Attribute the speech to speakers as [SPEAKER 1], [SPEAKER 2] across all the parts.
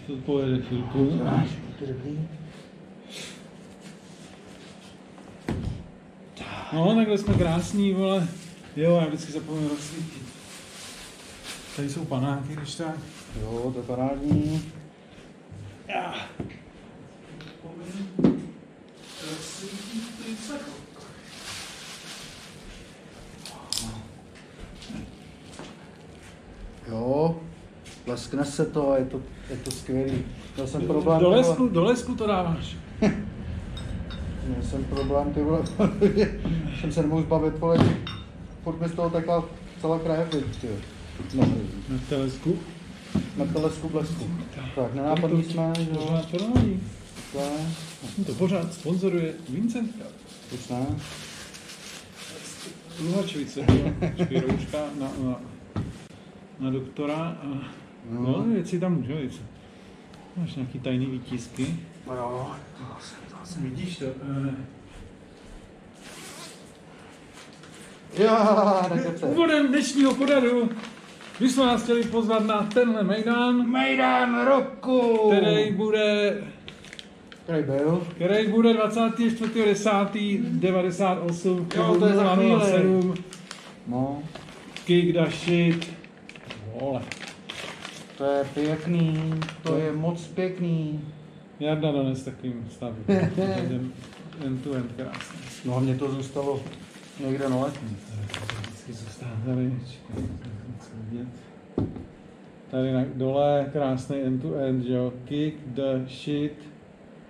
[SPEAKER 1] Usted puede decir todo. No, takhle jsme krásní, vole. Jo, já vždycky zapomenu rozsvítit. Tady jsou panáky, když tak.
[SPEAKER 2] Jo, to je parádní. Jo, leskne se to, je to, je to skvělý. Měl jsem problém,
[SPEAKER 1] Do
[SPEAKER 2] ty vole,
[SPEAKER 1] lesku, do lesku to dáváš.
[SPEAKER 2] měl jsem problém, ty vole, jsem se nemohl zbavit, vole, furt mi z toho takhle celá krev vyjde, no,
[SPEAKER 1] Na telesku.
[SPEAKER 2] na telesku blesku. Tak, nenápadní jsme, že jo,
[SPEAKER 1] Pořád to dávali.
[SPEAKER 2] takhle,
[SPEAKER 1] On to pořád sponzoruje Vincentka.
[SPEAKER 2] už ne.
[SPEAKER 1] Luhačovice, jo. špirouška na, na, na doktora a
[SPEAKER 2] No.
[SPEAKER 1] no. věci tam může věci. Máš nějaký tajný výtisky.
[SPEAKER 2] No jo,
[SPEAKER 1] Vidíš to? Eh,
[SPEAKER 2] Jo, nekece.
[SPEAKER 1] Úvodem dnešního pořadu my jsme vás chtěli pozvat na tenhle mejdan,
[SPEAKER 2] Mejdan roku!
[SPEAKER 1] který bude,
[SPEAKER 2] Který byl?
[SPEAKER 1] který bude 24.10.98
[SPEAKER 2] Jo, to je za chvíli.
[SPEAKER 1] 07
[SPEAKER 2] No,
[SPEAKER 1] Kick da shit. Vole.
[SPEAKER 2] to je pěkný, to je moc pěkný.
[SPEAKER 1] Jarda dones takovým stavu. Jeden- End to end krásně.
[SPEAKER 2] No a mě to zůstalo někde na letní.
[SPEAKER 1] Vždycky zůstávali. čekaj, něco vidět. Tady na, dole krásný end to end, že jo. Kick the shit.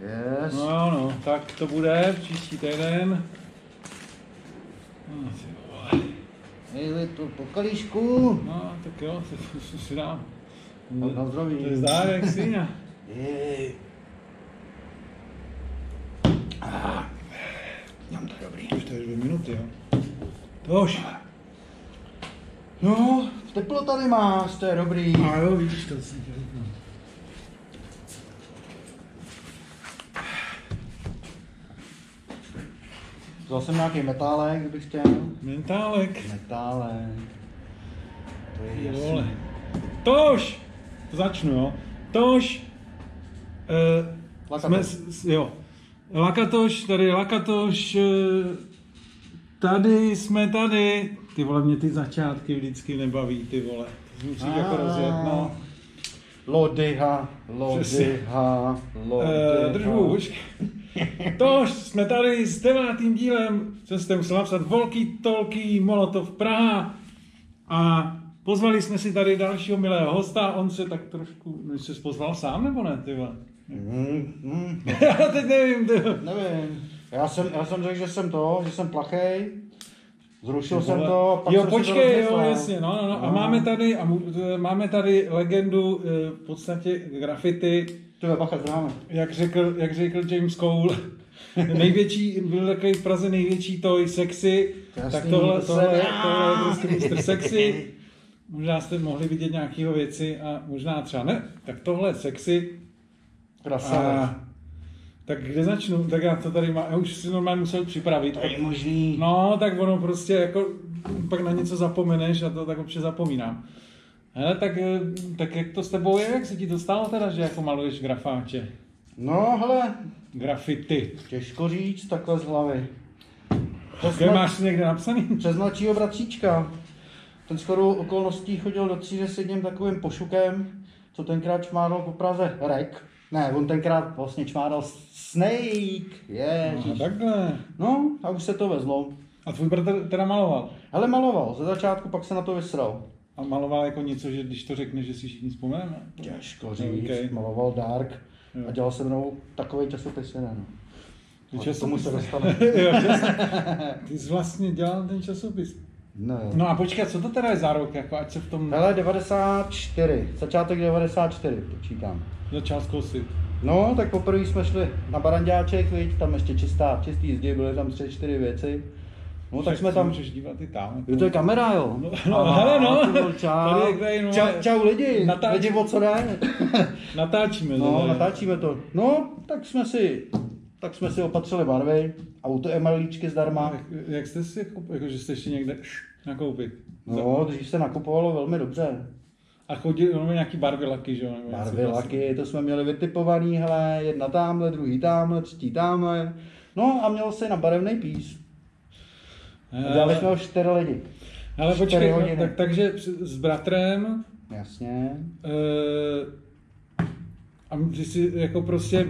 [SPEAKER 2] Yes.
[SPEAKER 1] No jo, no, tak to bude příští týden. No, ty vole.
[SPEAKER 2] Nejli to po kalíšku.
[SPEAKER 1] No, tak jo, si, si, si dám.
[SPEAKER 2] Na- na zdraví.
[SPEAKER 1] To je zdárek, syna.
[SPEAKER 2] Jej. Ah. Mám to dobrý.
[SPEAKER 1] Už to je dvě minuty, jo. Tož. No,
[SPEAKER 2] Teplo tady máš, to je dobrý.
[SPEAKER 1] a jo, vidíš to. jsem chtěl říct, no.
[SPEAKER 2] Vzal jsem nějaký metálek, kdybych chtěl.
[SPEAKER 1] Mentálek.
[SPEAKER 2] Metálek. To je
[SPEAKER 1] Ty
[SPEAKER 2] jasný.
[SPEAKER 1] Vole. Tož! To začnu, jo. Tož! Uh, jsme,
[SPEAKER 2] Lakatoš.
[SPEAKER 1] s, s- jo. Lakatoš, tady Lakatoš, eh, tady jsme tady. Ty vole, mě ty začátky vždycky nebaví, ty vole. To musíš jako rozjet, no.
[SPEAKER 2] Lodyha, lodyha, lodyha.
[SPEAKER 1] Eh, Držbu, počkej. Tož jsme tady s devátým dílem, co jste musel napsat, Volky, Tolky, Molotov Praha. A pozvali jsme si tady dalšího milého hosta, on se tak trošku, než se pozval sám nebo ne, ty vole?
[SPEAKER 2] Mm, mm,
[SPEAKER 1] Já teď nevím, ty vole.
[SPEAKER 2] nevím. Já jsem, já jsem řekl, že jsem to, že jsem plachej. Zrušil jsem
[SPEAKER 1] Vole.
[SPEAKER 2] to a pak
[SPEAKER 1] jo,
[SPEAKER 2] jsem si to
[SPEAKER 1] počkej, jo,
[SPEAKER 2] rozmyslel.
[SPEAKER 1] jasně, no, no, no. A máme tady, a mu- eh, máme tady legendu, eh, v podstatě grafity,
[SPEAKER 2] Ty ve bacha známe.
[SPEAKER 1] jak řekl, jak řekl James Cole, největší, byl takový v Praze největší toj sexy,
[SPEAKER 2] Krásný
[SPEAKER 1] tak tohle,
[SPEAKER 2] se-
[SPEAKER 1] tohle, tohle je prostě mistr sexy. Možná jste mohli vidět nějakého věci a možná třeba ne, tak tohle je sexy.
[SPEAKER 2] Krasa.
[SPEAKER 1] A, tak kde začnu? Tak já to tady má, já už si normálně musel připravit.
[SPEAKER 2] To je možný.
[SPEAKER 1] No, tak ono prostě jako, pak na něco zapomeneš a to tak občas zapomínám. Hele, tak, eh, tak jak to s tebou je, jak se ti to stalo teda, že jako maluješ grafáče?
[SPEAKER 2] No, hele,
[SPEAKER 1] Grafity.
[SPEAKER 2] těžko říct takhle z hlavy. To
[SPEAKER 1] Kde
[SPEAKER 2] jsme-
[SPEAKER 1] máš to někde napsaný?
[SPEAKER 2] Přes mladšího bratříčka. Ten skoro okolností chodil do třídy s jedním takovým pošukem, co tenkrát čmáral po Praze Rek. Ne, on tenkrát vlastně čmáral Snake,
[SPEAKER 1] A
[SPEAKER 2] ježiš.
[SPEAKER 1] takhle.
[SPEAKER 2] No a už se to vezlo.
[SPEAKER 1] A tvůj bratr teda maloval.
[SPEAKER 2] Ale maloval, ze začátku pak se na to vysral.
[SPEAKER 1] A maloval jako něco, že když to řekne, že si všichni vzpomeneme.
[SPEAKER 2] Těžko říct,
[SPEAKER 1] Okay.
[SPEAKER 2] maloval Dark
[SPEAKER 1] Jo.
[SPEAKER 2] a dělal se mnou takový časopis jeden.
[SPEAKER 1] Ty
[SPEAKER 2] A K tomu
[SPEAKER 1] časopis.
[SPEAKER 2] se dostane.
[SPEAKER 1] jo, přesně. Ty jsi vlastně dělal ten časopis.
[SPEAKER 2] No.
[SPEAKER 1] No a počkat, co to teda je za rok, jako ať se v tom
[SPEAKER 2] Hele, 94, začátek 94, počítám.
[SPEAKER 1] začal zkousit.
[SPEAKER 2] No, tak poprvé jsme šli na Barandáček, viď, tam ještě čistá, čistý zdi, byly tam tři, čtyři věci. No, tak
[SPEAKER 1] Však
[SPEAKER 2] jsme
[SPEAKER 1] se
[SPEAKER 2] tam...
[SPEAKER 1] Můžeš dívat i tam. jako.
[SPEAKER 2] Jo, to je kamera, jo.
[SPEAKER 1] No, no, hele, no.
[SPEAKER 2] ty vole, Čau,
[SPEAKER 1] Tady je kraj, no.
[SPEAKER 2] čau, čau lidi,
[SPEAKER 1] Natáč-
[SPEAKER 2] lidi o co ne?
[SPEAKER 1] Natáčíme.
[SPEAKER 2] No,
[SPEAKER 1] tohle.
[SPEAKER 2] natáčíme to. No, tak jsme si, tak jsme si opatřili barvy, auto emalíčky zdarma.
[SPEAKER 1] Jak, jak jste si, jako, jako že jste ještě někde nakoupit?
[SPEAKER 2] No, dřív se nakupovalo velmi dobře.
[SPEAKER 1] A chodil no, nějaký barvilaky, že jo? nebo něco
[SPEAKER 2] Barvy,
[SPEAKER 1] vlastně.
[SPEAKER 2] laky, to jsme měli vytipovaný, hele, jedna tamhle, druhý tamhle, třetí tamhle. No a měl si na barevný pís. Dali jsme ho čtyři lidi.
[SPEAKER 1] vlastně. Ale
[SPEAKER 2] čtyři
[SPEAKER 1] počkej, no,
[SPEAKER 2] hodiny.
[SPEAKER 1] tak, takže s- s bratrem
[SPEAKER 2] Jasně.
[SPEAKER 1] eh, a ty jsi jako prostě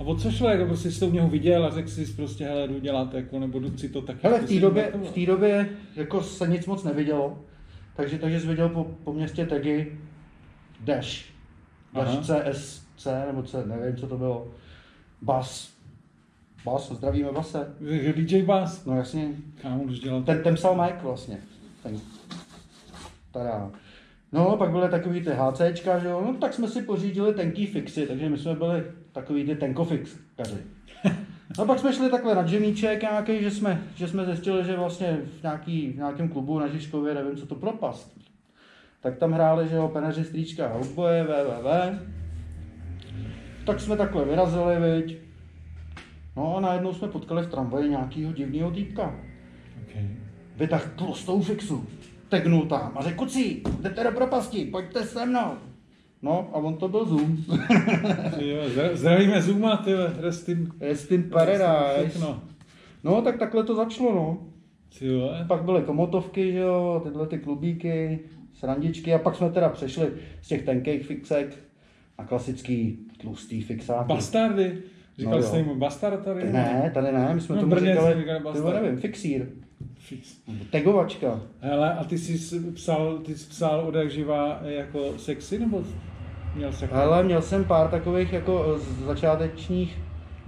[SPEAKER 1] a o co šlo, jako prostě jsi to u něho viděl a řekl jsi prostě, hele, jdu dělat, jako, nebo jdu si to taky.
[SPEAKER 2] Hele,
[SPEAKER 1] jako
[SPEAKER 2] v
[SPEAKER 1] si
[SPEAKER 2] té době,
[SPEAKER 1] pamatovat.
[SPEAKER 2] v té době jako se nic moc nevidělo, takže, takže jsi viděl po, po městě tagy Dash, Dash
[SPEAKER 1] Aha.
[SPEAKER 2] CSC, nebo C, nevím, co to bylo, Bas, Bas, zdravíme Base,
[SPEAKER 1] Že DJ Bass,
[SPEAKER 2] no jasně,
[SPEAKER 1] kámo, už dělal.
[SPEAKER 2] no, ten, ten psal Mike vlastně, ten, tada. No, pak byly takový ty HCčka, že jo, no tak jsme si pořídili tenký fixy, takže my jsme byli takový ty tenkofix, No pak jsme šli takhle na džemíček nějaký, že jsme, že jsme zjistili, že vlastně v, nějaký, v nějakém klubu na Žižkově, nevím co to propast. Tak tam hráli, že jo, peneři strýčka a odboje, www. Tak jsme takhle vyrazili, viď. No a najednou jsme potkali v tramvaji nějakýho divného týpka
[SPEAKER 1] Okay.
[SPEAKER 2] vytah tlustou fixu, tegnul tam a řekl, kuci, jdete do propasti, pojďte se mnou. No a on to byl Zoom.
[SPEAKER 1] Ty jo, zdra- Zdravíme Zuma, ty jo, rest in
[SPEAKER 2] Estin
[SPEAKER 1] Všechno.
[SPEAKER 2] No tak takhle to začalo, no.
[SPEAKER 1] Ty jo, eh.
[SPEAKER 2] Pak byly komotovky, že jo, tyhle ty klubíky, srandičky a pak jsme teda přešli z těch tenkých fixek na klasický tlustý fixák.
[SPEAKER 1] bastardy. Říkal
[SPEAKER 2] No
[SPEAKER 1] no,
[SPEAKER 2] jo.
[SPEAKER 1] jste jim bastard tady?
[SPEAKER 2] Ne, tady ne, my jsme
[SPEAKER 1] No,
[SPEAKER 2] tomu
[SPEAKER 1] Brně
[SPEAKER 2] říkali,
[SPEAKER 1] jsme říkali
[SPEAKER 2] ty
[SPEAKER 1] bastard.
[SPEAKER 2] vole, nevím, fixír,
[SPEAKER 1] Fix.
[SPEAKER 2] nebo tegovačka.
[SPEAKER 1] Hele, a ty jsi s- psal, ty jsi psal od jak živá eh, jako sexy, nebo měl se
[SPEAKER 2] Ale měl jsem pár takových jako eh, z- začátečních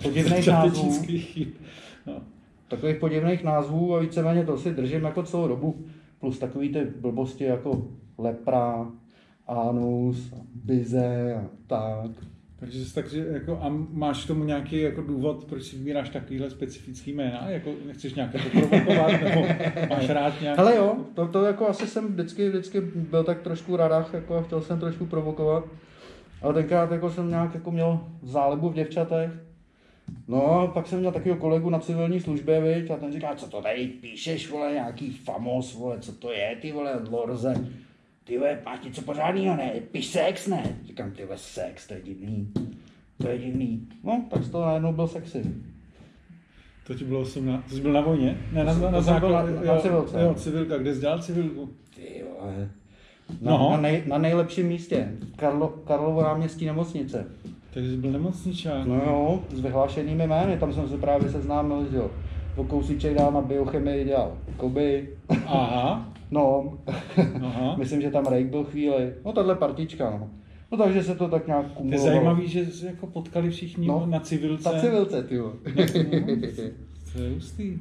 [SPEAKER 2] podivných názvů.
[SPEAKER 1] No.
[SPEAKER 2] takových podivných názvů a víceméně to si držím jako celou dobu. Plus takový ty blbosti jako lepra, anus, a bize a tak.
[SPEAKER 1] Takže, jsi tak, že jako, a máš k tomu nějaký jako důvod, proč si vybíráš takovýhle specifický jména? Jako, nechceš nějaké to provokovat, nebo máš rád nějak?
[SPEAKER 2] Ale jo, to, to jako asi jsem vždycky, vždycky byl tak trošku radách, jako a chtěl jsem trošku provokovat. Ale tenkrát jako jsem nějak jako měl zálebu v děvčatech. No, pak jsem měl takového kolegu na civilní službě, viď, a ten říká, co to tady píšeš, vole, nějaký famos, vole, co to je, ty vole, lorze. Ty vole, máš něco pořádného, ne, píš sex, ne. Říkám, ty vole, sex, to je divný. To je divný. No, tak z toho najednou byl sexy.
[SPEAKER 1] To ti bylo 18, to jsi byl na vojně? Ne, na, na,
[SPEAKER 2] To jsem-
[SPEAKER 1] na
[SPEAKER 2] to jsem byl
[SPEAKER 1] základ,
[SPEAKER 2] na- na
[SPEAKER 1] jo,
[SPEAKER 2] civilce.
[SPEAKER 1] Jo, civilka, kde jsi dělal civilku?
[SPEAKER 2] Ty vole. Na,
[SPEAKER 1] No.
[SPEAKER 2] na, nej, na nejlepším místě. Karlo, Karlovo náměstí nemocnice.
[SPEAKER 1] Takže jsi byl nemocničák.
[SPEAKER 2] No jo, s vyhlášenými jmény, tam jsem se právě seznámil, že jo. O kousíček dál na biochemii dělal Koby,
[SPEAKER 1] Aha,
[SPEAKER 2] no,
[SPEAKER 1] aha.
[SPEAKER 2] myslím, že tam Rake byl chvíli, no tahle partička, no. No takže se to tak nějak
[SPEAKER 1] To je
[SPEAKER 2] kumulovalo.
[SPEAKER 1] zajímavý, že se jako potkali všichni
[SPEAKER 2] No,
[SPEAKER 1] na civilce. No.
[SPEAKER 2] Ta civilce, ty jo.
[SPEAKER 1] To je hustý.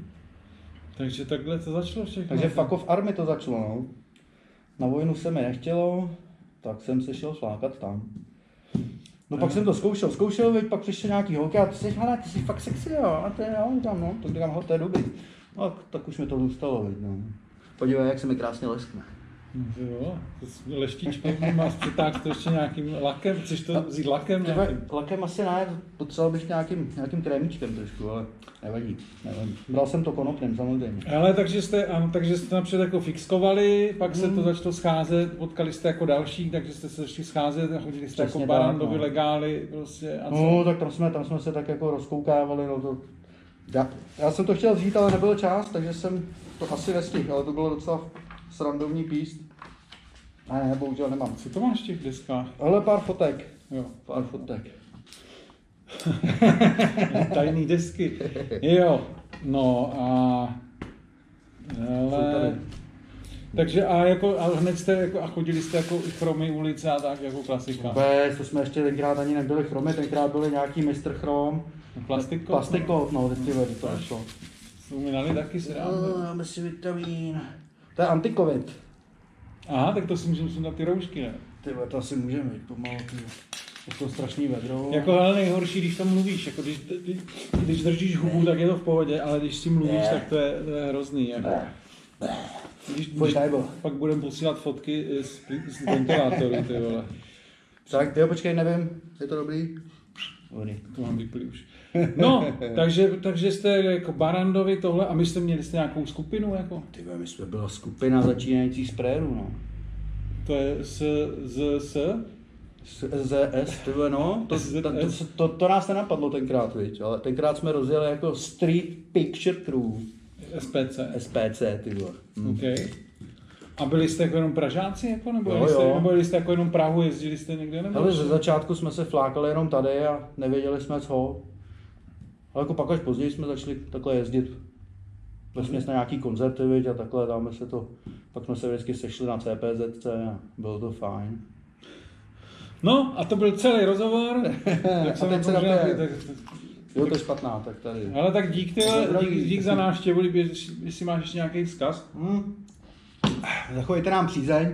[SPEAKER 1] Takže takhle to začalo všechno.
[SPEAKER 2] takže fuck off army to začalo, no. Na vojnu se mi nechtělo, tak jsem se šel šlákat tam. No pak
[SPEAKER 1] Aha.
[SPEAKER 2] jsem to zkoušel, zkoušel, viď, pak přišel nějaký holky a ty jsi, hele, ty jsi fakt sexy, jo, a to je, jo, tam, no, to říkám, ho, to je dobrý. No, tak, tak už mi to zůstalo, viď, no. Podívej, jak se mi krásně leskne. Hmm.
[SPEAKER 1] No Jo, to s- leštičkou má přitáh to ještě nějakým lakem, chceš to vzít lakem
[SPEAKER 2] No, Třeba
[SPEAKER 1] nějakým.
[SPEAKER 2] lakem asi ne, potřeboval bych nějakým, nějakým krémíčkem trošku, ale nevadí, nevadí. Bral jsem to konopným samozřejmě.
[SPEAKER 1] Ale takže jste, ano, takže jste napřed jako fixkovali, pak se to
[SPEAKER 2] Hmm.
[SPEAKER 1] začalo scházet, potkali jste jako další, takže jste se začali scházet a chodili jste
[SPEAKER 2] Přesně
[SPEAKER 1] jako
[SPEAKER 2] tak,
[SPEAKER 1] barandovi
[SPEAKER 2] no.
[SPEAKER 1] legály prostě a co?
[SPEAKER 2] No, tak tam jsme, tam jsme se tak jako rozkoukávali, no to... Já, já jsem to chtěl vzít, ale nebyl čas, takže jsem to asi nestihl, ale to bylo docela srandovní píst. Ne, ne, bohužel nemám.
[SPEAKER 1] Co to máš v těch deskách?
[SPEAKER 2] Ale pár fotek.
[SPEAKER 1] Jo.
[SPEAKER 2] Pár fotek.
[SPEAKER 1] Tajný desky. Jo, no a...
[SPEAKER 2] Jsou
[SPEAKER 1] Hele,
[SPEAKER 2] tady.
[SPEAKER 1] takže a, jako, a hned jste jako, a chodili jste jako i chromy ulice a tak jako klasika.
[SPEAKER 2] Vůbec, to jsme ještě tenkrát ani nebyli chromy, tenkrát byli nějaký Mr. Chrom.
[SPEAKER 1] Plastikov.
[SPEAKER 2] Plastikov, no, ty vedy, to nešlo.
[SPEAKER 1] Jsou mi dali taky srám.
[SPEAKER 2] No, dáme si vitamin. To je antikovid.
[SPEAKER 1] Aha, tak to si můžeme sundat ty roušky, ne?
[SPEAKER 2] Ty vole, to asi můžeme jít pomalu, ty vole. Je to strašný vedro.
[SPEAKER 1] Jako ale nejhorší, když to mluvíš, jako když, když, když držíš hubu, tak je to v pohodě, ale když si mluvíš,
[SPEAKER 2] Ne.
[SPEAKER 1] tak to je, to je hrozný. Jako. Když,
[SPEAKER 2] Fuj,
[SPEAKER 1] když
[SPEAKER 2] tajbo.
[SPEAKER 1] pak budeme posílat fotky eh, z, pli- z ventilátoru, ty vole.
[SPEAKER 2] Tak, jo, počkej, nevím, je to dobrý? Dobrý.
[SPEAKER 1] To mám vyplý už. No, takže, takže jste jako Barandovi tohle a my jste měli jste nějakou skupinu jako?
[SPEAKER 2] Ty vole, my jsme byla skupina začínajících sprayerů, no.
[SPEAKER 1] To je s, z, s,
[SPEAKER 2] ZS, ty vole, no, to,
[SPEAKER 1] SZS.
[SPEAKER 2] to, to, to, to, nás nenapadlo tenkrát, viď, ale tenkrát jsme rozjeli jako Street Picture Crew,
[SPEAKER 1] SPC.
[SPEAKER 2] SPC, ty vole. Hm.
[SPEAKER 1] OK. A byli jste jako jenom Pražáci, jako, nebo,
[SPEAKER 2] Jo,
[SPEAKER 1] jeli jste,
[SPEAKER 2] jo.
[SPEAKER 1] nebo jeli jste jako jenom Prahu, jezdili jste někde, nebo?
[SPEAKER 2] Hele, ze začátku jsme se flákali jenom tady a nevěděli jsme co. Ale jako pak až později jsme začali takhle jezdit vesměs na nějaký koncerty, viď, a takhle dáme se to. Pak jsme se vždycky sešli na CPZC a bylo to fajn.
[SPEAKER 1] No, a to byl celý rozhovor.
[SPEAKER 2] A
[SPEAKER 1] tak jsem
[SPEAKER 2] teď se
[SPEAKER 1] nepoužil-
[SPEAKER 2] na to-
[SPEAKER 1] tak,
[SPEAKER 2] Jo, to je špatná, tak tady.
[SPEAKER 1] ale tak dík, ty,
[SPEAKER 2] Za zdraví.
[SPEAKER 1] dík, dík, za návštěvu, líbí, jestli- jestli máš ještě nějaký vzkaz.
[SPEAKER 2] Hmm. Zachovejte nám přízeň.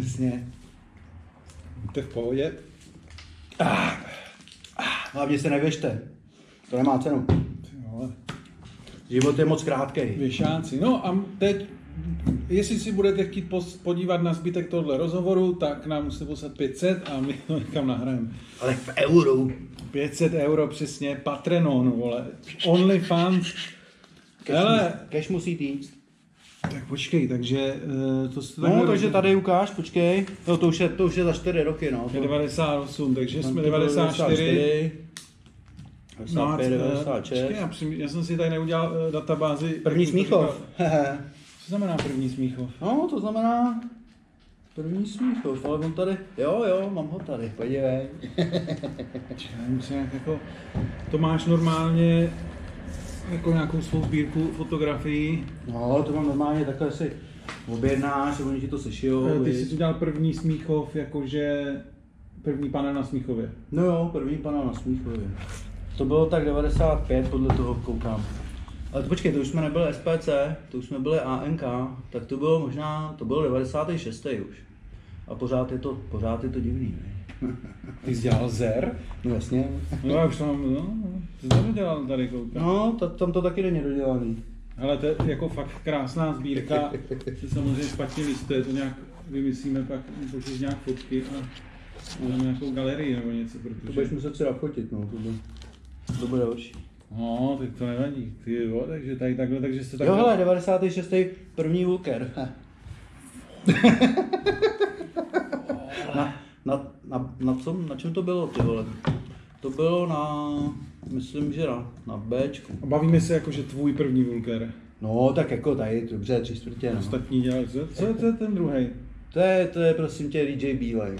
[SPEAKER 1] Přesně. Jste v pohodě.
[SPEAKER 2] Hlavně se nevěžte. To nemá cenu.
[SPEAKER 1] Ty vole.
[SPEAKER 2] Život je moc krátký.
[SPEAKER 1] Věšáci. No a teď, jestli si budete chtít pos- podívat na zbytek tohle rozhovoru, tak nám musíte poslat 500 a my to někam nahrajeme.
[SPEAKER 2] Ale v euru.
[SPEAKER 1] 500 euro přesně, Patreon, vole, OnlyFans. Hele,
[SPEAKER 2] Cash musí týct.
[SPEAKER 1] tak počkej, takže eh, to jste
[SPEAKER 2] No,
[SPEAKER 1] takhle-
[SPEAKER 2] takže tady ukáž, počkej. No, to už je, to už je za 4 roky, no.
[SPEAKER 1] Je 98, takže
[SPEAKER 2] To-
[SPEAKER 1] jsme
[SPEAKER 2] to bylo
[SPEAKER 1] 94.
[SPEAKER 2] 95,
[SPEAKER 1] eh,
[SPEAKER 2] 96.
[SPEAKER 1] počkej, já, přim, já jsem si tady neudělal eh, databázi.
[SPEAKER 2] První
[SPEAKER 1] Jak to
[SPEAKER 2] Smíchov.
[SPEAKER 1] říkal. Co znamená první smíchov?
[SPEAKER 2] no, to znamená první Smíchov, ale on tady, jo, jo, mám ho tady, podívej.
[SPEAKER 1] Já nevím, co nějak jako, to máš normálně jako nějakou svou sbírku fotografií. Eh,
[SPEAKER 2] No, to mám normálně takhle si objednáš, oni ti to sešijou.
[SPEAKER 1] Eh, Ty
[SPEAKER 2] viď.
[SPEAKER 1] jsi udělal první smíchov, jakože první pana na smíchově.
[SPEAKER 2] No jo, první pana na Smíchově. To bylo tak 95, podle toho koukám. Ale to počkej, to už jsme nebyli SPC, to už jsme byli ANK, tak to bylo možná, to bylo 96. už. A pořád je to, pořád je to divný. Ne?
[SPEAKER 1] Ty jsi dělal zer?
[SPEAKER 2] No jasně.
[SPEAKER 1] No já už tam, no, ty jsi to dělal tady koukám.
[SPEAKER 2] No, ta, tam to taky není dodělaný.
[SPEAKER 1] Ale to je jako fakt krásná sbírka, se samozřejmě špatně listuje, to nějak vymyslíme pak, pošleš nějak fotky a uděláme nějakou galerii nebo něco,
[SPEAKER 2] To budeš
[SPEAKER 1] protože...
[SPEAKER 2] muset si nafotit, no, to bude, to bude horší.
[SPEAKER 1] No, tak to nevadí, ty jo, takže tady takhle, takže se
[SPEAKER 2] Tak
[SPEAKER 1] takhle...
[SPEAKER 2] jo, hele, 96. první Walker. na, na, na, na, tom, na čem to bylo, ty vole? To bylo na, myslím, že na, na Bčku.
[SPEAKER 1] A bavíme se jako, že tvůj první vulker.
[SPEAKER 2] No, tak jako tady, dobře, tři čtvrtě, no.
[SPEAKER 1] Ostatní dělali, co, co, je- co je ten druhý?
[SPEAKER 2] To je, to je prosím tě DJ Bílej.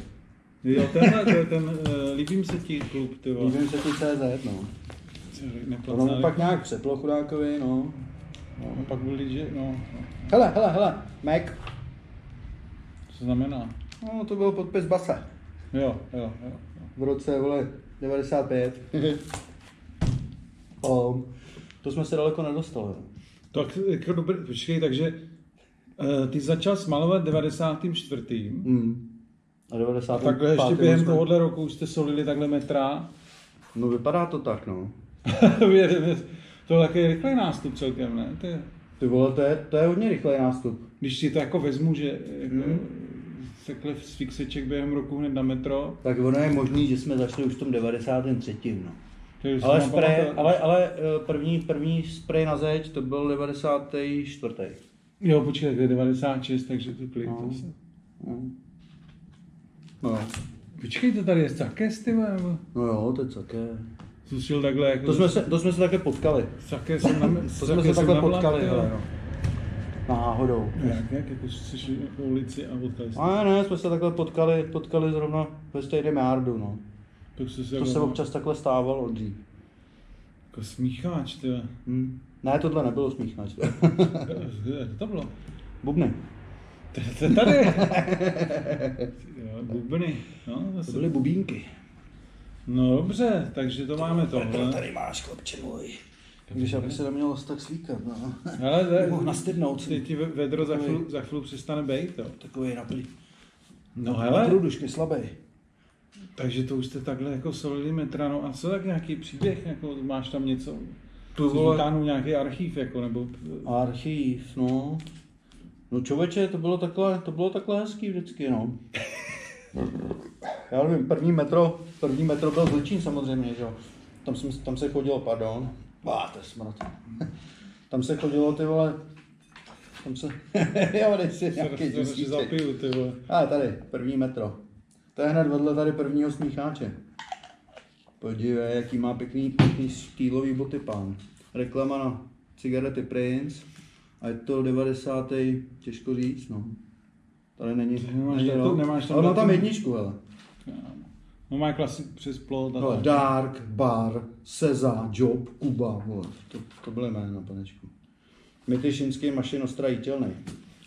[SPEAKER 1] Jo, tenhle, to je ten, uh, líbím se ti klub, ty vole.
[SPEAKER 2] Mluvím se tu CZ, no. Mhm. Ono mu
[SPEAKER 1] Neplacali.
[SPEAKER 2] pak nějak přeplo chudákovi, no.
[SPEAKER 1] No, pak byli, že, no,
[SPEAKER 2] Hele, hele, hele, Mac.
[SPEAKER 1] co znamená?
[SPEAKER 2] No, to byl podpis Basa.
[SPEAKER 1] Jo, jo, jo.
[SPEAKER 2] v roce, vole, 95. o, to jsme se daleko nedostali. no.
[SPEAKER 1] Tak jako dobrý, počkej, takže eh, ty začal smalovat 94.
[SPEAKER 2] Mm. A 90.
[SPEAKER 1] A takhle ještě během tohohle roku už jste solili takhle metra.
[SPEAKER 2] No vypadá to tak, no.
[SPEAKER 1] Jedeme- to je taky rychlý nástup celkem, ne? Ty,
[SPEAKER 2] Ty vole, to je, to je hodně rychlej nástup.
[SPEAKER 1] když si to jako vezmu, že jako,
[SPEAKER 2] Mhm.
[SPEAKER 1] takhle z fixeček během roku hned na metro.
[SPEAKER 2] Tak ono je možný, že jsme začali už v tom 93. No.
[SPEAKER 1] To je,
[SPEAKER 2] Ale,
[SPEAKER 1] si
[SPEAKER 2] spray,
[SPEAKER 1] nepamatuju.
[SPEAKER 2] ale, ale eh, první, první spray na zeď, to byl 94.
[SPEAKER 1] Jo, počkej, to je 96, takže to klid.
[SPEAKER 2] No.
[SPEAKER 1] to se- Hmm.
[SPEAKER 2] No,
[SPEAKER 1] Počkej, to tady je Sakes, ty vole, nebo?
[SPEAKER 2] no jo, to je také.
[SPEAKER 1] Zůstil takhle jako...
[SPEAKER 2] To jsme se, to jsme se také potkali.
[SPEAKER 1] Sakes jsem na,
[SPEAKER 2] To jsme se takhle potkali, hele, no. Náhodou.
[SPEAKER 1] Jak, jak, jako jsi šli po ulici a potkali jste.
[SPEAKER 2] A ne, jsme se takhle potkali, potkali zrovna ve stejném jardu, no.
[SPEAKER 1] Tak jste se
[SPEAKER 2] To se
[SPEAKER 1] jako-
[SPEAKER 2] občas takhle stávalo dřív.
[SPEAKER 1] Jako smícháč, ty. vole.
[SPEAKER 2] Hm. Ne, tohle nebylo smíchnač.
[SPEAKER 1] Jak to bylo?
[SPEAKER 2] Bubny.
[SPEAKER 1] To to je tady. Jo, Bubny. No,
[SPEAKER 2] To
[SPEAKER 1] zase.
[SPEAKER 2] byly bubínky.
[SPEAKER 1] no dobře, takže to máme tohle.
[SPEAKER 2] máš, chlapče můj. Když aby se nemělo tak slíkat, no.
[SPEAKER 1] Ale
[SPEAKER 2] Bych mohl nastydnout.
[SPEAKER 1] Teď ti ve- vedro za chvíli, za chvíli přestane být, jo.
[SPEAKER 2] Takový naplý.
[SPEAKER 1] No
[SPEAKER 2] Ale?
[SPEAKER 1] hele,
[SPEAKER 2] Průdušky slabý.
[SPEAKER 1] takže to už jste takhle jako solili metra, no a co tak nějaký příběh, jako máš tam něco?
[SPEAKER 2] To
[SPEAKER 1] Jsi
[SPEAKER 2] vole-
[SPEAKER 1] vytáhnul nějaký archív, jako, nebo...
[SPEAKER 2] Archív, no. No člověče, to bylo takhle, to bylo takhle hezký vždycky, no. Já nevím, první metro, první metro byl Zličín samozřejmě, že jo. Tam, jsem, tam se chodilo, pardon. Bá, to je smrt. Tam se chodilo ty vole, Tam se... jo, dej si nějaký
[SPEAKER 1] se, se
[SPEAKER 2] džusíček.
[SPEAKER 1] zapiju, ty vole.
[SPEAKER 2] A tady, první metro. To je hned vedle tady prvního smícháče. Podívej, jaký má pěkný, pěkný štýlový boty pán. Reklama na cigarety Prince. A je to 90. těžko říct, no. Tady není.
[SPEAKER 1] Nemáš
[SPEAKER 2] není
[SPEAKER 1] datum, nemáš tam
[SPEAKER 2] tam, ale
[SPEAKER 1] datum?
[SPEAKER 2] tam jedničku, hele.
[SPEAKER 1] No má klasi přes plot a
[SPEAKER 2] hele.
[SPEAKER 1] tak.
[SPEAKER 2] Dark, Bar, Seza, Job, Kuba. Vole. To, to byly jména, panečku. Mytyšinský mašinostrajítelný.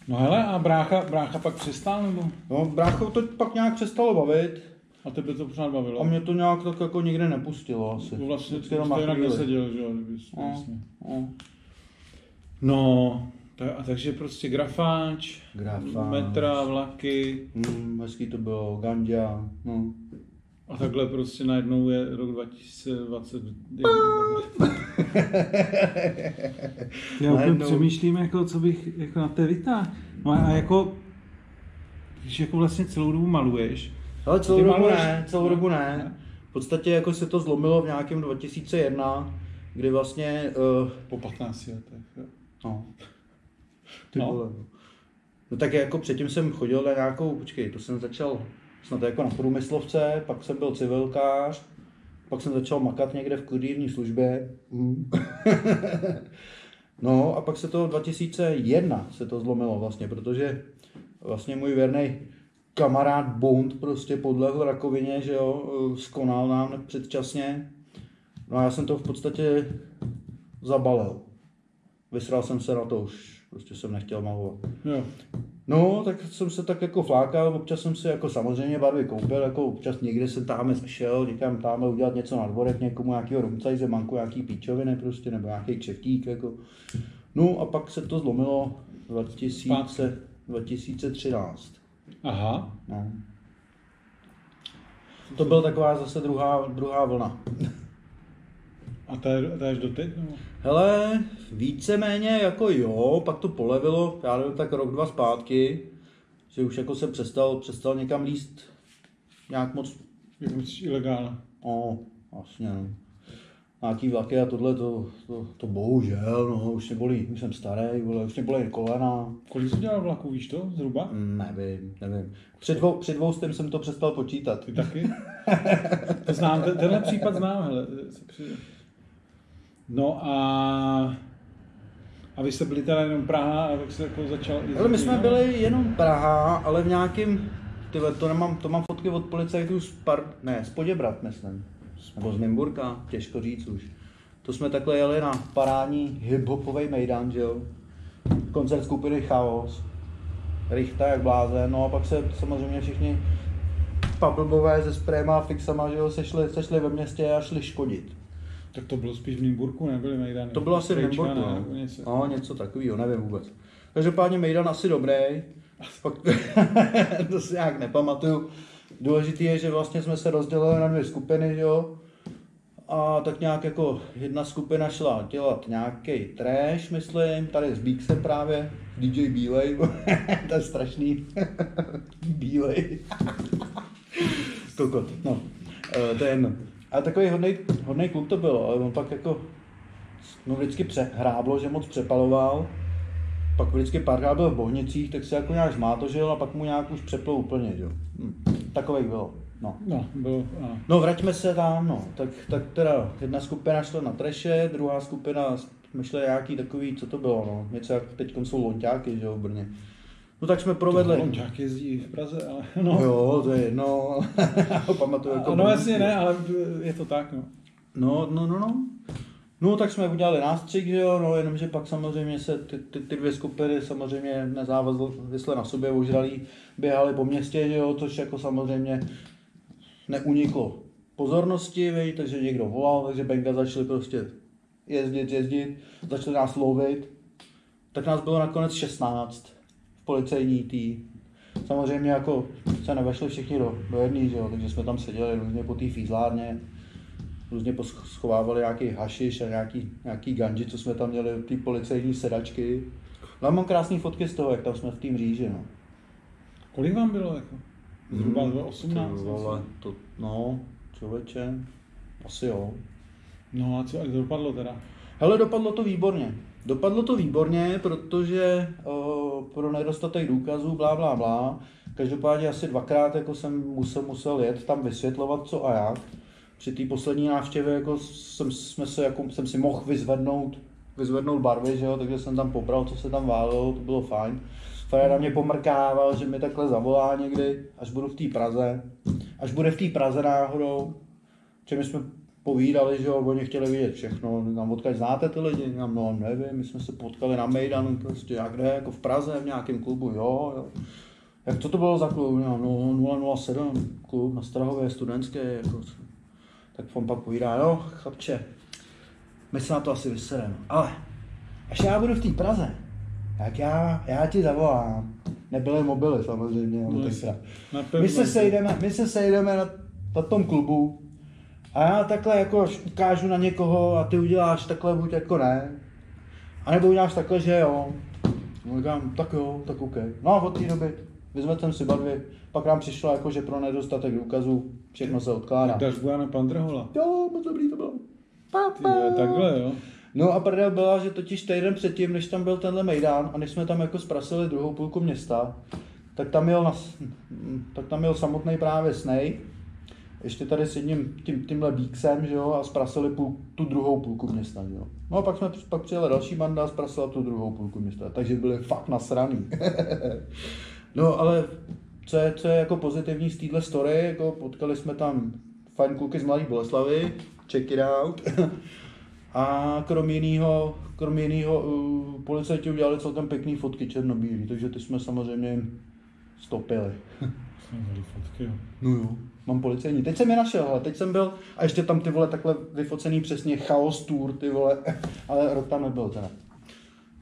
[SPEAKER 1] No hele, a brácha, brácha pak přestál nebo?
[SPEAKER 2] No, bráchou to pak nějak přestalo bavit.
[SPEAKER 1] A tebe to pořád
[SPEAKER 2] A
[SPEAKER 1] bavilo?
[SPEAKER 2] mě to nějak tak jako nikde nepustilo asi.
[SPEAKER 1] To vlastně
[SPEAKER 2] Vždycky
[SPEAKER 1] jste
[SPEAKER 2] na
[SPEAKER 1] jinak
[SPEAKER 2] chvíli.
[SPEAKER 1] neseděl, že jo? kdyby-
[SPEAKER 2] No,
[SPEAKER 1] jasně.
[SPEAKER 2] no.
[SPEAKER 1] No, ta, a takže prostě grafáč,
[SPEAKER 2] Grafáč.
[SPEAKER 1] metra, vlaky
[SPEAKER 2] Hmm, hezký to bylo, Gandia, no.
[SPEAKER 1] a takhle prostě najednou je rok 2020. Já úplně
[SPEAKER 2] Najednou.
[SPEAKER 1] přemýšlím, jako, co bych jako na té vytáhl. No a- a jako, když jako vlastně celou dobu maluješ,
[SPEAKER 2] Ale celou
[SPEAKER 1] Ty
[SPEAKER 2] dobu
[SPEAKER 1] maluješ-
[SPEAKER 2] ne, celou dobu ne. V podstatě jako se to zlomilo v nějakém 2001, kdy vlastně, uh,
[SPEAKER 1] po 15 letech. jo.
[SPEAKER 2] no. Ty
[SPEAKER 1] No.
[SPEAKER 2] vole. No tak jako předtím jsem chodil na nějakou, počkej, to jsem začal snad jako na průmyslovce, pak jsem byl civilkář, pak jsem začal makat někde v kurýrní službě. no a pak se to 2001 se to zlomilo vlastně, protože vlastně můj věrný kamarád Bond prostě podlehl rakovině, že jo, eh, skonal nám předčasně. No a já jsem to v podstatě zabalil. Vysral jsem se na to už, prostě jsem nechtěl malovat.
[SPEAKER 1] Jo.
[SPEAKER 2] No, tak jsem se tak jako flákal, občas jsem si jako samozřejmě barvy koupil, jako občas někde jsem tam šel, někam tam udělat něco na dvorek, někomu nějakýho rumcajze, manku, nějaký píčoviny prostě, nebo nějaký kšeftík, jako. No a pak se to zlomilo 2000, 2013.
[SPEAKER 1] Aha.
[SPEAKER 2] No. To byla taková zase druhá, druhá vlna.
[SPEAKER 1] A ta je, ta je až doteď? Nebo?
[SPEAKER 2] Hele, víceméně jako jo, pak to polevilo, já nevím, tak rok, dva zpátky, že už jako se přestal, přestal někam líst nějak moc,
[SPEAKER 1] Jak myslíš ilegálně?
[SPEAKER 2] o, vlastně no. Nějaký vlaky a tohle, to, to, to bohužel, no, už mě bolí, už jsem starý, vole, už mě bolí kolena,
[SPEAKER 1] Kolik jsi dělal vlaků, víš to? Zhruba?
[SPEAKER 2] Mm, nevím, nevím. Před, dvou, před dvoustem jsem to přestal počítat.
[SPEAKER 1] Ty taky? To znám, ten- tenhle případ znám, hele. se přijde. No a... A vy jste byli teda jenom Praha a pak se jako začal... jezdit
[SPEAKER 2] Ale my jsme
[SPEAKER 1] jinam?
[SPEAKER 2] byli jenom Praha, ale v nějakým, tyhle, to nemám, to mám fotky od policajtů z Par, ne, z Poděbrat, myslím. Nebo z Nymburka, těžko říct už. To jsme takhle jeli na parání hiphopový mejdan, že jo. Koncert skupiny Chaos. Richta jak blázen, no a pak se samozřejmě všichni pablbové se sprayma a fixama, že jo, sešli, sešli ve městě a šli škodit.
[SPEAKER 1] no? Tak to bylo spíš v Nýmburku, nebyly Mejdany.
[SPEAKER 2] To bylo asi v
[SPEAKER 1] Krejčka,
[SPEAKER 2] Nymburku,
[SPEAKER 1] ne,
[SPEAKER 2] no.
[SPEAKER 1] nebo něco.
[SPEAKER 2] no. něco takového, nevím vůbec. Každopádně Mejdan asi dobrý, pak, to si nějak nepamatuju. Důležitý je, že vlastně jsme se rozdělili na dvě skupiny, že jo. A tak nějak jako jedna skupina šla dělat nějaký trash, myslím, tady s Bíksem právě, DJ Bílej, to je strašný, Bílej. Kokot, no, e, to je jedno. A takový hodnej, hodnej kluk to byl, ale on pak jako No vždycky přehráblo, že moc přepaloval. Pak vždycky párkrát byl v Bohnicích, tak se jako nějak zmátožil a pak mu nějak už přeplo úplně, jo. Hm. Takovej bylo, no.
[SPEAKER 1] No, bylo, ano.
[SPEAKER 2] No vraťme se tam, no. Tak, tak teda jedna skupina šla na treše, druhá skupina jsme šli nějaký takový, co to bylo, no. Něco jak teď jsou lonťáky, že jo, v Brně. No tak jsme provedli.
[SPEAKER 1] Lončák jezdí v Praze, ale no.
[SPEAKER 2] No. Jo, to je jedno, pamatuju jako...
[SPEAKER 1] A, no
[SPEAKER 2] Brněnský.
[SPEAKER 1] jasně ne, ale je to tak, no.
[SPEAKER 2] No, no, no, no. No, tak jsme udělali nástřik, že jo, no, jenomže pak samozřejmě se ty, ty, ty dvě skupiny samozřejmě nezávisle na sobě ožralí, běhali po městě, že jo, což jako samozřejmě neuniklo pozornosti, vej, takže někdo volal, takže Benga začali prostě jezdit, jezdit, začali nás lovit, tak nás bylo nakonec 16 v policejní tý. Samozřejmě jako se nevešli všichni do, do jedný, že jo, takže jsme tam seděli různě po té fízlárně, různě posch- schovávali nějaký hašiš a nějaký, nějaký ganži, co jsme tam měli, ty policejní sedačky. No, já mám krásné fotky z toho, jak tam jsme v tým říži, no.
[SPEAKER 1] Kolik vám bylo, jako? Zhruba 18.
[SPEAKER 2] Hmm, Ty vole,
[SPEAKER 1] asi.
[SPEAKER 2] to, no, člověče, asi jo.
[SPEAKER 1] No a co, jak to dopadlo teda?
[SPEAKER 2] Hele, dopadlo to výborně. Dopadlo to výborně, protože o, pro nedostatek důkazů, blá, blá, blá. Každopádně asi dvakrát jako jsem musel, musel jet tam vysvětlovat, co a jak. Při té poslední návštěvě jako jsem, jsme se, jako, jsem si mohl vyzvednout, vyzvednout barvy, že jo? takže jsem tam pobral, co se tam válelo, to bylo fajn. Frajera mě pomrkával, že mi takhle zavolá někdy, až budu v té Praze. Až bude v té Praze náhodou, že my jsme povídali, že jo, oni chtěli vidět všechno, tam odkud znáte ty lidi, nám, no nevím, my jsme se potkali na Mejdanu, prostě jak kde, jako v Praze, v nějakém klubu, jo, jo. Jak co to bylo za klub? Já, No, 007, klub na Strahově, studentský, jako. Tak on pak povídá, no, chlapče, my se na to asi vysereme, ale až já budu v té Praze, tak já, já ti zavolám. Nebyly mobily samozřejmě, ale
[SPEAKER 1] No,
[SPEAKER 2] tenkrát.
[SPEAKER 1] na
[SPEAKER 2] My
[SPEAKER 1] pevno.
[SPEAKER 2] se sejdeme, my se sejdeme na, na tom klubu a já takhle jako až ukážu na někoho a ty uděláš takhle buď jako ne, a nebo uděláš takhle, že jo. No říkám, tak jo, tak OK. No a od té doby vyzvedl jsem si barvy, pak nám přišlo jako, že pro nedostatek důkazů všechno se odkládá.
[SPEAKER 1] Daš Bojana Pandrhola.
[SPEAKER 2] Jo, moc dobrý to bylo. Pa,
[SPEAKER 1] Ty,
[SPEAKER 2] pa.
[SPEAKER 1] vole, takhle, jo.
[SPEAKER 2] No a prdel byla, že totiž týden předtím, než tam byl tenhle Mejdán a než jsme tam jako zprasili druhou půlku města, tak tam jel, na, mm, tak tam jel samotný právě Snej, ještě tady s jedním tím, tímhle bíksem, že jo, a zprasili půl, tu druhou půlku města, že jo. No a pak jsme pak přijela další banda a zprasila tu druhou půlku města, takže byli fakt nasraný. no ale co je, co je jako pozitivní z téhle story, jako potkali jsme tam fajn kluky z Mladé Boleslavy, check it out. A krom jiného, krom jiného uh, policajti udělali celkem pěkný fotky černobílý, takže ty jsme samozřejmě jim stopili.
[SPEAKER 1] Jsme měli fotky, jo.
[SPEAKER 2] No jo. Mám policejní. Teď jsem je našel, ale teď jsem byl a ještě tam ty vole takhle vyfocený přesně chaos tour, ty vole, ale rok tam nebyl teda.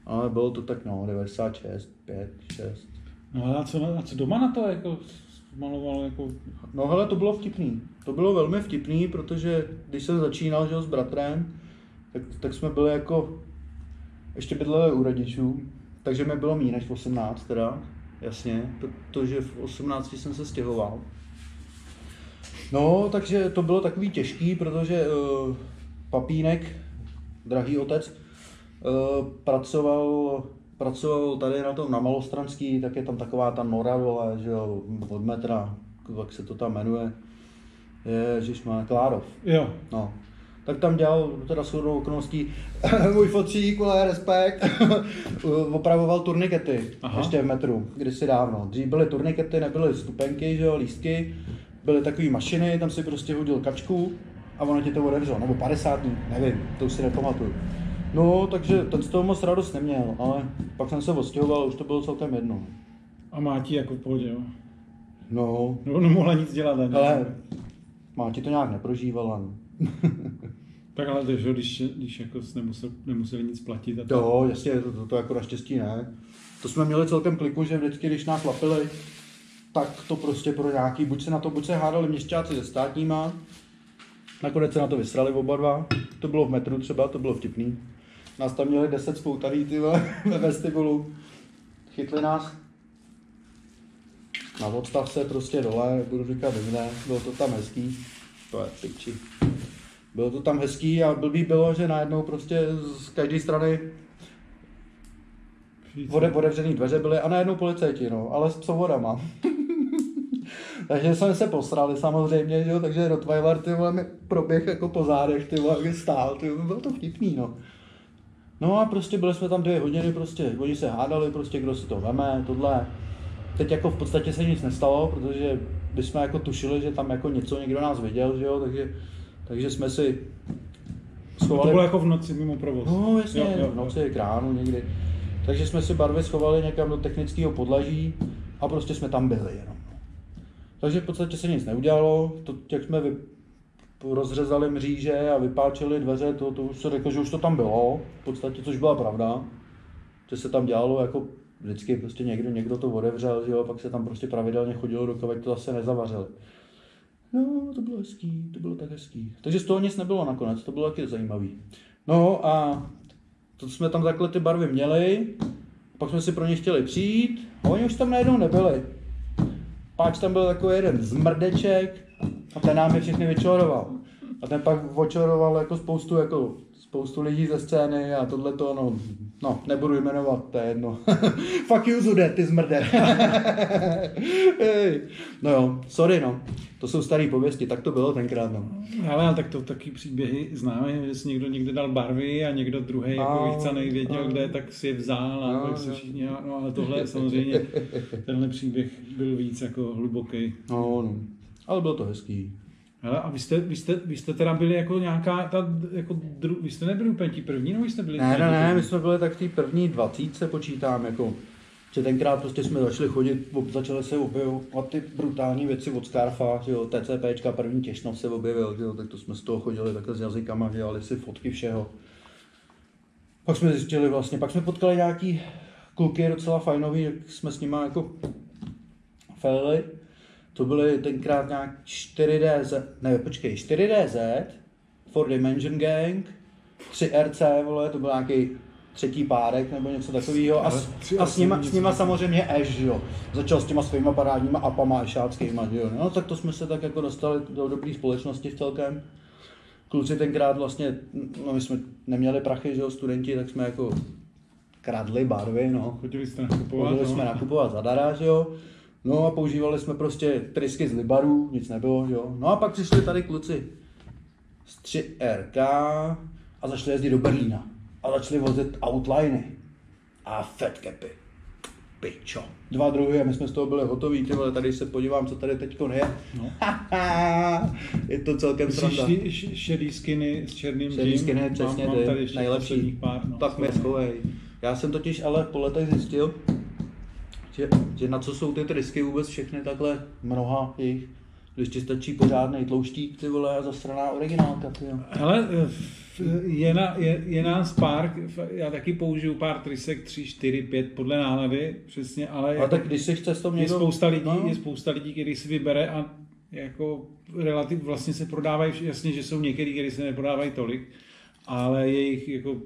[SPEAKER 2] Ale bylo to tak no, 96, 5, 6.
[SPEAKER 1] No a co, na- a co doma na to jako maloval jako...
[SPEAKER 2] No hele, to bylo vtipný. To bylo velmi vtipný, protože když jsem začínal že jo, s bratrem, tak, tak jsme byli jako, ještě bydleli u rodičů, takže mi bylo méně než 18 teda, jasně, protože v 18 jsem se stěhoval. No, takže to bylo takový těžký, protože uh, papínek, drahý otec, uh, pracoval, pracoval tady na tom na Malostranský, tak je tam taková ta nora dole, že jo, od metra, jak se to tam jmenuje, Ježíš má Klárov.
[SPEAKER 1] Jo.
[SPEAKER 2] No. Tak tam dělal teda shodou okolností můj fotřík, ale respekt, opravoval turnikety
[SPEAKER 1] Aha.
[SPEAKER 2] Aha. ještě v metru, kdysi dávno. Dřív byly turnikety, nebyly stupenky, že jo, lístky, byly takové mašiny, tam si prostě hodil kačku a ono ti to odevřelo, nebo 50 dní, nevím, to už si nepamatuju. No, takže ten z toho moc radost neměl, ale pak jsem se odstěhoval, už to bylo celkem jedno.
[SPEAKER 1] A má ti jako v pohodě, jo.
[SPEAKER 2] No,
[SPEAKER 1] Nebo nemohla nic dělat ani.
[SPEAKER 2] ale má ti to nějak neprožívala. no.
[SPEAKER 1] Tak ale to, že jo, když, když jako jsi nemusel, nemuseli nic platit a to.
[SPEAKER 2] Jo, jasně, to, to, to jako naštěstí ne. To jsme měli celkem kliku, že vždycky, když nás lapili, tak to prostě pro nějaký, buď se na to, buď se hádali měšťáci se státníma, nakonec se na to vysrali oba dva, to bylo v metru třeba, to bylo vtipný. Nás tam měli 10 spoutaný, ty vole, ve vestibulu. Chytli nás na odstavce prostě dole, nebudu říkat jinde, bylo to tam hezký. To je piči. Bylo to tam hezký a blbý bylo, že najednou prostě z každé strany
[SPEAKER 1] Víc,
[SPEAKER 2] Ode, otevřený dveře byly a najednou policajti, no, ale s psovodama. takže jsme se posrali samozřejmě, že jo, takže Rottweiler, ty vole, mi proběh jako po zádech, ty vole, jak stál, ty vole, bylo to vtipný, no. No a prostě byli jsme tam dvě hodiny, prostě, oni se hádali, prostě, kdo si to veme, tohle. Teď jako v podstatě se nic nestalo, protože my jsme jako tušili, že tam jako něco někdo nás viděl, že jo, takže, takže jsme si
[SPEAKER 1] to bylo jako v noci mimo provoz.
[SPEAKER 2] No, jasně,
[SPEAKER 1] Jo, jo,
[SPEAKER 2] v noci, k ránu někdy. Takže jsme si barvy schovali někam do technického podlaží a prostě jsme tam byli jenom. Takže v podstatě se nic neudělalo, to, jak jsme vy, rozřezali mříže a vypáčili dveře, to, to už se řeklo, že už to tam bylo, v podstatě, což byla pravda, že se tam dělalo jako vždycky prostě někdo, někdo to odevřel, že jo, pak se tam prostě pravidelně chodilo do kavek, to zase nezavařili. No, to bylo hezký, to bylo tak hezký. Takže z toho nic nebylo nakonec, to bylo taky zajímavý. No a to jsme tam takhle ty barvy měli, pak jsme si pro ně chtěli přijít a oni už tam najednou nebyli. Páč tam byl takový jeden zmrdeček a ten nám je všechny vyčoroval. A ten pak očoroval jako spoustu jako spoustu lidí ze scény a tohle to, no, no, nebudu jmenovat, to je jedno. Fuck you, Zude, ty zmrde. Hej. no jo, sorry, no. To jsou staré pověsti, tak to bylo tenkrát, no.
[SPEAKER 1] Ale, ale tak to taky příběhy známe, že si někdo někde dal barvy a někdo druhý
[SPEAKER 2] A-
[SPEAKER 1] jako vychcanej věděl,
[SPEAKER 2] a-
[SPEAKER 1] kde, tak si je vzal a
[SPEAKER 2] a-
[SPEAKER 1] pak se všichni, no ale tohle samozřejmě, tenhle příběh byl víc jako hluboký.
[SPEAKER 2] No, no. Ale bylo to hezký.
[SPEAKER 1] Hele, a vy jste, vy, jste, vy jste teda byli jako nějaká, ta, jako dru, vy jste nebyli úplně ti první, nebo vy jste byli
[SPEAKER 2] Ne,
[SPEAKER 1] ti
[SPEAKER 2] ne, ne,
[SPEAKER 1] první?
[SPEAKER 2] my jsme byli tak v té první dvacítce, počítám, jako. Že tenkrát prostě jsme začali chodit, ob- začaly se objevovat ty brutální věci od Scarfa, že jo, TCPčka, první těšnov se objevil, že jo, tak to jsme z toho chodili takhle s jazykama, dělali si fotky všeho. Pak jsme zjistili vlastně, pak jsme potkali nějaký kluky docela fajnový, jak jsme s nima jako felili. To byly tenkrát nějak 4DZ, ne počkej, 4DZ, 4 Dimension Gang, 3RC, vole, to byl nějaký třetí párek nebo něco takového. A, s-
[SPEAKER 1] Ale
[SPEAKER 2] a s, nima, s nima samozřejmě Ash, že jo. Začal s těma svýma parádníma apama ešáckýma, že jo. No tak to jsme se tak jako dostali do dobré společnosti v celkem kluci tenkrát vlastně, no my jsme neměli prachy, že jo, studenti, tak jsme jako kradli barvy, no.
[SPEAKER 1] Chodili jste nakupovat,
[SPEAKER 2] Chodili
[SPEAKER 1] no.
[SPEAKER 2] jsme nakupovat zadara, že jo. No a používali jsme prostě trysky z Libarů, nic nebylo, že jo. No a pak přišli tady kluci z 3RK a začali jezdit do Berlína. A začali vozit outliny a fatcapy. Pičo. Dva druhy a my jsme z toho byli hotoví, ty vole, tady se podívám, co tady teďko je.
[SPEAKER 1] No.
[SPEAKER 2] je to celkem
[SPEAKER 1] Jsi
[SPEAKER 2] sranda.
[SPEAKER 1] ši- š- šedý skiny s černým
[SPEAKER 2] Šedý
[SPEAKER 1] dým.
[SPEAKER 2] skinhead, přesně
[SPEAKER 1] mám, mám
[SPEAKER 2] ty,
[SPEAKER 1] tady ještě
[SPEAKER 2] nejlepší.
[SPEAKER 1] posledních pár, no,
[SPEAKER 2] tak mi
[SPEAKER 1] skoro.
[SPEAKER 2] schovej. Já jsem totiž ale po letech zjistil, že, že na co jsou ty trysky vůbec všechny takhle mnoha jich, když ti stačí pořádnej tlouštík, ty vole, a zasraná originálka, ty jo.
[SPEAKER 1] Hele, eh, f- je, na, je, je nás pár, f- já taky použiju pár trysek, tři, čtyři, pět, podle nálady, přesně, ale,
[SPEAKER 2] A
[SPEAKER 1] jako
[SPEAKER 2] tak když si chce s tom
[SPEAKER 1] je,
[SPEAKER 2] někdo...
[SPEAKER 1] spousta lidí,
[SPEAKER 2] no.
[SPEAKER 1] je spousta lidí, který si vybere a jako relativ, vlastně se prodávají, vš- jasně, že jsou některý, který se neprodávají tolik, ale je jich jako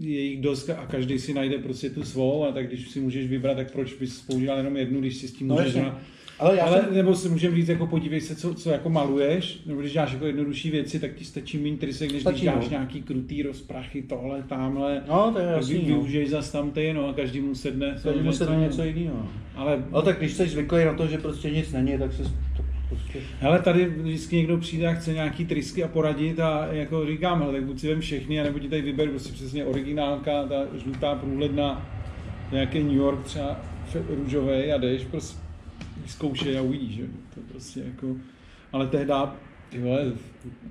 [SPEAKER 1] je jich dost a každý si najde prostě tu svou a tak když si můžeš vybrat, tak proč bys používal jenom jednu, když si s tím
[SPEAKER 2] No
[SPEAKER 1] můžeš
[SPEAKER 2] jasně.
[SPEAKER 1] na,
[SPEAKER 2] Ale já
[SPEAKER 1] ale,
[SPEAKER 2] jsem...
[SPEAKER 1] nebo si můžeme říct, jako podívej se, co, co jako maluješ, nebo když děláš jako jednodušší věci, tak ti stačí méně trysek, než když
[SPEAKER 2] Stačí,
[SPEAKER 1] děláš
[SPEAKER 2] no.
[SPEAKER 1] nějaký krutý rozprachy, tohle, tamhle,
[SPEAKER 2] No, to je
[SPEAKER 1] tak vy,
[SPEAKER 2] jasný, no.
[SPEAKER 1] využiješ zas tam ty, no a každému sedne. samozřejmě
[SPEAKER 2] Každému se to
[SPEAKER 1] jiného.
[SPEAKER 2] něco jiného.
[SPEAKER 1] Ale,
[SPEAKER 2] Ale tak když jsi zvyklý na to, že prostě nic není, tak se... To, prostě...
[SPEAKER 1] hele, tady vždycky někdo přijde a chce nějaký trysky a poradit a jako říkám, hele, tak buď si vem všechny, anebo ti tady vyberu prostě přesně originálka, ta žlutá průhledná, nějaký New York třeba f- růžový a jdeš prostě zkoušej a uvidíš, že to prostě jako, ale tehdy ty vole,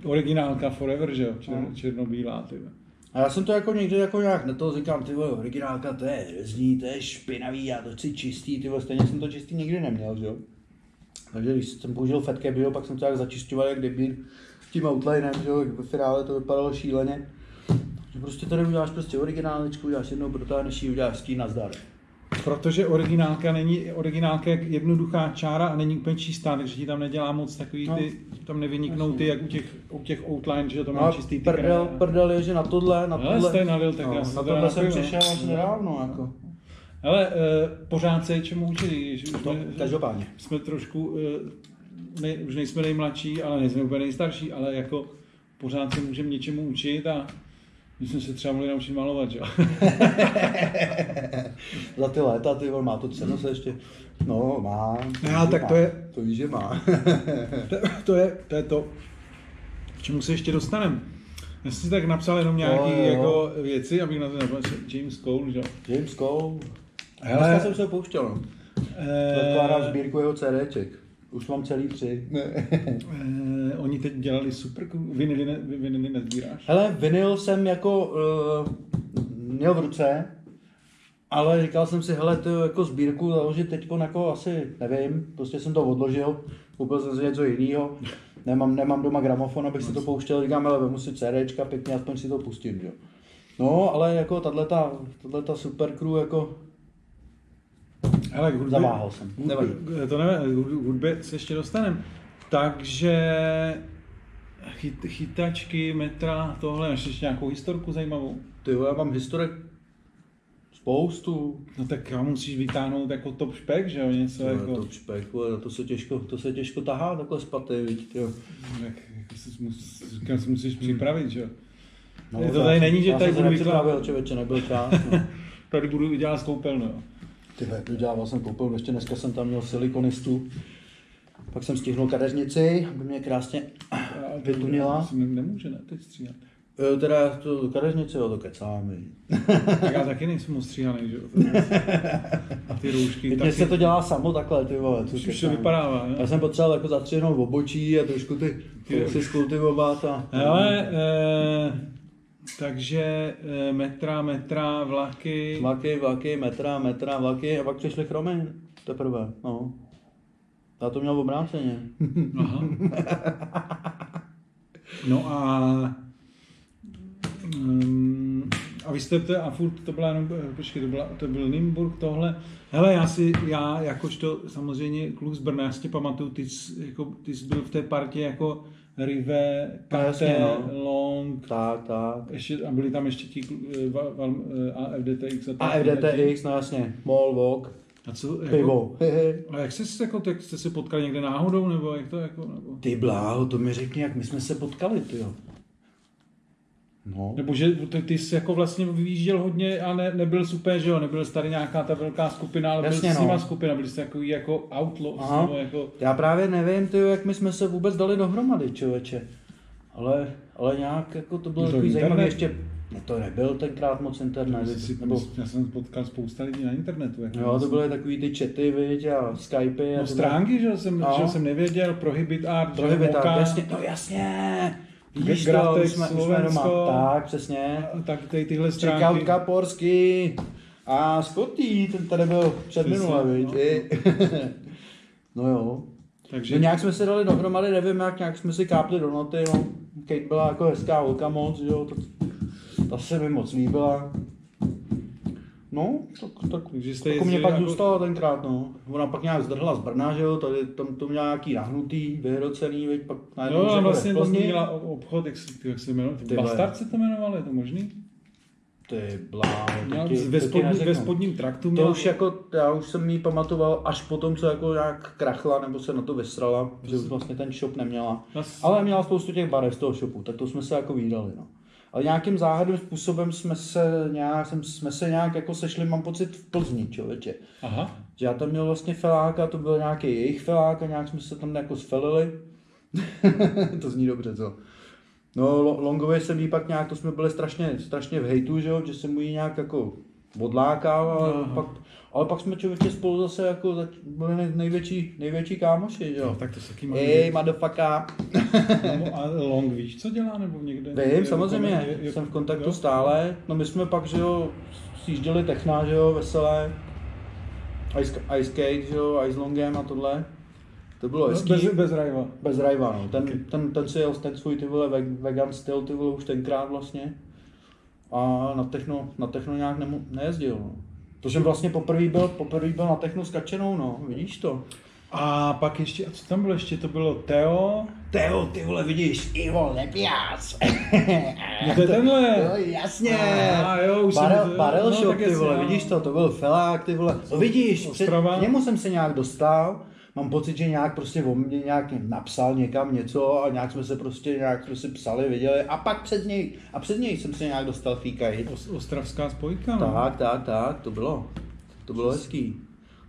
[SPEAKER 1] originálka forever, že jo, čer,
[SPEAKER 2] No.
[SPEAKER 1] černobílá, ty vole.
[SPEAKER 2] A já jsem to jako někdy jako nějak na to říkám, ty vole, originálka to je hrozný, to je špinavý, já to chci čistý, ty vole, stejně jsem to čistý nikdy neměl, že jo. Takže když jsem použil Fat Cap, že jo, pak jsem to jak začišťoval jak debil tím outlinem, že jo, jak ve finále to vypadalo šíleně. Že prostě tady uděláš prostě originálečku, uděláš jednou brutálnější, uděláš stín na zdar.
[SPEAKER 1] Protože originálka není, originálka je jednoduchá čára a není úplně čistá, takže ti tam nedělá moc takový
[SPEAKER 2] No.
[SPEAKER 1] ty, tam nevyniknou ty, jak u těch, u těch outline, že to
[SPEAKER 2] No
[SPEAKER 1] má
[SPEAKER 2] a
[SPEAKER 1] čistý ty
[SPEAKER 2] prdel,
[SPEAKER 1] kraje.
[SPEAKER 2] prdel je, že na tohle, na
[SPEAKER 1] Hele,
[SPEAKER 2] tohle,
[SPEAKER 1] jste nalil, tak
[SPEAKER 2] no,
[SPEAKER 1] já jsem
[SPEAKER 2] na
[SPEAKER 1] teda
[SPEAKER 2] tohle jsem
[SPEAKER 1] napil, no.
[SPEAKER 2] přišel až nedávno, jako.
[SPEAKER 1] Ale eh, pořád se je čemu učit, když už
[SPEAKER 2] No,
[SPEAKER 1] jsme,
[SPEAKER 2] každopádně.
[SPEAKER 1] jsme trošku, eh, ne, už nejsme nejmladší, ale nejsme úplně nejstarší, ale jako pořád se můžeme něčemu učit a my jsme se třeba mohli naučit malovat, že jo.
[SPEAKER 2] Za ty léta, ty vole, má to cenu se ještě. No, má.
[SPEAKER 1] Ne, ale tak
[SPEAKER 2] má.
[SPEAKER 1] to je-
[SPEAKER 2] To víš, že má.
[SPEAKER 1] To, to, je, to je to, k čemu se ještě dostaneme. Já jsem si tak napsal jenom nějaké
[SPEAKER 2] Jo, jo, jo.
[SPEAKER 1] jako věci, abych na to nebyl James Cole, že jo.
[SPEAKER 2] James Cole.
[SPEAKER 1] Hele.
[SPEAKER 2] Hele. Dneska jsem se ho pouštěl, no. Zakládám
[SPEAKER 1] Eh,
[SPEAKER 2] sbírku jeho CDček. Už mám celý tři.
[SPEAKER 1] eh, oni teď dělali super, vinily, ne, vinily nezbíráš.
[SPEAKER 2] Hele, vinyl jsem jako uh, měl v ruce, ale říkal jsem si, hele, to jako sbírku založit teď jako asi nevím, prostě jsem to odložil, koupil jsem si něco jiného, nemám, nemám doma gramofon, abych si to pouštěl, říkám, hele, vemu si CDčka, pěkně, aspoň si to pustím, jo. No, ale jako tato, tato super crew, jako
[SPEAKER 1] Hele, k hudbě,
[SPEAKER 2] Zaváhal jsem. Nevadí.
[SPEAKER 1] Hudbě, to nevím, k hudbě se ještě dostaneme. Takže chyt, chytačky, metra, tohle, máš ještě nějakou historku zajímavou?
[SPEAKER 2] ty jo, já mám historik spoustu,
[SPEAKER 1] No tak já musíš vytáhnout jako top špek, že jo, něco
[SPEAKER 2] Ale
[SPEAKER 1] jako...
[SPEAKER 2] to špek, vole, to se těžko, to se těžko tahá takhle spaty, viď, jo. Hmm.
[SPEAKER 1] Tak jako se, musí, se musíš připravit, že jo. Je to tady není, že
[SPEAKER 2] No, já
[SPEAKER 1] tady
[SPEAKER 2] jsem se
[SPEAKER 1] budu
[SPEAKER 2] nepřipravil, člověče, nebyl čas. No.
[SPEAKER 1] Tady budu dělat z koupelnu. jo.
[SPEAKER 2] Ty vole, to dělával jsem koupil, ještě dneska jsem tam měl silikonistu. Pak jsem stihnul kadeřnici, aby mě krásně
[SPEAKER 1] A to
[SPEAKER 2] vytunila.
[SPEAKER 1] si ne- Nemůže, ne? Teď stříhat.
[SPEAKER 2] Jo, Teda to kadeřnici, jo, to kecám. viď.
[SPEAKER 1] Tak já taky nejsem ostříhaný, že jo. A ty roušky
[SPEAKER 2] Teď mě
[SPEAKER 1] taky.
[SPEAKER 2] se to dělá samo takhle, ty vole, co
[SPEAKER 1] Už to
[SPEAKER 2] kecám.
[SPEAKER 1] vypadává, ne?
[SPEAKER 2] Já jsem potřeboval jako zatřihnout obočí a trošku ty
[SPEAKER 1] Ty-
[SPEAKER 2] si skultivovat a...
[SPEAKER 1] Hele, eh, takže eh, metra, metra, vlaky.
[SPEAKER 2] Vlaky, vlaky, metra, metra, vlaky a pak přišly chromy teprve, no. Já to měl obráceně.
[SPEAKER 1] Aha. No a... Um, a vy jste to, a furt to byla jenom, eh, počkej, to, byla, to byl Nimburg, tohle. Hele, já si, já jakožto samozřejmě kluk z Brna, já si tě pamatuju, ty jsi, jako, ty jsi byl v té partě jako Rive,
[SPEAKER 2] No, jasně,
[SPEAKER 1] Kate,
[SPEAKER 2] no.
[SPEAKER 1] Long,
[SPEAKER 2] Tak, tak.
[SPEAKER 1] ještě, a byli tam ještě ti eh, Val- Val- eh, a FDTX a
[SPEAKER 2] A
[SPEAKER 1] tak.
[SPEAKER 2] FDTX, no jasně, Mall Walk,
[SPEAKER 1] A co, jako,
[SPEAKER 2] pivo. hehe.
[SPEAKER 1] A jak jste se jako, tak jste se potkali někde náhodou, nebo jak to jako, nebo,
[SPEAKER 2] Ty bláho, to mi řekni, jak my jsme se potkali, ty jo. No.
[SPEAKER 1] nebo že ty, ty jsi jako vlastně vyjížděl hodně a ne, nebyl super, že jo, nebyl tady nějaká ta velká skupina, ale
[SPEAKER 2] Jasně,
[SPEAKER 1] byl s nima
[SPEAKER 2] no.
[SPEAKER 1] skupina, byli jste takový jako outlaws,
[SPEAKER 2] Aha.
[SPEAKER 1] nebo jako,
[SPEAKER 2] Já právě nevím, ty jo, jak my jsme se vůbec dali dohromady, člověče. Ale, ale nějak jako to bylo
[SPEAKER 1] Byl to
[SPEAKER 2] takový
[SPEAKER 1] internet?
[SPEAKER 2] zajímavé ještě. Ne, to nebyl tenkrát moc internet,
[SPEAKER 1] jsi si,
[SPEAKER 2] nebo
[SPEAKER 1] já jsem potkal spousta lidí na internetu, jako,
[SPEAKER 2] Jo, to byly takový ty chaty, viď, a Skype.
[SPEAKER 1] no, stránky, že jo, jsem,
[SPEAKER 2] No.
[SPEAKER 1] že jo, jsem nevěděl, Prohibit Art, že jo,
[SPEAKER 2] Prohibit
[SPEAKER 1] Moka,
[SPEAKER 2] tak, jasně, no jasně. Vidíš to,
[SPEAKER 1] Gratex,
[SPEAKER 2] už jsme, už jsme doma.
[SPEAKER 1] Slovensko.
[SPEAKER 2] Tak, přesně.
[SPEAKER 1] a tak tady tyhle
[SPEAKER 2] Checkout
[SPEAKER 1] stránky,
[SPEAKER 2] Kaporsky. A Scotty, ten tady byl před
[SPEAKER 1] Přesně,
[SPEAKER 2] minule,
[SPEAKER 1] no.
[SPEAKER 2] viď. i. no jo.
[SPEAKER 1] takže
[SPEAKER 2] No nějak jsme se dali dohromady, nevím jak, nějak jsme si kápli do noty, no. Kate byla jako hezká holka moc, že jo, to, ta se mi moc líbila. No, tak, tak,
[SPEAKER 1] Takže jste
[SPEAKER 2] jako mě
[SPEAKER 1] jezdili
[SPEAKER 2] pak
[SPEAKER 1] jako-
[SPEAKER 2] zůstala tenkrát, no. Ona pak nějak zdrhla z Brna, že jo, tady tam to měla nějaký nahnutý, vyhrocený, veď pak najednou
[SPEAKER 1] Jo,
[SPEAKER 2] že
[SPEAKER 1] a
[SPEAKER 2] jo,
[SPEAKER 1] vlastně
[SPEAKER 2] v
[SPEAKER 1] to
[SPEAKER 2] Plzni.
[SPEAKER 1] měla obchod, jak se, jak se jmenovalo,
[SPEAKER 2] Ty vole.
[SPEAKER 1] Bastard se to jmenovalo, je to možný?
[SPEAKER 2] Ty bláho,
[SPEAKER 1] Měla
[SPEAKER 2] to ti-
[SPEAKER 1] ve,
[SPEAKER 2] to ti
[SPEAKER 1] spodní, ve
[SPEAKER 2] neřeknu.
[SPEAKER 1] spodním traktu
[SPEAKER 2] To
[SPEAKER 1] měla
[SPEAKER 2] už jako, já už jsem ji pamatoval až po tom, co jako nějak krachla nebo se na to vysrala, že už vlastně ten shop neměla.
[SPEAKER 1] Zas-
[SPEAKER 2] Ale měla spoustu těch barev z toho shopu, tak to jsme se jako výdali, no. Ale nějakým záhadným způsobem jsme se nějak, jsem- jsme se nějak jako sešli, mám pocit, v Plzni, člověče.
[SPEAKER 1] Aha.
[SPEAKER 2] Že já tam měl vlastně feláka, to byl nějaký jejich felák a nějak jsme se tam jako sfelili. to zní dobře, co? No, Lo- Longovi jsem jí pak nějak, to jsme byli strašně, strašně v hejtu, že jo, že jsem mu ji nějak jako odlákal, ale
[SPEAKER 1] Aha.
[SPEAKER 2] pak, ale pak jsme člověče spolu zase jako zač- byli nej- největší, největší kámoši, že jo.
[SPEAKER 1] No, tak to se taky má.
[SPEAKER 2] Ej, motherfucker.
[SPEAKER 1] No, a Long víš, co dělá, nebo někde?
[SPEAKER 2] Vím,
[SPEAKER 1] Nebo
[SPEAKER 2] samozřejmě,
[SPEAKER 1] je- je-
[SPEAKER 2] jsem v kontaktu
[SPEAKER 1] jo?
[SPEAKER 2] stále. No my jsme pak, že jo, sjížděli techna, že jo, veselé. Ice, ice Cake, že jo, Ice Longem a tohle. To bylo hezký.
[SPEAKER 1] No, Bez, bez rajva.
[SPEAKER 2] Bez rajva, no. Ten,
[SPEAKER 1] Ok.
[SPEAKER 2] ten, ten si jel ten svůj ty vole ve- vegan styl, ty vole už tenkrát vlastně. A na techno, na techno nějak nemu, nejezdil, no. To jsem vlastně poprvé byl, poprvé byl na techno s kačenou, no, vidíš to.
[SPEAKER 1] A pak ještě, a co tam bylo ještě, to bylo Teo.
[SPEAKER 2] Teo, ty vole, vidíš, Ivo Lepias.
[SPEAKER 1] No to je tenhle.
[SPEAKER 2] Jo, jasně.
[SPEAKER 1] A jo, už jsem-
[SPEAKER 2] barel, barel
[SPEAKER 1] no,
[SPEAKER 2] shop,
[SPEAKER 1] tak
[SPEAKER 2] ty
[SPEAKER 1] jasně,
[SPEAKER 2] vole,
[SPEAKER 1] no.
[SPEAKER 2] vidíš to, to byl felák, ty vole. No vidíš, před,
[SPEAKER 1] Ostrava.
[SPEAKER 2] k němu jsem se nějak dostal, mám pocit, že nějak prostě o mě nějak napsal někam něco a nějak jsme se prostě nějak jsme si psali, viděli a pak před něj, a před něj jsem se nějak dostal fíkají.
[SPEAKER 1] Os, ostravská spojka, no.
[SPEAKER 2] Tak, tak, tak, to bylo, to bylo hezký.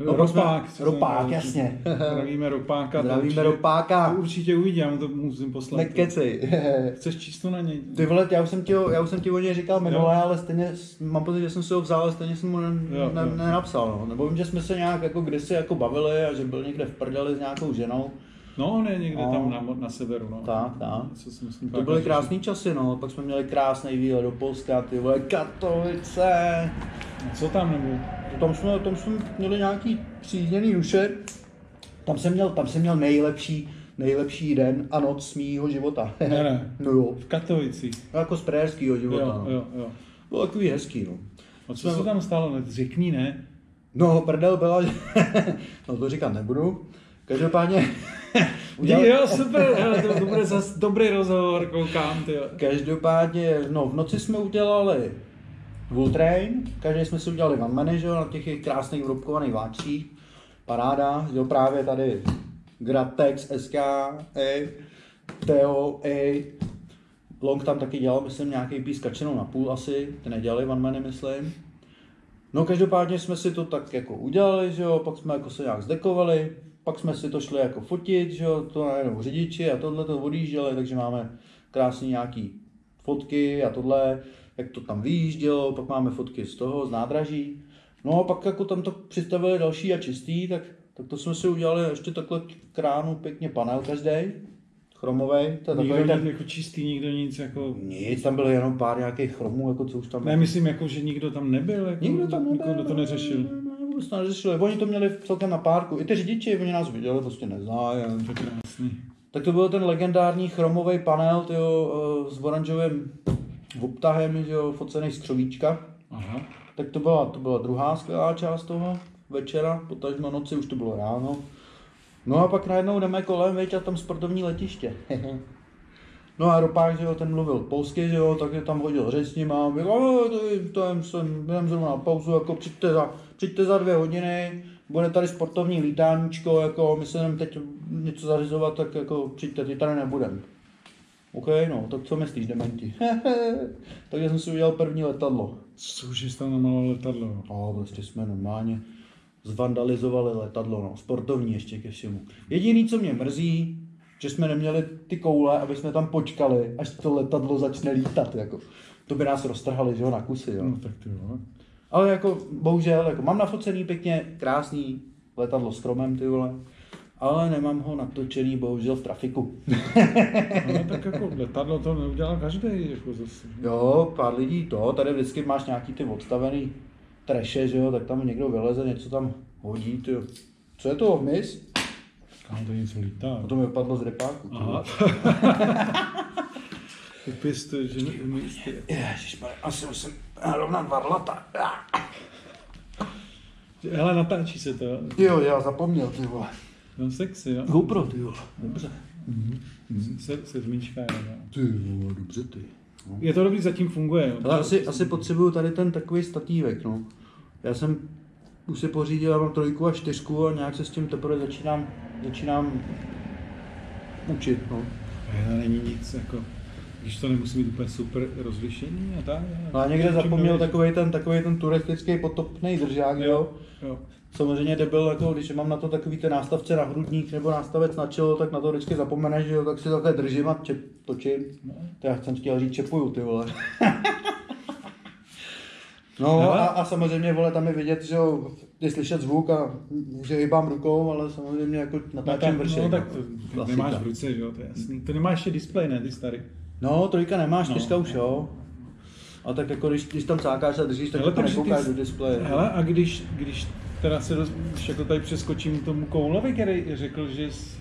[SPEAKER 1] No,
[SPEAKER 2] pak jsme-
[SPEAKER 1] ropák. co se
[SPEAKER 2] Ropák,
[SPEAKER 1] jmenuje.
[SPEAKER 2] jasně.
[SPEAKER 1] Zdravíme ropáka. to
[SPEAKER 2] Zdravíme
[SPEAKER 1] určitě-
[SPEAKER 2] ropáka.
[SPEAKER 1] To určitě uvidí, já mu to musím poslat.
[SPEAKER 2] Nekecej.
[SPEAKER 1] Chceš číslo na něj?
[SPEAKER 2] Ty vole, já už jsem ti, ho- já už jsem ti o něj říkal minule, ale stejně, mám pocit, že jsem si ho vzal, ale stejně jsem mu ne,
[SPEAKER 1] Jo,
[SPEAKER 2] ne,
[SPEAKER 1] jo.
[SPEAKER 2] nenapsal, no. Nebo vím, že jsme se nějak jako kdysi jako bavili a že byl někde v prdeli s nějakou ženou.
[SPEAKER 1] No, on je někde
[SPEAKER 2] No.
[SPEAKER 1] tam na, mo- na severu, no.
[SPEAKER 2] Tak, tak.
[SPEAKER 1] Co jsem s ním
[SPEAKER 2] To
[SPEAKER 1] pak-
[SPEAKER 2] byly krásné časy, no. Pak jsme měli krásný výlet do Polska, ty vole, Katovice.
[SPEAKER 1] Co tam, nebo?
[SPEAKER 2] Tam jsme, tam jsme měli nějaký přízněný duše. Tam jsem měl, tam jsem měl nejlepší, nejlepší den a noc mýho života.
[SPEAKER 1] Ne, ne.
[SPEAKER 2] no jo,
[SPEAKER 1] V Katovicích.
[SPEAKER 2] jako z prajerskýho života,
[SPEAKER 1] Jo,
[SPEAKER 2] no.
[SPEAKER 1] jo, jo.
[SPEAKER 2] Bylo takový hezký, no.
[SPEAKER 1] A co se tam stalo? Ne, Řekni, ne?
[SPEAKER 2] No, prdel byla, že... no to říkat nebudu. Každopádně... udělali-
[SPEAKER 1] Jo, super, hele, to, to bude zase dobrý rozhovor, koukám, ty. jo.
[SPEAKER 2] Každopádně, no v noci jsme udělali full train, každý jsme si udělali one many, že jo, na těch jejich krásných vrobkovaných váčích. Paráda, jo, právě tady E, Gratex, SK, ej, Teo, ej, E. Long tam taky dělal, myslím, nějaký pískačenou na půl asi, ty nedělali one many, myslím. No každopádně jsme si to tak jako udělali, že jo, pak jsme jako se nějak zdekovali, pak jsme si to šli jako fotit, že jo, to jenom řidiči a tohle to odjížděli, takže máme krásný nějaký fotky a tohle, jak to tam vyjíždělo, pak máme fotky z toho, z nádraží. No a pak jako tam to přistavili další a čistý, tak, tak to jsme si udělali ještě takhle k ránu pěkně panel každý, chromový, to je
[SPEAKER 1] Nikdo
[SPEAKER 2] takový
[SPEAKER 1] tam
[SPEAKER 2] ten...
[SPEAKER 1] jako čistý, nikdo nic jako...
[SPEAKER 2] Nic, tam bylo jenom pár nějakých chromů, jako co už tam...
[SPEAKER 1] Ne, myslím jako, že nikdo tam nebyl, jako,
[SPEAKER 2] Nikdo tam nebyl.
[SPEAKER 1] nikdo to neřešil.
[SPEAKER 2] ne, ne, Vůbec to neřešili. Oni to měli celkem na párku. I ty řidiči, oni nás viděli, prostě nezájem.
[SPEAKER 1] To je krásný.
[SPEAKER 2] Tak to byl ten legendární chromový panel tyjo, eh, s oranžovým obtahem, že jo, focený z křovíčka.
[SPEAKER 1] Aha.
[SPEAKER 2] Tak to byla, to byla druhá skvělá část toho večera, potažmo noci, už to bylo ráno. No a pak najednou jdeme kolem, viď, a tam sportovní letiště. no a ropák, že jo, ten mluvil polsky, že jo, tak je tam hodil řeč s ním a byl, "O, to, je- to jem, jsem, jdem zrovna na pauzu, jako přijďte za, přijďte za dvě hodiny, bude tady sportovní lítáníčko, jako my se jdem teď něco zařizovat, tak jako přijďte, ty tady nebudem. OK, no, tak co myslíš, dementi? Takže jsem si udělal první letadlo.
[SPEAKER 1] Cože jsi tam namaloval letadlo?
[SPEAKER 2] No, prostě jsme normálně zvandalizovali letadlo, no, sportovní ještě ke všemu. Jediný, co mě mrzí, že jsme neměli ty koule, aby jsme tam počkali, až to letadlo začne lítat, jako. To by nás roztrhali, že jo, na kusy, jo.
[SPEAKER 1] No tak ty jo.
[SPEAKER 2] Ale jako, bohužel, jako mám nafocený pěkně, krásný letadlo s kromem, ty vole. Ale nemám ho natočený, bohužel, v trafiku.
[SPEAKER 1] Ale tak jako letadlo to neudělal každý, jako zase.
[SPEAKER 2] Jo, pár lidí to, tady vždycky máš nějaký ty odstavený treše, že jo, tak tam někdo vyleze, něco tam hodí, ty jo. Co je to, hmyz?
[SPEAKER 1] Kam to něco lítá?
[SPEAKER 2] No to mi vypadlo z repáku.
[SPEAKER 1] Aha. Ty pěstuješ, že ne, umístě.
[SPEAKER 2] Ježišmarja, asi musím rovnat varlata. Ah.
[SPEAKER 1] Hele, natáčí se to. jo?
[SPEAKER 2] Jo, já zapomněl, ty vole.
[SPEAKER 1] No sexy, jo.
[SPEAKER 2] GoPro, ty vole. Dobře.
[SPEAKER 1] Se, se zmíčká, jo.
[SPEAKER 2] Ty vole, dobře ty.
[SPEAKER 1] Je to dobrý, zatím funguje, jo.
[SPEAKER 2] Ale asi, asi potřebuju tady ten takový statívek, no. Já jsem už si pořídil, já mám trojku a čtyřku a nějak se s tím teprve začínám, začínám učit, no.
[SPEAKER 1] Ale není nic, jako, když to nemusí být úplně super rozlišení a tak. ale-
[SPEAKER 2] No a někde
[SPEAKER 1] Čím
[SPEAKER 2] zapomněl
[SPEAKER 1] dojdeš?
[SPEAKER 2] takový ten, takový ten turistický potopný držák, jo.
[SPEAKER 1] Jo.
[SPEAKER 2] Samozřejmě debil, jako když mám na to takový ty nástavce na hrudník nebo nástavec na čelo, tak na to vždycky zapomeneš, že jo, tak si takhle držím a čep, točím.
[SPEAKER 1] No.
[SPEAKER 2] To já jsem chtěl říct čepuju, ty vole. No
[SPEAKER 1] Hele.
[SPEAKER 2] a, a, samozřejmě, vole, tam je vidět, že jo, je slyšet zvuk a že hýbám rukou, ale samozřejmě jako natáčím
[SPEAKER 1] no, tak, no,
[SPEAKER 2] vršek.
[SPEAKER 1] tak
[SPEAKER 2] jako.
[SPEAKER 1] to, ty
[SPEAKER 2] Klasika.
[SPEAKER 1] nemáš v ruce, že jo, to je jasný. To nemáš ještě display, ne, ty starý.
[SPEAKER 2] No, trojka nemáš,
[SPEAKER 1] No.
[SPEAKER 2] čtyřka už jo. A tak jako když, když tam cákáš a držíš, tak
[SPEAKER 1] Hele,
[SPEAKER 2] to
[SPEAKER 1] takže ty
[SPEAKER 2] nekoukáš
[SPEAKER 1] jsi-
[SPEAKER 2] do displeje.
[SPEAKER 1] Hele, a když, když teda se dost, už jako tady přeskočím k tomu Koulovi, který řekl, že jsi,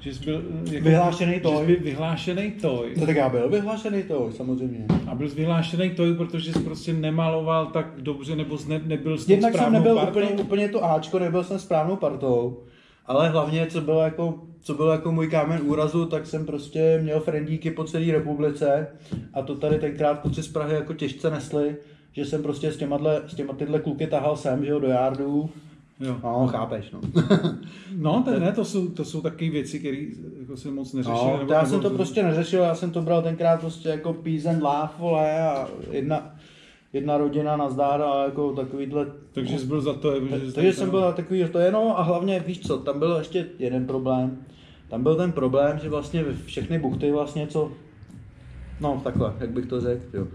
[SPEAKER 1] že jsi byl eh, jako,
[SPEAKER 2] Vyhlášený
[SPEAKER 1] že
[SPEAKER 2] toj.
[SPEAKER 1] jsi byl vyhlášený toj.
[SPEAKER 2] No tak já byl vyhlášený to, samozřejmě.
[SPEAKER 1] A byl jsi vyhlášený toj, protože jsi prostě nemaloval tak dobře, nebo jsi ne, nebyl s tou
[SPEAKER 2] Jednak jsem
[SPEAKER 1] správnou
[SPEAKER 2] nebyl
[SPEAKER 1] partou.
[SPEAKER 2] úplně, úplně to Ačko, nebyl jsem správnou partou, ale hlavně, co bylo jako, co byl jako můj kámen úrazu, tak jsem prostě měl frendíky po celé republice a to tady tenkrát kluci z Prahy jako těžce nesli, že jsem prostě s těma, dle, s těma tyhle kluky tahal sem, že jo, do jardů.
[SPEAKER 1] Jo.
[SPEAKER 2] No, chápeš, no.
[SPEAKER 1] No, to, ne, to jsou, to jsou taky věci, které jako se moc neřešily.
[SPEAKER 2] no
[SPEAKER 1] nebo-
[SPEAKER 2] já
[SPEAKER 1] nebo-
[SPEAKER 2] jsem to prostě neřešil, já jsem to bral tenkrát prostě jako peace and love, vole, a jedna, jedna rodina nazdár a jako takovýhle
[SPEAKER 1] Takže jsi byl za to, že jsi
[SPEAKER 2] Takže
[SPEAKER 1] tam-
[SPEAKER 2] jsem byl na takový to jenom a hlavně víš co, tam byl ještě jeden problém. Tam byl ten problém, že vlastně všechny buchty vlastně co, no takhle, jak bych to řekl, jo.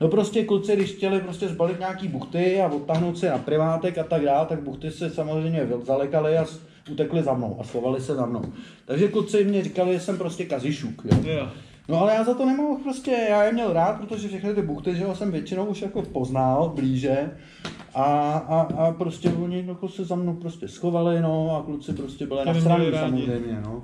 [SPEAKER 2] No prostě kluci, když chtěli prostě zbalit nějaký buchty a odtáhnout si na privátek a tak dále, tak buchty se samozřejmě zalekaly a s- utekli za mnou a schovali se za mnou. Takže kluci mě říkali, že jsem prostě kazišuk, jo.
[SPEAKER 1] Jo.
[SPEAKER 2] No ale já za to nemohl prostě, já je měl rád, protože všechny ty buchty, že jo, jsem většinou už jako poznal blíže a, a, a prostě oni jako se za mnou prostě schovali, no a kluci prostě byli
[SPEAKER 1] To
[SPEAKER 2] na
[SPEAKER 1] neměli rádi.
[SPEAKER 2] samozřejmě, no.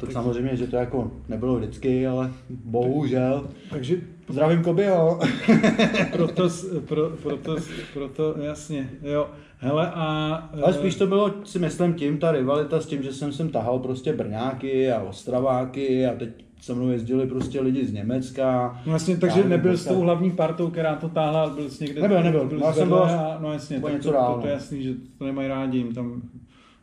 [SPEAKER 2] To
[SPEAKER 1] Tak-
[SPEAKER 2] samozřejmě, že to jako nebylo vždycky, ale bohužel.
[SPEAKER 1] Takže
[SPEAKER 2] Zdravím Koby, jo.
[SPEAKER 1] Eh. proto, s- pro, proto, s- proto, jasně, jo. Hele a... eh,
[SPEAKER 2] Ale spíš to bylo, si myslím, tím, ta rivalita s tím, že jsem sem tahal prostě Brňáky a Ostraváky a teď se mnou jezdili prostě lidi z Německa.
[SPEAKER 1] No jasně, takže
[SPEAKER 2] Já
[SPEAKER 1] nebyl
[SPEAKER 2] nevím, prostě-
[SPEAKER 1] s tou hlavní partou, která to táhla, ale byl jsi někde...
[SPEAKER 2] Nebyl, nebyl. No,
[SPEAKER 1] Byl
[SPEAKER 2] Já
[SPEAKER 1] jsem
[SPEAKER 2] jsem
[SPEAKER 1] byl...
[SPEAKER 2] byl
[SPEAKER 1] A, no jasně,
[SPEAKER 2] o
[SPEAKER 1] tak
[SPEAKER 2] něco
[SPEAKER 1] to,
[SPEAKER 2] dál,
[SPEAKER 1] to, to, je
[SPEAKER 2] no.
[SPEAKER 1] jasný, že to nemají rádi, jim tam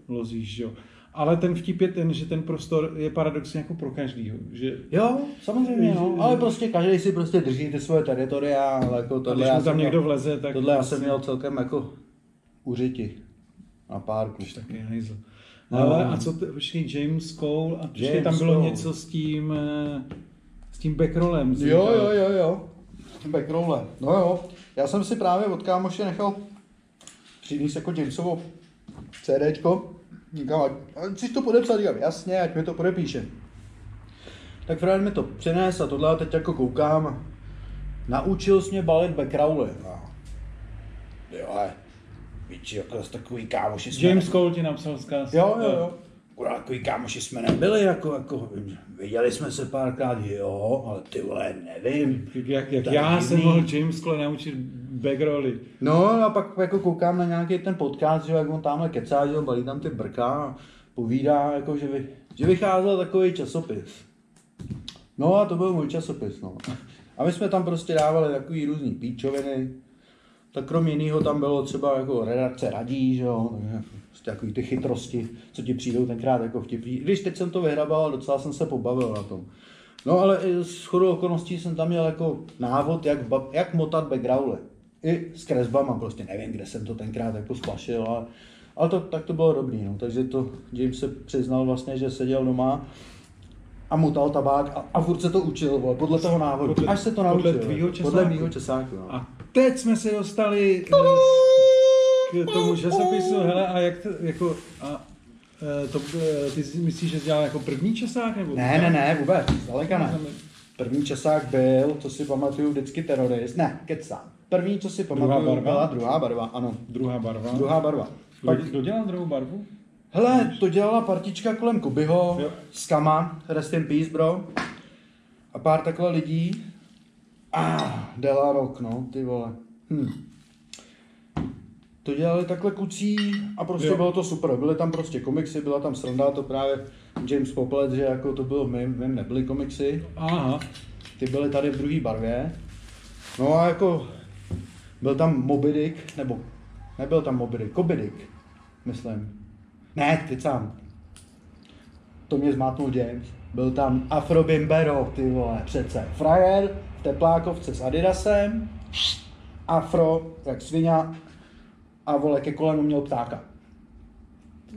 [SPEAKER 1] lozíš, že jo. Ale ten vtip je ten, že ten prostor je paradoxně jako pro každýho. Že
[SPEAKER 2] Jo, samozřejmě, no. Ale prostě každý si prostě drží ty svoje teritoria, ale jako
[SPEAKER 1] a
[SPEAKER 2] tohle
[SPEAKER 1] když
[SPEAKER 2] já,
[SPEAKER 1] mu tam
[SPEAKER 2] jsem
[SPEAKER 1] někdo
[SPEAKER 2] měl,
[SPEAKER 1] vleze, tak... vlastně
[SPEAKER 2] tohle já jsem měl celkem jako uřiti na párku.
[SPEAKER 1] Už taky hajzl.
[SPEAKER 2] No.
[SPEAKER 1] Ale a co, t- počkej, James Cole, a počkej,
[SPEAKER 2] James
[SPEAKER 1] tam bylo
[SPEAKER 2] Cole.
[SPEAKER 1] něco s tím, eh, s tím backrollem. s tím-
[SPEAKER 2] Jo, jo, jo, jo.
[SPEAKER 3] Backrolle. No jo, já jsem si právě od kámoše nechal přinést jako Jamesovo CDčko. Říkám, ať, ať jsi to podepsal, říkám, jasně, ať mi to podepíše.
[SPEAKER 2] Tak Fred mi to přines a tohle a teď jako koukám. Naučil jsi mě balit backrawly.
[SPEAKER 3] No.
[SPEAKER 2] A... Jo, ale víš, jako z takový kámoši jsme...
[SPEAKER 1] James Cole ti napsal vzkaz.
[SPEAKER 3] Jo, jo, jo.
[SPEAKER 2] Kurá, takový kámoši jsme nebyli, jako, jako, viděli jsme se párkrát, jo, ale ty vole, nevím.
[SPEAKER 1] Jak- Jak, jak
[SPEAKER 2] Tak
[SPEAKER 1] já
[SPEAKER 2] jiný.
[SPEAKER 1] jsem mohl James Cole naučit backrolly.
[SPEAKER 2] No a pak jako koukám na nějaký ten podcast, že jo, jak on tamhle kecá, že jo, balí tam ty brka a povídá, jako, že, vy, že vycházel takový časopis. No a to byl můj časopis, no. A my jsme tam prostě dávali takový různý píčoviny. Tak kromě jiného tam bylo třeba jako redakce radí, že jo, takže prostě takový ty chytrosti, co ti přijdou tenkrát jako vtipí. Když teď jsem to vyhrabal, docela jsem se pobavil na tom. No ale i s chodou okolností jsem tam měl jako návod, jak, ba- jak motat backgroundy. I s kresbama, prostě nevím, kde jsem to tenkrát jako splašil, ale, ale to, tak to bylo dobrý, no. Takže to James se přiznal vlastně, že seděl doma a mutal tabák a, a furt se to učil, vole, podle toho návodu,
[SPEAKER 1] Podle-
[SPEAKER 2] až se to
[SPEAKER 1] podle
[SPEAKER 2] naučil.
[SPEAKER 1] tvýho
[SPEAKER 2] Podle
[SPEAKER 1] česáku.
[SPEAKER 2] mýho česáku, no.
[SPEAKER 1] A teď jsme se dostali eh, k tomu časopisu, hele, a jak to, jako, a, eh, to, eh, ty si myslíš, že jsi dělal jako první časák? Nebo
[SPEAKER 2] Ne, ne, ne, vůbec, zdaleka ne. První časák byl, co si pamatuju, vždycky terorist. Ne, kecám. První, co si pamatuju,
[SPEAKER 1] Druhá barva?
[SPEAKER 2] byla druhá barva, ano.
[SPEAKER 1] Druhá barva.
[SPEAKER 2] Druhá barva.
[SPEAKER 1] Kdo-
[SPEAKER 2] Pak,
[SPEAKER 1] Kdo dělal druhou barvu?
[SPEAKER 2] hele, to dělala partička kolem Kubyho,
[SPEAKER 1] Jo.
[SPEAKER 2] s Kama, rest in peace, bro. A pár takhle lidí. A ah, Dela Rock, no, ty vole. Hm. To dělali takhle kucí a prostě
[SPEAKER 1] Jo.
[SPEAKER 2] jo. bylo to super. Byly tam prostě komiksy, byla tam sranda, to právě James Poplett, že jako to bylo, my, my nebyly komiksy.
[SPEAKER 1] Aha,
[SPEAKER 2] Ty byly tady v druhé barvě. No a jako byl tam Moby Dick, nebo nebyl tam Moby Dick, Koby Dick, myslím. Ne, ty sám. To mě zmátnul James. Byl tam Afro Bimbero, ty vole, přece. Frajer v teplákovce s Adidasem. Afro, jak svině. A vole, ke kolenu měl ptáka.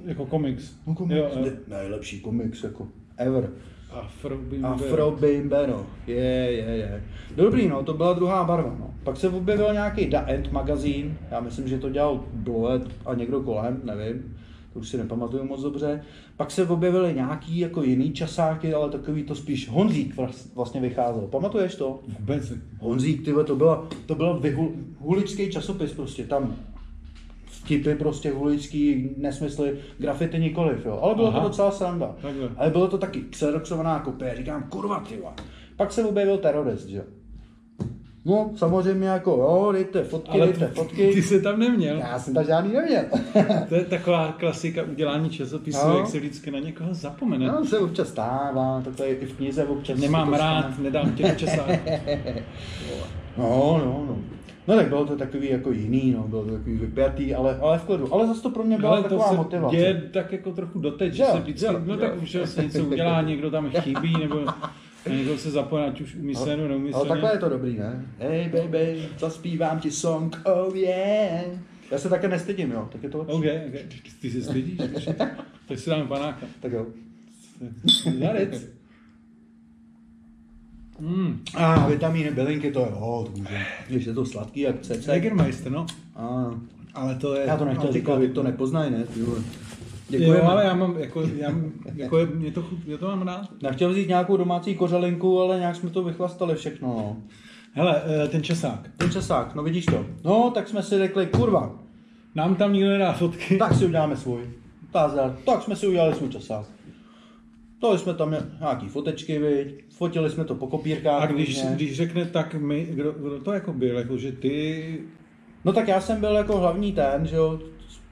[SPEAKER 1] jako komiks.
[SPEAKER 2] No, komiks.
[SPEAKER 1] Jo, jo.
[SPEAKER 2] Nejlepší komiks, jako ever.
[SPEAKER 1] Afro,
[SPEAKER 2] Afro Bimbero. Je, je, je. Dobrý, no, to byla druhá barva, no. Pak se objevil nějaký Da End magazín, já myslím, že to dělal Bloet a někdo kolem, nevím, to už si nepamatuju moc dobře. Pak se objevily nějaký jako jiný časáky, ale takový to spíš Honzík vlas- vlastně vycházel. Pamatuješ to?
[SPEAKER 1] Vůbec.
[SPEAKER 2] Honzík, tyhle, to byla, to byl vyhu, huličský časopis prostě, tam vtipy prostě huličský, nesmysly, grafity nikoliv, jo. Ale bylo
[SPEAKER 1] Aha.
[SPEAKER 2] to docela sranda.
[SPEAKER 1] Takhle.
[SPEAKER 2] Ale bylo to taky xeroxovaná kopie, říkám, kurva, ty vole. Pak se objevil terorist, že jo. No, samozřejmě jako, jo, dejte fotky,
[SPEAKER 1] Ale
[SPEAKER 2] dejte
[SPEAKER 1] ty-
[SPEAKER 2] fotky.
[SPEAKER 1] ty se tam neměl.
[SPEAKER 2] Já jsem tam žádný neměl.
[SPEAKER 1] To je taková klasika udělání časopisu,
[SPEAKER 2] No.
[SPEAKER 1] jak se vždycky na někoho zapomene.
[SPEAKER 2] No, se občas stává, to tady i v knize občas.
[SPEAKER 1] Nemám
[SPEAKER 2] se to
[SPEAKER 1] rád, nedám tě do časák.
[SPEAKER 2] No, no, no. No tak bylo to takový jako jiný, no, bylo to takový vypjatý, ale, ale v klidu. Ale zase to pro mě byla
[SPEAKER 1] Ale
[SPEAKER 2] ale
[SPEAKER 1] to
[SPEAKER 2] taková
[SPEAKER 1] se
[SPEAKER 2] motivace.
[SPEAKER 1] děje tak jako trochu doteď, že
[SPEAKER 2] Jo,
[SPEAKER 1] se vždycky,
[SPEAKER 2] jo,
[SPEAKER 1] no
[SPEAKER 2] jo.
[SPEAKER 1] tak už se něco udělá, někdo tam chybí, nebo někdo se zapomene, ať už umyslně nebo
[SPEAKER 2] Ale
[SPEAKER 1] neumyslně.
[SPEAKER 2] takhle je to dobrý, ne? Hey baby, zaspívám ti song, oh yeah. Já se také nestydím, jo, tak je to lepší.
[SPEAKER 1] OK, OK. Ty se stydíš? Tak si dáme panáka.
[SPEAKER 2] Tak jo.
[SPEAKER 1] Zarec. Mm,
[SPEAKER 2] A ah, vitamíny, bylinky, to je hod, může. Když je to sladký, jak cece.
[SPEAKER 1] Jägermeister, no.
[SPEAKER 2] A,
[SPEAKER 1] Ale to je...
[SPEAKER 2] já to nechtěl říkat,
[SPEAKER 1] antikvarium.
[SPEAKER 2] to nepoznají, ne? ty vole.
[SPEAKER 1] Jo,
[SPEAKER 2] Děkujeme.
[SPEAKER 1] No, ale já mám, jako, já, jako je, mě to, chuť- já to mám rád.
[SPEAKER 2] Já chtěl vzít nějakou domácí kořelinku, ale nějak jsme to vychlastali všechno, no.
[SPEAKER 1] Hele, eh, ten časák.
[SPEAKER 2] Ten česák, no vidíš to. No, tak jsme si řekli, kurva,
[SPEAKER 1] Nám tam nikdo nedá fotky.
[SPEAKER 2] Hm, tak si uděláme svůj. Tázar, tak jsme si udělali svůj česák. To jsme tam měli nějaký fotečky, viď? fotili jsme to po kopírkách.
[SPEAKER 1] A když,
[SPEAKER 2] různě.
[SPEAKER 1] když řekne tak my, kdo, kdo to jako byl, jako že ty...
[SPEAKER 2] No tak já jsem byl jako hlavní ten, že jo,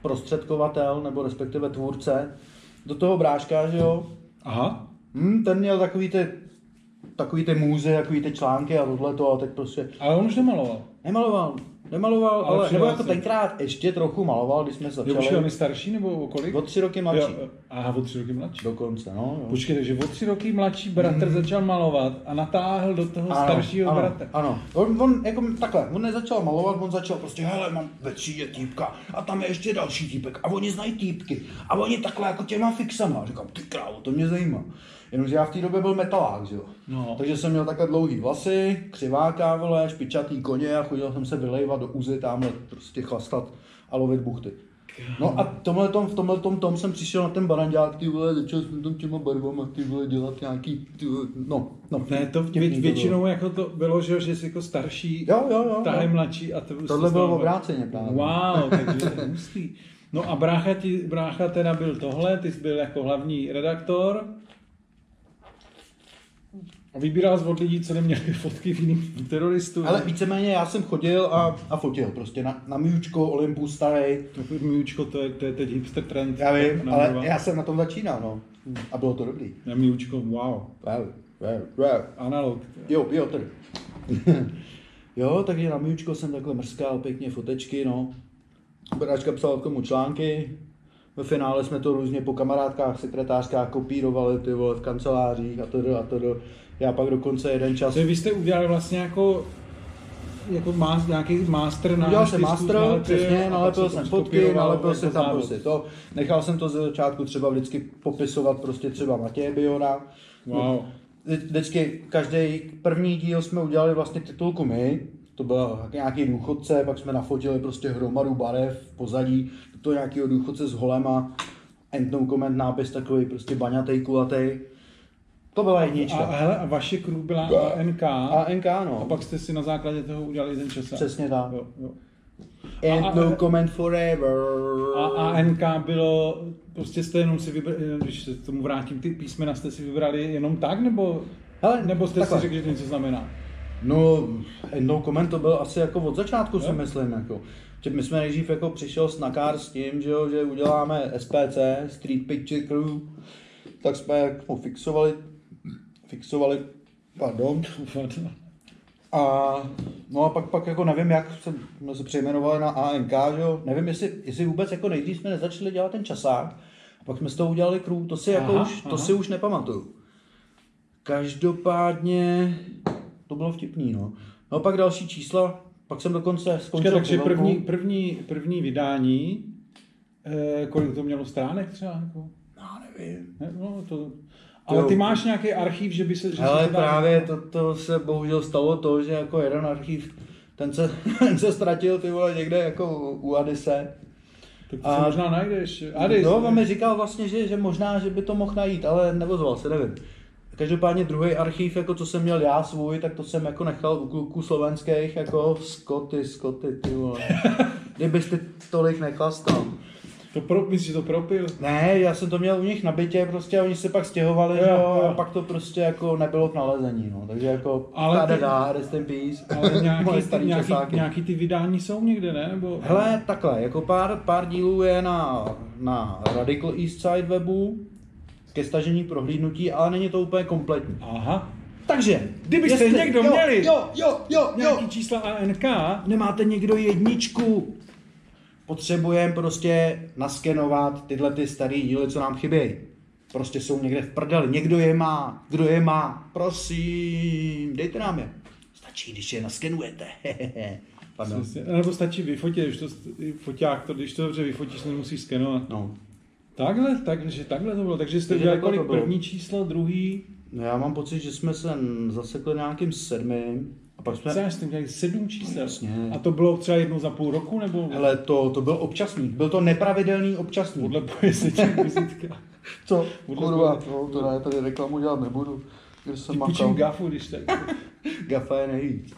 [SPEAKER 2] prostředkovatel, nebo respektive tvůrce, do toho bráška, že jo,
[SPEAKER 1] Aha,
[SPEAKER 2] hm, ten měl takový ty, takový ty můzy, takový ty články a tohle to, a teď prostě
[SPEAKER 1] ale on už nemaloval.
[SPEAKER 2] nemaloval. Nemaloval,
[SPEAKER 1] Ale
[SPEAKER 2] ale, ale nebo
[SPEAKER 1] přijel
[SPEAKER 2] jako
[SPEAKER 1] si.
[SPEAKER 2] tenkrát ještě trochu maloval, když
[SPEAKER 1] Je
[SPEAKER 2] jsme
[SPEAKER 1] už je mi
[SPEAKER 2] začali.
[SPEAKER 1] starší nebo o kolik?
[SPEAKER 2] O tři roky mladší.
[SPEAKER 1] Jo, eh, aha, o tři roky mladší.
[SPEAKER 2] Dokonce, no. Jo.
[SPEAKER 1] Počkej, takže o tři roky mladší bratr začal malovat a natáhl do toho staršího
[SPEAKER 2] Hmm. ano,
[SPEAKER 1] bratra.
[SPEAKER 2] Ano, on, on, jako takhle, on nezačal malovat, on začal prostě, hele, mám ve třídě týpka a tam je ještě další týpek a oni znají týpky a oni takhle jako těma fixama. A říkám, ty krávo, to mě zajímá. Jenomže já v té době byl metalák, že jo.
[SPEAKER 1] No.
[SPEAKER 2] Takže jsem měl takhle dlouhý vlasy, křiváka, vole, špičatý koně a chodil jsem se vylejvat do uzy tamhle, prostě chlastat a lovit buchty. No a tomhle tom, v tomhle tom, tom jsem přišel na ten baranďák, ty vole, začal jsem tam těma barvama, ty vole, dělat nějaký, ty vole, no, no.
[SPEAKER 1] Ne, to vě,
[SPEAKER 2] vtipný bylo.
[SPEAKER 1] většinou jako to bylo, že, jo, že jsi jako starší,
[SPEAKER 2] Jo, jo, jo,
[SPEAKER 1] tahy
[SPEAKER 2] jo.
[SPEAKER 1] mladší a to
[SPEAKER 2] Tohle
[SPEAKER 1] se
[SPEAKER 2] bylo
[SPEAKER 1] stalo-
[SPEAKER 2] obráceně právě.
[SPEAKER 1] Wow, takže to je hustý. No a brácha, ti, brácha teda byl tohle, ty jsi byl jako hlavní redaktor. A vybíral jsi od lidí, co neměli fotky v jiným teroristů.
[SPEAKER 2] Ale víceméně já jsem chodil a, a fotil prostě na, na Miučko, Olympus starý.
[SPEAKER 1] Mjúčko, to je, to je teď hipster trend.
[SPEAKER 2] Já vím,
[SPEAKER 1] Na
[SPEAKER 2] ale
[SPEAKER 1] mluva.
[SPEAKER 2] já jsem na tom začínal, no. A bylo to dobrý.
[SPEAKER 1] Na mjúčko, wow.
[SPEAKER 2] Wow, wow, wow.
[SPEAKER 1] Analog.
[SPEAKER 2] Jo, jo, tady. jo, takže na Miučko jsem takhle mrskal pěkně fotečky, no. Bračka psal k tomu články. Ve finále jsme to různě po kamarádkách, sekretářkách kopírovali, ty vole, v kancelářích a to a to. Já pak dokonce jeden čas...
[SPEAKER 1] Takže vy jste udělali vlastně jako jako má, nějaký master na
[SPEAKER 2] Udělal jsem
[SPEAKER 1] čtyřku
[SPEAKER 2] master,
[SPEAKER 1] nalepil a
[SPEAKER 2] přesně,
[SPEAKER 1] pak
[SPEAKER 2] nalepil
[SPEAKER 1] se to
[SPEAKER 2] jsem fotky,
[SPEAKER 1] skopíroval
[SPEAKER 2] nalepil
[SPEAKER 1] jako
[SPEAKER 2] jsem tam
[SPEAKER 1] závod.
[SPEAKER 2] prostě to. Nechal jsem to ze začátku třeba vždycky popisovat prostě třeba Matěje Biora.
[SPEAKER 1] Wow.
[SPEAKER 2] Vždy- Vždycky každý první díl jsme udělali vlastně titulku my, to byl nějaký důchodce, pak jsme nafotili prostě hromadu barev v pozadí, to nějakého důchodce s holema, end no comment nápis takový prostě baňatej, kulatej. To byla
[SPEAKER 1] A,
[SPEAKER 2] jednička.
[SPEAKER 1] hele, a vaše crew byla ANK a,
[SPEAKER 2] A NK, no.
[SPEAKER 1] a pak jste si na základě toho udělali ten čas.
[SPEAKER 2] Přesně tak.
[SPEAKER 1] Jo, jo.
[SPEAKER 2] End
[SPEAKER 1] a- a-
[SPEAKER 2] no comment forever.
[SPEAKER 1] A ANK bylo, prostě jste jenom si vybrali, když se k tomu vrátím, ty písmena jste si vybrali jenom tak, nebo,
[SPEAKER 2] Hele,
[SPEAKER 1] nebo jste
[SPEAKER 2] takhle.
[SPEAKER 1] si řekli, že to něco znamená?
[SPEAKER 2] No, no comment to byl asi jako od začátku, si
[SPEAKER 1] Jo.
[SPEAKER 2] myslím. Jako. Že my jsme nejdřív jako přišel snakár s tím, že, jo, že uděláme SPC, Street Picture Crew, tak jsme jako fixovali, fixovali, pardon, a no a pak, pak jako nevím, jak se, jsme se přejmenovali na ANK, že jo? nevím, jestli, jestli vůbec jako nejdřív jsme nezačali dělat ten časák, a pak jsme z toho udělali crew, to si jako
[SPEAKER 1] Aha,
[SPEAKER 2] už,
[SPEAKER 1] aha.
[SPEAKER 2] to si už nepamatuju. Každopádně to bylo vtipný, no. No a pak další čísla, pak jsem dokonce
[SPEAKER 1] Počkej,
[SPEAKER 2] skončil
[SPEAKER 1] takže
[SPEAKER 2] povelku.
[SPEAKER 1] první, první, první vydání, eh, kolik to mělo stránek třeba? Jako?
[SPEAKER 2] Já No, nevím.
[SPEAKER 1] Ne, No, to, ale
[SPEAKER 2] jo.
[SPEAKER 1] ty máš nějaký archív, že by se... Že
[SPEAKER 2] Ale
[SPEAKER 1] se to dá-
[SPEAKER 2] právě to, to se bohužel stalo to, že jako jeden archív, ten se, ten se ztratil ty vole někde jako u Adise.
[SPEAKER 1] Tak to a...
[SPEAKER 2] A-
[SPEAKER 1] se možná najdeš. Adis,
[SPEAKER 2] no, on mi říkal vlastně, že, že možná, že by to mohl najít, ale neozval se, nevím. Každopádně druhý archív, jako co jsem měl já svůj, tak to jsem jako nechal u kluků slovenských, jako skoty, skoty, ty vole. Kdybyste tolik nechlastal.
[SPEAKER 1] to pro, myslíš, že to propil?
[SPEAKER 2] Ne, já jsem to měl u nich na bytě prostě a oni se pak stěhovali, jo,
[SPEAKER 1] Jo,
[SPEAKER 2] jo,
[SPEAKER 1] jo.
[SPEAKER 2] a pak to prostě jako nebylo k nalezení, no. Takže jako,
[SPEAKER 1] Ale
[SPEAKER 2] ale
[SPEAKER 1] ty-
[SPEAKER 2] tadada, rest in peace.
[SPEAKER 1] No, Ale
[SPEAKER 2] Moje
[SPEAKER 1] nějaký, ty,
[SPEAKER 2] starý
[SPEAKER 1] nějaký,
[SPEAKER 2] časáky.
[SPEAKER 1] nějaký, ty vydání jsou někde, ne? Nebo...
[SPEAKER 2] Hele, takhle, jako pár, pár dílů je na, na Radical East Side webu ke stažení prohlídnutí, ale není to úplně kompletní.
[SPEAKER 1] Aha.
[SPEAKER 2] Takže,
[SPEAKER 1] Kdybyste někdo
[SPEAKER 2] jo,
[SPEAKER 1] měli
[SPEAKER 2] jo, jo, jo, jo,
[SPEAKER 1] Nějaký čísla ANK?
[SPEAKER 2] nemáte někdo jedničku, potřebujeme prostě naskenovat tyhle ty staré díly, co nám chybějí. Prostě jsou někde v prdeli, někdo je má, kdo je má, prosím, dejte nám je. Stačí, když je naskenujete. Pardon.
[SPEAKER 1] Přesně. Nebo stačí vyfotit, když to foták, to, když to dobře vyfotíš, nemusíš skenovat.
[SPEAKER 2] No,
[SPEAKER 1] Takhle, takže takhle to bylo. Takže jste
[SPEAKER 2] Takže
[SPEAKER 1] udělali
[SPEAKER 2] takhle to
[SPEAKER 1] kolik?
[SPEAKER 2] bylo.
[SPEAKER 1] První číslo, druhý.
[SPEAKER 2] No já mám pocit, že jsme se zasekli na nějakým sedmým a pak jsme...
[SPEAKER 1] Psáš, jste udělali sedm čísel.
[SPEAKER 2] Jasně.
[SPEAKER 1] A to bylo třeba jednou za půl roku, nebo
[SPEAKER 2] Hele, to, to byl občasník, byl to nepravidelný občasník.
[SPEAKER 1] podle pojezdetěch vizitka.
[SPEAKER 2] Co?
[SPEAKER 1] podle-
[SPEAKER 2] no, teda já tady reklamu dělat nebudu, když
[SPEAKER 1] Ti půjčím gafu, když tak.
[SPEAKER 2] Gafa je nejvíc.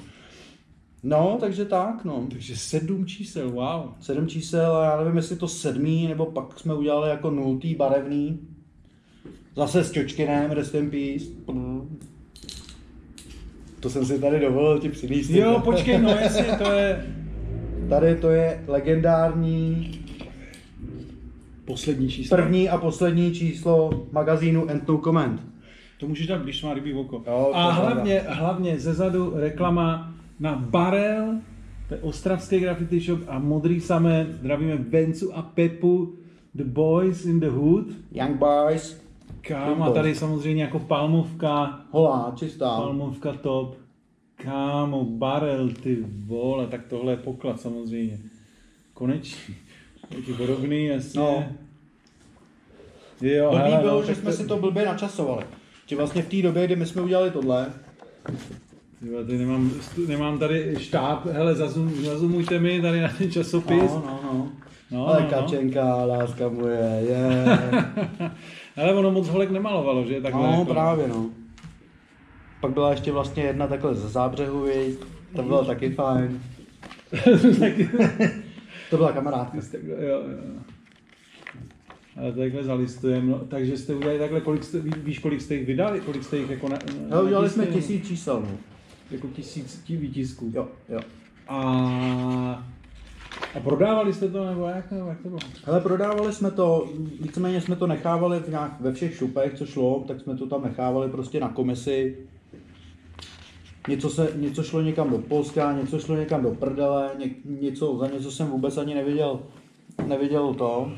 [SPEAKER 2] No, takže tak, no.
[SPEAKER 1] Takže sedm čísel, wow.
[SPEAKER 2] Sedm čísel a já nevím, jestli to sedmý, nebo pak jsme udělali jako nultý barevný. Zase s Čočkinem, rest in peace. Mm. To jsem si tady dovolil ti přinést.
[SPEAKER 1] Jo, počkej, no jasně, to je
[SPEAKER 2] Tady to je legendární
[SPEAKER 1] poslední číslo.
[SPEAKER 2] První a poslední číslo magazínu End No Comment.
[SPEAKER 1] To můžeš dát, když má rybí oko.
[SPEAKER 2] Jo, to
[SPEAKER 1] a
[SPEAKER 2] je
[SPEAKER 1] hlavně, hlavně zezadu reklama na barel To je ostravský graffiti shop a modrý samé. Zdravíme Vencu a Pepu, The Boys in the Hood.
[SPEAKER 2] Young Boys,
[SPEAKER 1] Kam a tady samozřejmě jako palmovka,
[SPEAKER 2] holá, čistá.
[SPEAKER 1] palmovka top. Kámo, barel, ty vole, tak tohle je poklad samozřejmě. Konečný. Ty podobný, jasně.
[SPEAKER 2] No.
[SPEAKER 1] Jo,
[SPEAKER 2] Blbý
[SPEAKER 1] hele,
[SPEAKER 2] bylo,
[SPEAKER 1] no,
[SPEAKER 2] že
[SPEAKER 1] tak
[SPEAKER 2] jsme si to blbě načasovali. Že vlastně v té době, kdy my jsme udělali tohle,
[SPEAKER 1] Ty vole, tady nemám, stu- nemám tady štáb, hele, zazum, zazumujte mi tady na ten časopis.
[SPEAKER 2] no, no, no.
[SPEAKER 1] No,
[SPEAKER 2] Ale
[SPEAKER 1] no, no.
[SPEAKER 2] kačenka, láska moje, je.
[SPEAKER 1] Ale ono moc holek nemalovalo, že? Takhle
[SPEAKER 2] No,
[SPEAKER 1] jako.
[SPEAKER 2] právě no. Pak byla ještě vlastně jedna takhle ze zábřehu, viď? to byla taky fajn. to byla kamarádka.
[SPEAKER 1] Jste- jo, jo, jo. Ale takhle zalistujeme, no. takže jste udělali takhle, kolik jste, ví- víš, kolik jste jich vydali, kolik jste jich jako na, na
[SPEAKER 2] No, udělali jsme
[SPEAKER 1] natiskli?
[SPEAKER 2] tisíc čísel, no.
[SPEAKER 1] Jako tisíc tí výtisků.
[SPEAKER 2] Jo, jo.
[SPEAKER 1] A, a prodávali jste to, nebo jak, nebo jak to bylo?
[SPEAKER 2] Hele, prodávali jsme to, víceméně jsme to nechávali v nějak, ve všech šupech, co šlo, tak jsme to tam nechávali prostě na komisi. Něco, se, něco šlo někam do Polska, něco šlo někam do prdele, ně, něco, za něco jsem vůbec ani neviděl, neviděl to,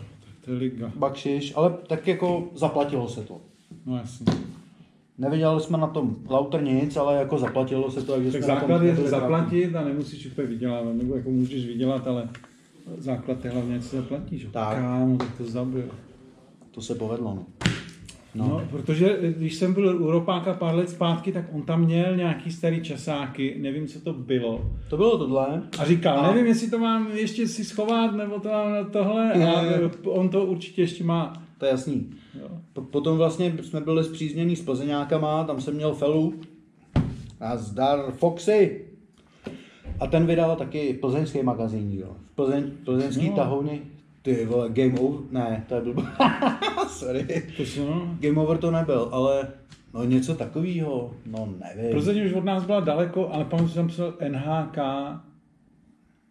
[SPEAKER 1] To je liga.
[SPEAKER 2] bakšiš, ale tak jako zaplatilo se to.
[SPEAKER 1] No jasně.
[SPEAKER 2] Neviděli jsme na tom lauter nic, ale jako zaplatilo se to, takže
[SPEAKER 1] Tak
[SPEAKER 2] jsme na
[SPEAKER 1] základ
[SPEAKER 2] tom
[SPEAKER 1] je
[SPEAKER 2] nebyli trápní.
[SPEAKER 1] zaplatit a nemusíš úplně vydělávat, nebo jako můžeš vydělat, ale základ je hlavně, co zaplatíš. jo.
[SPEAKER 2] Tak.
[SPEAKER 1] Kámo, tak to zabil.
[SPEAKER 2] To se povedlo, no.
[SPEAKER 1] No. no, protože eh, když jsem byl u Ropáka pár let zpátky, tak on tam měl nějaký starý časáky, nevím, co to bylo.
[SPEAKER 2] To bylo tohle.
[SPEAKER 1] A říkal,
[SPEAKER 2] A?
[SPEAKER 1] nevím, jestli to mám ještě si schovat, nebo to mám na tohle,
[SPEAKER 2] Jo,
[SPEAKER 1] a
[SPEAKER 2] jo.
[SPEAKER 1] eh, on to určitě ještě má.
[SPEAKER 2] To je jasný.
[SPEAKER 1] Jo.
[SPEAKER 2] Po- Potom vlastně jsme byli zpříznění s Plzeňákama, tam jsem měl Felu. A zdar Foxy. A ten vydal taky plzeňský magazín, jo. Plzeň, plzeňský
[SPEAKER 1] No.
[SPEAKER 2] no. tahouny. Ty vole, Game Over, ne, to je blbý. Sorry.
[SPEAKER 1] To jsou, no.
[SPEAKER 2] Game Over to nebyl, ale no něco takového, no nevím.
[SPEAKER 1] Plzeň už od nás byla daleko, ale pamatuju, že jsem psal NHK,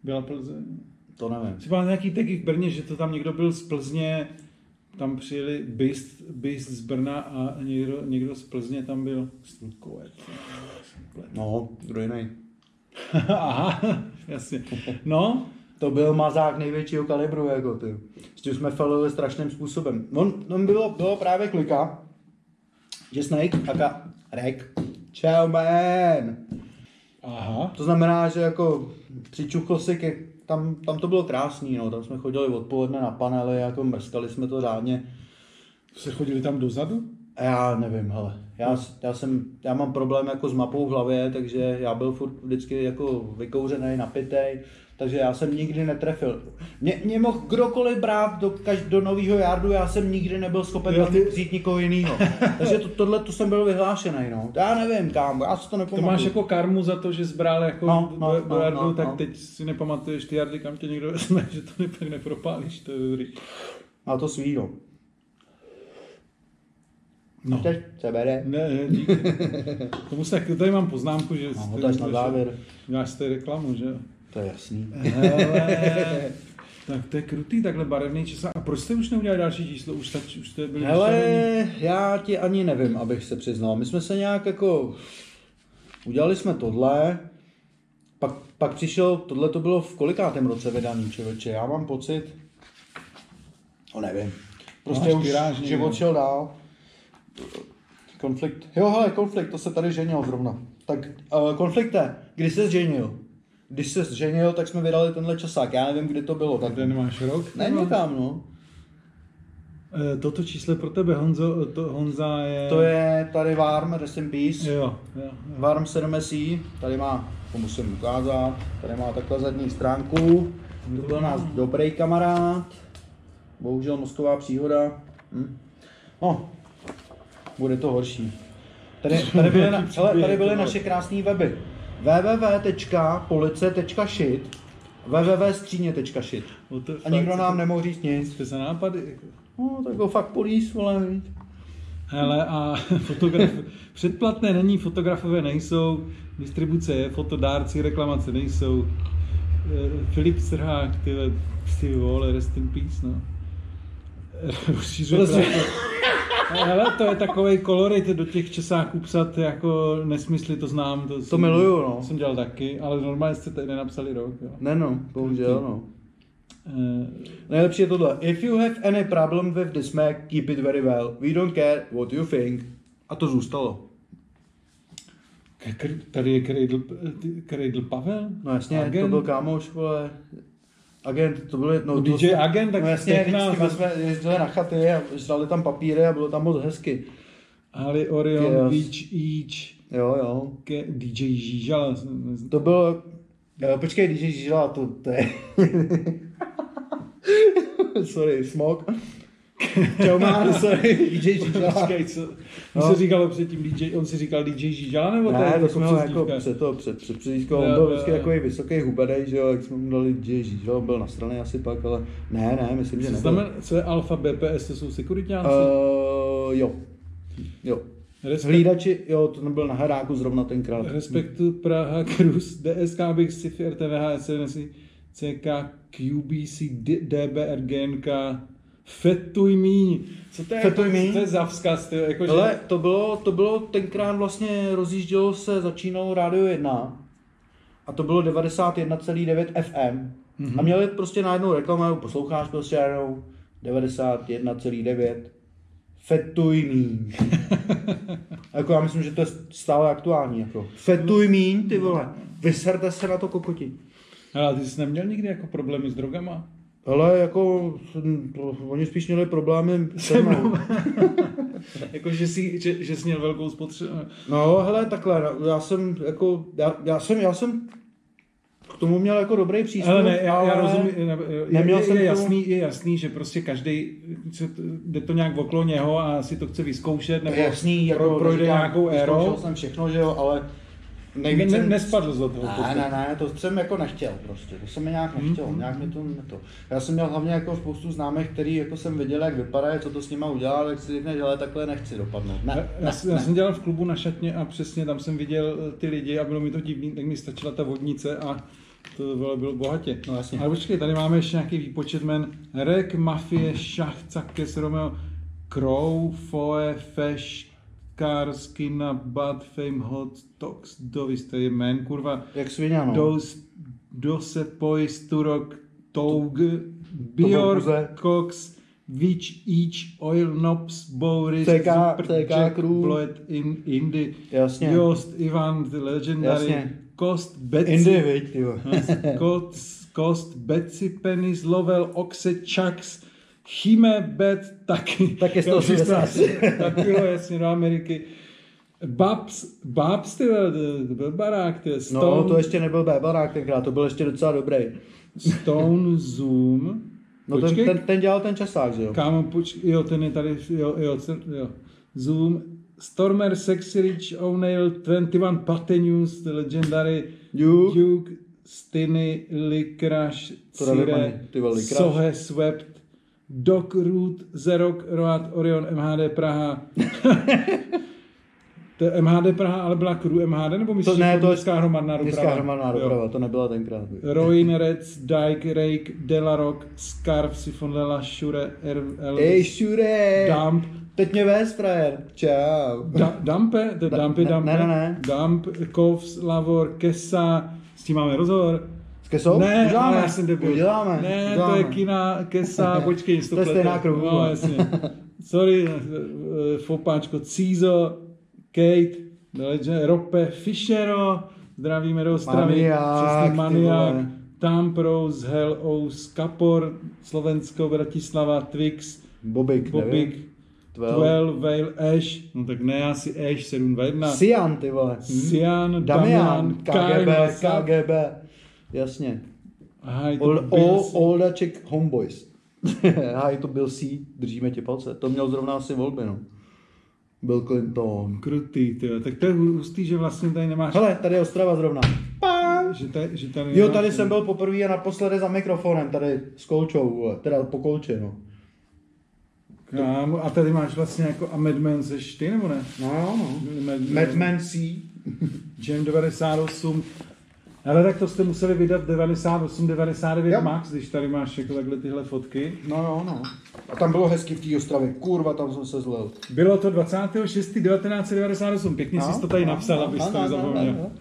[SPEAKER 1] byla Plzeň.
[SPEAKER 2] To nevím.
[SPEAKER 1] Třeba nějaký taky v Brně, že to tam někdo byl z Plzně, tam přijeli Beast, Beast z Brna a někdo, někdo z Plzně tam byl. Kovet.
[SPEAKER 2] No, kdo jiný.
[SPEAKER 1] Aha, jasně. No,
[SPEAKER 2] To byl mazák největšího kalibru, jako ty. S tím jsme felili strašným způsobem. On, on bylo, bylo právě klika, že Snake, aka Rek, čau man.
[SPEAKER 1] aha.
[SPEAKER 2] To znamená, že jako přičuchl si, ke, tam, tam to bylo krásný, no, tam jsme chodili odpoledne na panely, jako mrskali jsme to řádně.
[SPEAKER 1] Se chodili tam dozadu?
[SPEAKER 2] A já nevím, hele,
[SPEAKER 1] Hmm.
[SPEAKER 2] já, s- já, jsem, já mám problém jako s mapou v hlavě, takže já byl furt vždycky jako vykouřený, napitej, takže já jsem nikdy netrefil. Mě, mě mohl kdokoliv brát do, kaž, do nového jardu, já jsem nikdy nebyl schopen
[SPEAKER 1] Jo,
[SPEAKER 2] tam
[SPEAKER 1] ty-
[SPEAKER 2] vzít nikoho jiného. takže to, tohle to jsem byl vyhlášený, no. Já nevím, kámo, já si to
[SPEAKER 1] To
[SPEAKER 2] nepamatuju.
[SPEAKER 1] máš jako karmu za to, že zbral jako
[SPEAKER 2] No, no,
[SPEAKER 1] do, do
[SPEAKER 2] no,
[SPEAKER 1] jardu,
[SPEAKER 2] no,
[SPEAKER 1] tak
[SPEAKER 2] no.
[SPEAKER 1] teď si nepamatuješ ty jardy, kam tě někdo vezme, že to ne, tak nepropálíš, to je dobrý.
[SPEAKER 2] A to svý, no.
[SPEAKER 1] No.
[SPEAKER 2] Teď se bere.
[SPEAKER 1] Ne, ne, díky. Tomu se, tady mám poznámku, že...
[SPEAKER 2] No, to až na závěr.
[SPEAKER 1] Děláš tady reklamu, že jo?
[SPEAKER 2] To je jasný.
[SPEAKER 1] Hele, tak to je krutý, takhle barevný čísla. A proč jste už neudělali další číslo? Už, stač, už jste byli vystavený?
[SPEAKER 2] Hele, já ti ani nevím, abych se přiznal. My jsme se nějak jako... Udělali jsme tohle, pak, pak přišel, tohle to bylo v kolikátém roce vydaný člověče, já mám pocit, no nevím, prostě
[SPEAKER 1] Máš
[SPEAKER 2] už
[SPEAKER 1] tiráž někde.
[SPEAKER 2] život šel dál. Konflikt, jo hele, konflikt, to se tady ženil zrovna. Tak uh, konflikte, kdy se ženil? Když se ženil, tak jsme vydali tenhle časák, já nevím, kdy to bylo. Tak...
[SPEAKER 1] Tady nemáš rok?
[SPEAKER 2] Není tam, no.
[SPEAKER 1] Eh, Toto číslo je pro tebe, Honzo, to, Honza je...
[SPEAKER 2] To je tady Varm, Rest in Peace.
[SPEAKER 1] Jo, jo.
[SPEAKER 2] Varm 7SI, tady má, to musím ukázat, tady má takhle zadní stránku. To byl nás dobrý kamarád, bohužel mozková příhoda. Hm. No, bude to horší. Tady, tady, byly, na, hele, tady byly naše krásné weby. www.police.shit www.skříně.shit
[SPEAKER 1] O to-
[SPEAKER 2] A nikdo
[SPEAKER 1] fakt,
[SPEAKER 2] nám nemohl říct nic.
[SPEAKER 1] To za nápady. jako.
[SPEAKER 2] No, tak go fakt polís, vole. viď?
[SPEAKER 1] Hele, a fotograf... předplatné není, fotografové nejsou, distribuce je, fotodárci, reklamace nejsou. Eh, Filip Srhák, ty, ty vole, rest in peace, no. Rozšířuje
[SPEAKER 2] Prostě-
[SPEAKER 1] práci. Hele, to je takový kolorit do těch česáků psat jako nesmysly, to znám. To, jsem-
[SPEAKER 2] miluju, no.
[SPEAKER 1] Jsem dělal taky, ale normálně jste tady nenapsali rok. Jo.
[SPEAKER 2] Ne no, bohužel no.
[SPEAKER 1] Eh,
[SPEAKER 2] Nejlepší je tohle. If you have any problem with this Mac, keep it very well. We don't care what you think. A to zůstalo.
[SPEAKER 1] k- kr- Tady je Cradle, ty- Cradle Pavel?
[SPEAKER 2] No jasně,
[SPEAKER 1] Agent?
[SPEAKER 2] to byl kámoš, vole. Agent, to byl,
[SPEAKER 1] No,
[SPEAKER 2] no, to
[SPEAKER 1] DJ Agent, tak
[SPEAKER 2] no jasně,
[SPEAKER 1] pěkná,
[SPEAKER 2] vždycky jsme jezdili na chaty a zdali tam papíry a bylo tam moc hezky.
[SPEAKER 1] Ali Orion,
[SPEAKER 2] Yes.
[SPEAKER 1] Beach Each,
[SPEAKER 2] Jo, jo.
[SPEAKER 1] ke, DJ Žížala.
[SPEAKER 2] To bylo... Jo, počkej, když je žila, to, to je... sorry, smog. Čau, má, sorry, když je žila.
[SPEAKER 1] Počkej, co?
[SPEAKER 2] No.
[SPEAKER 1] On se říkalo předtím DJ, on si říkal DJ Žížala, nebo to je
[SPEAKER 2] Ne,
[SPEAKER 1] jako
[SPEAKER 2] to jsme ho jako
[SPEAKER 1] přezdívka?
[SPEAKER 2] před to, před, před, před on
[SPEAKER 1] Jo, jo,
[SPEAKER 2] byl vždycky
[SPEAKER 1] jo.
[SPEAKER 2] takový vysoký hubadej, že jo, jak jsme mu dali DJ, že jo, byl na straně asi pak, ale ne, ne, myslím, že
[SPEAKER 1] Co,
[SPEAKER 2] nebyl.
[SPEAKER 1] znamená, co je Alfa BPS, to jsou sekuritňáci?
[SPEAKER 2] Uh, jo, jo.
[SPEAKER 1] Respekt-
[SPEAKER 2] Hlídači, jo, to nebyl na hráku zrovna tenkrát.
[SPEAKER 1] Respektu Praha, Cruz, DSK, Big Sci-Fi, RTVH, SNSI, CK, QBC, D- DBR, GNK, Fetuj míň. Co to je,
[SPEAKER 2] Fetuj
[SPEAKER 1] jako-
[SPEAKER 2] míň?
[SPEAKER 1] Co to je za vzkaz, ty, jako, že-
[SPEAKER 2] Ale to bylo, to bylo tenkrát vlastně rozjíždělo se, začínalo Rádio 1 a to bylo 91,9 FM
[SPEAKER 1] Mhm.
[SPEAKER 2] mm-hmm. a měli prostě najednou reklamu, nebo posloucháš prostě najednou 91,9 Fetuj míň. jako já myslím, že to je stále aktuální. Jako. Fetuj míň, ty vole. Vyserte se na to kokoti.
[SPEAKER 1] Hele, ty jsi neměl nikdy jako problémy s drogama?
[SPEAKER 2] Ale jako, hm, to, oni spíš měli problémy se mnou.
[SPEAKER 1] jako, že jsi, že, že jsi měl velkou spotřebu?
[SPEAKER 2] No, hele, takhle, no, já jsem jako, já, já jsem, já jsem k tomu měl jako dobrý přístup.
[SPEAKER 1] Ale ne, já, já
[SPEAKER 2] ale-
[SPEAKER 1] rozumím, ne, je,
[SPEAKER 2] neměl
[SPEAKER 1] je,
[SPEAKER 2] jsem
[SPEAKER 1] je,
[SPEAKER 2] tu-
[SPEAKER 1] jasný, je jasný, že prostě každý jde to nějak okolo něho a si to chce vyzkoušet, nebo
[SPEAKER 2] jasný, jako
[SPEAKER 1] pro, projde
[SPEAKER 2] říkám,
[SPEAKER 1] nějakou
[SPEAKER 2] vyzkoušel
[SPEAKER 1] érou.
[SPEAKER 2] jsem všechno, že jo, ale
[SPEAKER 1] Ne,
[SPEAKER 2] nejvíc
[SPEAKER 1] ne,
[SPEAKER 2] jsem...
[SPEAKER 1] nespadl z toho.
[SPEAKER 2] Ne, ne, ne, to jsem jako nechtěl prostě, to jsem mi nějak nechtěl, nějak mi to, ne to. Já jsem měl hlavně jako spoustu známých, který jako jsem viděl, jak vypadají, co to s nima udělal, jak si řekne, že ale takhle nechci dopadnout. Ne,
[SPEAKER 1] Já, já, jsem- já jsem dělal v klubu na šatně a přesně tam jsem viděl eh, ty lidi a bylo mi to divný, tak mi stačila ta vodnice a to bylo, bylo bohatě.
[SPEAKER 2] No jasně.
[SPEAKER 1] Ale počkej, tady máme ještě nějaký výpočet men. Rek, Mafie, Šach, Cakes, Romeo, Crow, Foe, Feš, Karskina, Bad, Fame, Hot, Tox, Dovis, to je jmén, kurva.
[SPEAKER 2] jak svině, no.
[SPEAKER 1] Dos, Dose, Pois, Turok, Toug,
[SPEAKER 2] byl
[SPEAKER 1] Bjork,
[SPEAKER 2] Kuze.
[SPEAKER 1] Cox, Witch, Each, Oil, Nobs, Boris,
[SPEAKER 2] TK, TK
[SPEAKER 1] Jack,
[SPEAKER 2] Crew.
[SPEAKER 1] Blood, in, Indy,
[SPEAKER 2] Jasně.
[SPEAKER 1] Jost, Ivan, The Legendary,
[SPEAKER 2] Jasně.
[SPEAKER 1] Kost, Betsy,
[SPEAKER 2] Indy, viď, ty vole.
[SPEAKER 1] Kost, Kost, Betsy, Penis, Lovell, Oxe, Chucks, Chime, Bet, taky.
[SPEAKER 2] Taky
[SPEAKER 1] Jo,
[SPEAKER 2] 180.
[SPEAKER 1] přistá- Taky jo, jasně, do Ameriky. Babs, Babs, ty vole, to byl barák, ty Stone,
[SPEAKER 2] No, to ještě nebyl Bébarák tenkrát, to byl ještě docela dobrý.
[SPEAKER 1] Stone Zoom.
[SPEAKER 2] No ten,
[SPEAKER 1] Počkej,
[SPEAKER 2] ten, ten, dělal ten časák, že jo?
[SPEAKER 1] Kámo, počkej, jo, ten je tady, jo, jo, ten, jo. Zoom, Stormer, Sexy Rich, O'Neill, 21, Pate News, The Legendary,
[SPEAKER 2] Duke.
[SPEAKER 1] Duke Stiny, Likrash,
[SPEAKER 2] To dali mani,
[SPEAKER 1] Cire,
[SPEAKER 2] ty vole, Likraš.
[SPEAKER 1] Sohe, Swept, Doc Root, Zerok, Roat, Orion, MHD Praha. to je MHD Praha, ale byla crew MHD, nebo myslíš,
[SPEAKER 2] To ne,
[SPEAKER 1] jako
[SPEAKER 2] to je
[SPEAKER 1] městská hromadná doprava?
[SPEAKER 2] Městská hromadná
[SPEAKER 1] Jo.
[SPEAKER 2] doprava, to nebyla tenkrát.
[SPEAKER 1] Roin, Rec, Dyke, Rake, Delarock, Scarf, Sifon Lela, Shure, Er-
[SPEAKER 2] Ej,
[SPEAKER 1] Elvis,
[SPEAKER 2] šure!
[SPEAKER 1] Dump,
[SPEAKER 2] Teď mě vést, frajer. Čau.
[SPEAKER 1] da, Dumpe, to je
[SPEAKER 2] Da-
[SPEAKER 1] Dumpy,
[SPEAKER 2] ne-
[SPEAKER 1] Dumpe,
[SPEAKER 2] ne, ne, ne.
[SPEAKER 1] Dump, Kovs, Lavor, Kesa, s tím máme rozhovor.
[SPEAKER 2] S kesou?
[SPEAKER 1] Ne,
[SPEAKER 2] Uděláme.
[SPEAKER 1] ale já jsem debil.
[SPEAKER 2] Uděláme.
[SPEAKER 1] Ne,
[SPEAKER 2] Uděláme.
[SPEAKER 1] to je kina, kesa, počkej,
[SPEAKER 2] To je
[SPEAKER 1] plete.
[SPEAKER 2] stejná kruhu.
[SPEAKER 1] No, jasně. Sorry, eh, eh, fopáčko, Cizo, Kate, Legend, Rope, Fischero, zdravíme do Ostravy,
[SPEAKER 2] Maniak,
[SPEAKER 1] přesně
[SPEAKER 2] ty
[SPEAKER 1] Maniak,
[SPEAKER 2] vole.
[SPEAKER 1] Tam Pros, Hell Ous, Kapor, Slovensko, Bratislava, Twix,
[SPEAKER 2] Bobik,
[SPEAKER 1] Bobik,
[SPEAKER 2] nevím. Twelve.
[SPEAKER 1] Twelve, Vale, Ash, no tak ne, asi Ash, 721,
[SPEAKER 2] Sian, ty vole. Hm?
[SPEAKER 1] Sian,
[SPEAKER 2] Damian,
[SPEAKER 1] Damian,
[SPEAKER 2] KGB,
[SPEAKER 1] Kain,
[SPEAKER 2] KGB. Jasně.
[SPEAKER 1] Hi, to
[SPEAKER 2] Old,
[SPEAKER 1] Bill,
[SPEAKER 2] old, oldaček Homeboys. Haj, to byl C, držíme ti palce. To měl zrovna asi volby, no. Byl Clinton.
[SPEAKER 1] Krutý, tyjo. tak to je hustý, že vlastně tady nemáš...
[SPEAKER 2] Hele, tady je Ostrava zrovna. Pán.
[SPEAKER 1] Že tady, že tady
[SPEAKER 2] Jo,
[SPEAKER 1] nemáš-
[SPEAKER 2] tady jsem byl poprvé a naposledy za mikrofonem, tady s koučou, vole. teda po kouči, no.
[SPEAKER 1] Kámo, a tady máš vlastně jako a Madman seš ty, nebo ne?
[SPEAKER 2] No, no.
[SPEAKER 1] Mad-
[SPEAKER 2] Madman C.
[SPEAKER 1] Jam 98. Ale tak to jste museli vydat 98, 99
[SPEAKER 3] Jo.
[SPEAKER 1] max, když tady máš jako takhle tyhle fotky.
[SPEAKER 3] No jo, no. A tam bylo hezky v té ostravě. Kurva, tam jsem se zlil.
[SPEAKER 1] Bylo to 26. 1998, pěkně jsi
[SPEAKER 3] No,
[SPEAKER 1] to tady
[SPEAKER 3] no,
[SPEAKER 1] napsal,
[SPEAKER 3] no,
[SPEAKER 1] abys
[SPEAKER 3] no,
[SPEAKER 1] to
[SPEAKER 3] no, no,
[SPEAKER 1] nezapomněl.
[SPEAKER 3] no.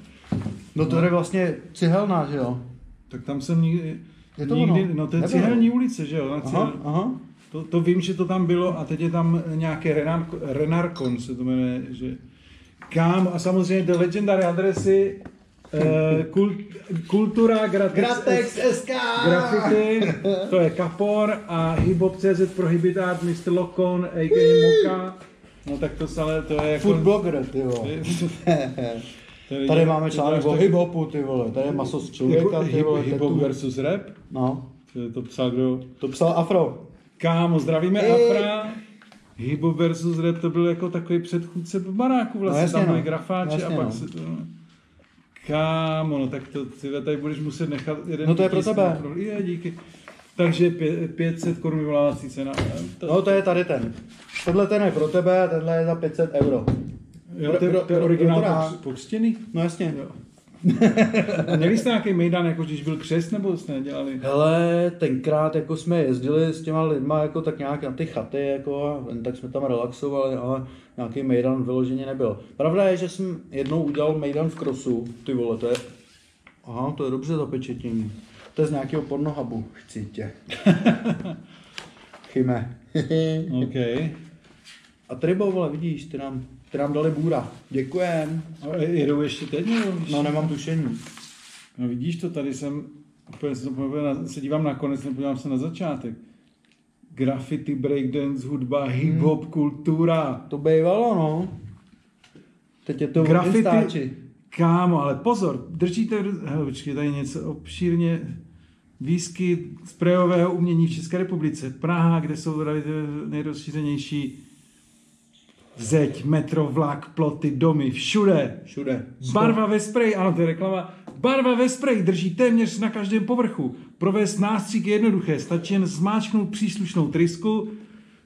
[SPEAKER 2] No to je vlastně cihelná, že jo?
[SPEAKER 1] Tak tam jsem nikdy,
[SPEAKER 3] Je to
[SPEAKER 1] nikdy
[SPEAKER 3] ono?
[SPEAKER 1] no to je
[SPEAKER 3] Nebylo.
[SPEAKER 1] Cihelní ulice, že jo? Na
[SPEAKER 3] Aha,
[SPEAKER 1] Cihel,
[SPEAKER 3] aha.
[SPEAKER 1] to, to, vím, že to tam bylo a teď je tam nějaké Renarko- Renarkon, se to jmenuje, že kam a samozřejmě the legendary adresy eh, kult, kultura gratis,
[SPEAKER 3] SK!
[SPEAKER 1] Graffiti, to je Kapor a hiphop.cz prohibitát Mr. Lokon, a.k.a. Moka. No tak to celé, to je jako-
[SPEAKER 3] Food blogger, ty vole. Tady máme článek o hiphopu, ty vole. Tady je maso z člověka, ty vole.
[SPEAKER 1] Hip-hop
[SPEAKER 3] tetu.
[SPEAKER 1] versus rap,
[SPEAKER 3] No,
[SPEAKER 1] to je to psal kdo?
[SPEAKER 3] to psal Afro.
[SPEAKER 1] Kámo, zdravíme
[SPEAKER 3] Ej.
[SPEAKER 1] Afra. Hip-hop versus rap to byl jako takový předchůdce baráku vlastně,
[SPEAKER 3] No jasně
[SPEAKER 1] tam byli
[SPEAKER 3] no,
[SPEAKER 1] grafáči
[SPEAKER 3] jasně
[SPEAKER 1] a pak
[SPEAKER 3] no.
[SPEAKER 1] se to... Kámo, no tak to ty tady budeš muset nechat jeden
[SPEAKER 3] No to je pro
[SPEAKER 1] tisk
[SPEAKER 3] tebe.
[SPEAKER 1] na pro- Je, díky. Takže pě- 500 korun vyvolávací cena. To,
[SPEAKER 3] No, to je tady ten. Tohle ten je pro tebe, tenhle je za 500 euro.
[SPEAKER 1] Jo,
[SPEAKER 3] Pro-
[SPEAKER 1] to, je-
[SPEAKER 3] pro-
[SPEAKER 1] to je
[SPEAKER 3] pro-
[SPEAKER 1] originál
[SPEAKER 3] pro-
[SPEAKER 1] pokř- pokřtěný.
[SPEAKER 3] No jasně.
[SPEAKER 1] Jo. A Měli jste nějaký mejdan, jako když byl křest, nebo jste nedělali?
[SPEAKER 2] Hele, tenkrát jako jsme jezdili s těma lidma jako tak nějak na ty chaty, jako, a ven, tak jsme tam relaxovali, ale nějaký mejdan vyloženě nebyl. Pravda je, že jsem jednou udělal mejdan v krosu, ty vole, to je... Aha, to je dobře zapečetění. To je z nějakého pornohubu, chci tě. Chyme.
[SPEAKER 1] OK.
[SPEAKER 2] A tribo, vole, vidíš, ty nám, ty nám dali bůra. Děkujem.
[SPEAKER 1] A jedou ještě teď, nebo? už?
[SPEAKER 2] No, nemám tušení.
[SPEAKER 1] no vidíš to, tady jsem, úplně se, to pamatuju na, se dívám na konec, nepodívám se na začátek. Graffiti, breakdance, hudba, hip-hop, kultura.
[SPEAKER 2] To bývalo, no. Teď je to
[SPEAKER 1] Graffiti.
[SPEAKER 2] Graffiti. Stáči.
[SPEAKER 1] Kámo, ale pozor, držíte, v ru- hele, počkej, tady něco obšírně, výskyt sprejového umění v České republice. Praha, kde jsou rali- nejrozšířenější zeď, metro, vlak, ploty, domy, všude.
[SPEAKER 2] Všude.
[SPEAKER 1] Barva ve spray, ano, to je reklama. Barva ve spray drží téměř na každém povrchu. Provést nástřik je jednoduché, stačí jen zmáčknout příslušnou trysku.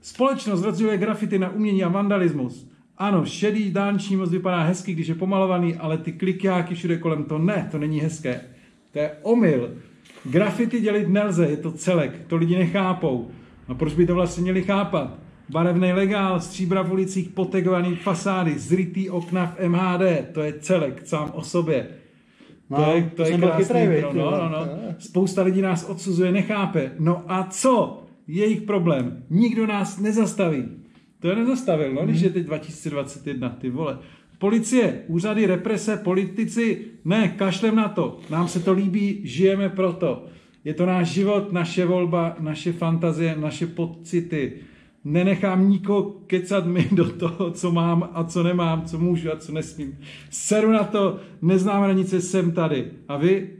[SPEAKER 1] Společnost rozděluje grafity na umění a vandalismus. Ano, šedý dánční moc vypadá hezky, když je pomalovaný, ale ty klikjáky všude kolem to ne, to není hezké. To je omyl. Grafity dělit nelze, je to celek, to lidi nechápou. A proč by to vlastně měli chápat? Barevný legál, stříbra v ulicích, potegovaný fasády, zrytý okna v MHD, to je celek sám o sobě. To
[SPEAKER 2] No,
[SPEAKER 1] je, to
[SPEAKER 2] to
[SPEAKER 1] je
[SPEAKER 2] jsem byl
[SPEAKER 1] krásný
[SPEAKER 2] chytrý,
[SPEAKER 1] intro,
[SPEAKER 2] viď,
[SPEAKER 1] no,
[SPEAKER 2] jo.
[SPEAKER 1] no, no. Spousta lidí nás odsuzuje, nechápe. No a co? Jejich problém. Nikdo nás nezastaví. To je nezastavil, no, když je teď 2021, ty vole. Policie, úřady, represe, politici, ne, kašlem na to. Nám se to líbí, žijeme proto. Je to náš život, naše volba, naše fantazie, naše pocity. Nenechám nikoho kecat mi do toho, co mám a co nemám, co můžu a co nesmím. Seru na to, neznám hranice, jsem tady. A vy?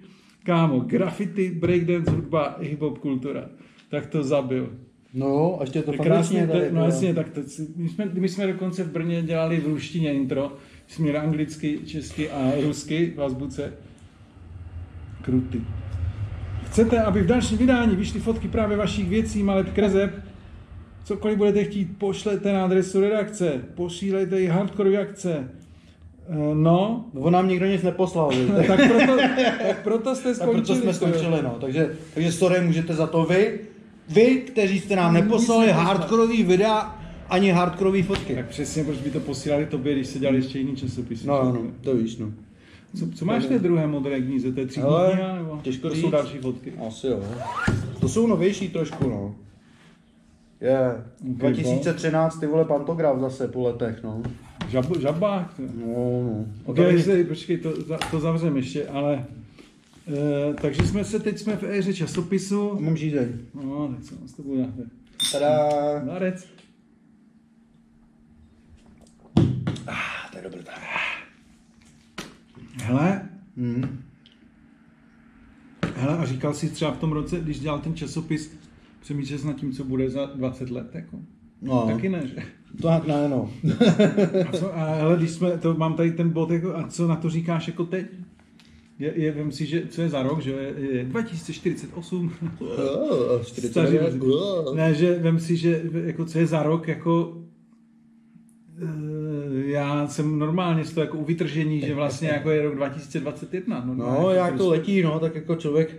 [SPEAKER 1] Kámo, graffiti, breakdance, hudba, hip-hop kultura. Tak to zabil.
[SPEAKER 2] No, a ještě je to
[SPEAKER 1] To krásně,
[SPEAKER 2] fantastické
[SPEAKER 1] to,
[SPEAKER 2] tady,
[SPEAKER 1] no
[SPEAKER 2] jo.
[SPEAKER 1] jasně, tak to, my, jsme, my jsme dokonce v Brně dělali v ruštině intro, jsme měli anglicky, česky a rusky v azbuce. Krutý. Chcete, aby v dalším vydání vyšly fotky právě vašich věcí, maleb, kreseb? Cokoliv budete chtít, pošlete na adresu redakce, posílejte i hardcore akce. Eh, No,
[SPEAKER 2] On nám nikdo nic neposlal, že?
[SPEAKER 1] tak proto, tak proto jste
[SPEAKER 3] Tak
[SPEAKER 1] skončili.
[SPEAKER 3] proto jsme
[SPEAKER 1] že jo?
[SPEAKER 3] skončili, no. Takže, takže sorry, můžete za to vy. Vy, kteří jste nám neposlali
[SPEAKER 1] Nic neposlali.
[SPEAKER 3] hardkorový videa, ani hardkorový fotky.
[SPEAKER 1] Tak přesně, proč by to posílali tobě, když se dělali ještě jiný časopisy.
[SPEAKER 2] No,
[SPEAKER 1] že jo?
[SPEAKER 2] no, no, to víš, no.
[SPEAKER 1] Co, co máš v té druhé modré knize? To je tří
[SPEAKER 2] Hele,
[SPEAKER 1] dní, nebo?
[SPEAKER 2] těžko
[SPEAKER 1] to
[SPEAKER 2] říct.
[SPEAKER 1] jsou další fotky.
[SPEAKER 2] Asi jo. To jsou novější trošku, no. Je,
[SPEAKER 1] Ok,
[SPEAKER 2] 2013, ty vole, pantograf zase po letech, no.
[SPEAKER 1] Žab, žabák. to je.
[SPEAKER 2] No, no.
[SPEAKER 1] Okay, se, počkej, to, za- to zavřeme ještě, ale... E, takže jsme se, teď jsme v éře časopisu.
[SPEAKER 2] Mám žízeň.
[SPEAKER 1] No, tak co nás to bude dáte?
[SPEAKER 2] Tada.
[SPEAKER 1] Darec.
[SPEAKER 2] Ah, to je dobré.
[SPEAKER 1] Hele,
[SPEAKER 2] Hmm.
[SPEAKER 1] hele, a říkal jsi třeba v tom roce, když dělal ten časopis, přemýšlel jsi nad tím, co bude za 20 let, jako?
[SPEAKER 2] No,
[SPEAKER 1] Taky ne, že?
[SPEAKER 2] to tak ne, no.
[SPEAKER 1] A co, a, hele, když jsme, to mám tady ten bod, jako, a co na to říkáš jako teď? Je, je, vem si, že, co je za rok, že jo? je, je 2048.
[SPEAKER 2] Oh, 49.
[SPEAKER 1] Staří- Ne, že vem si, že jako co je za rok, jako eh, já jsem normálně z toho jako u vytržení, že vlastně jako je rok 2021. normálně. jako prostě-
[SPEAKER 2] No, jak to letí, no, tak jako člověk,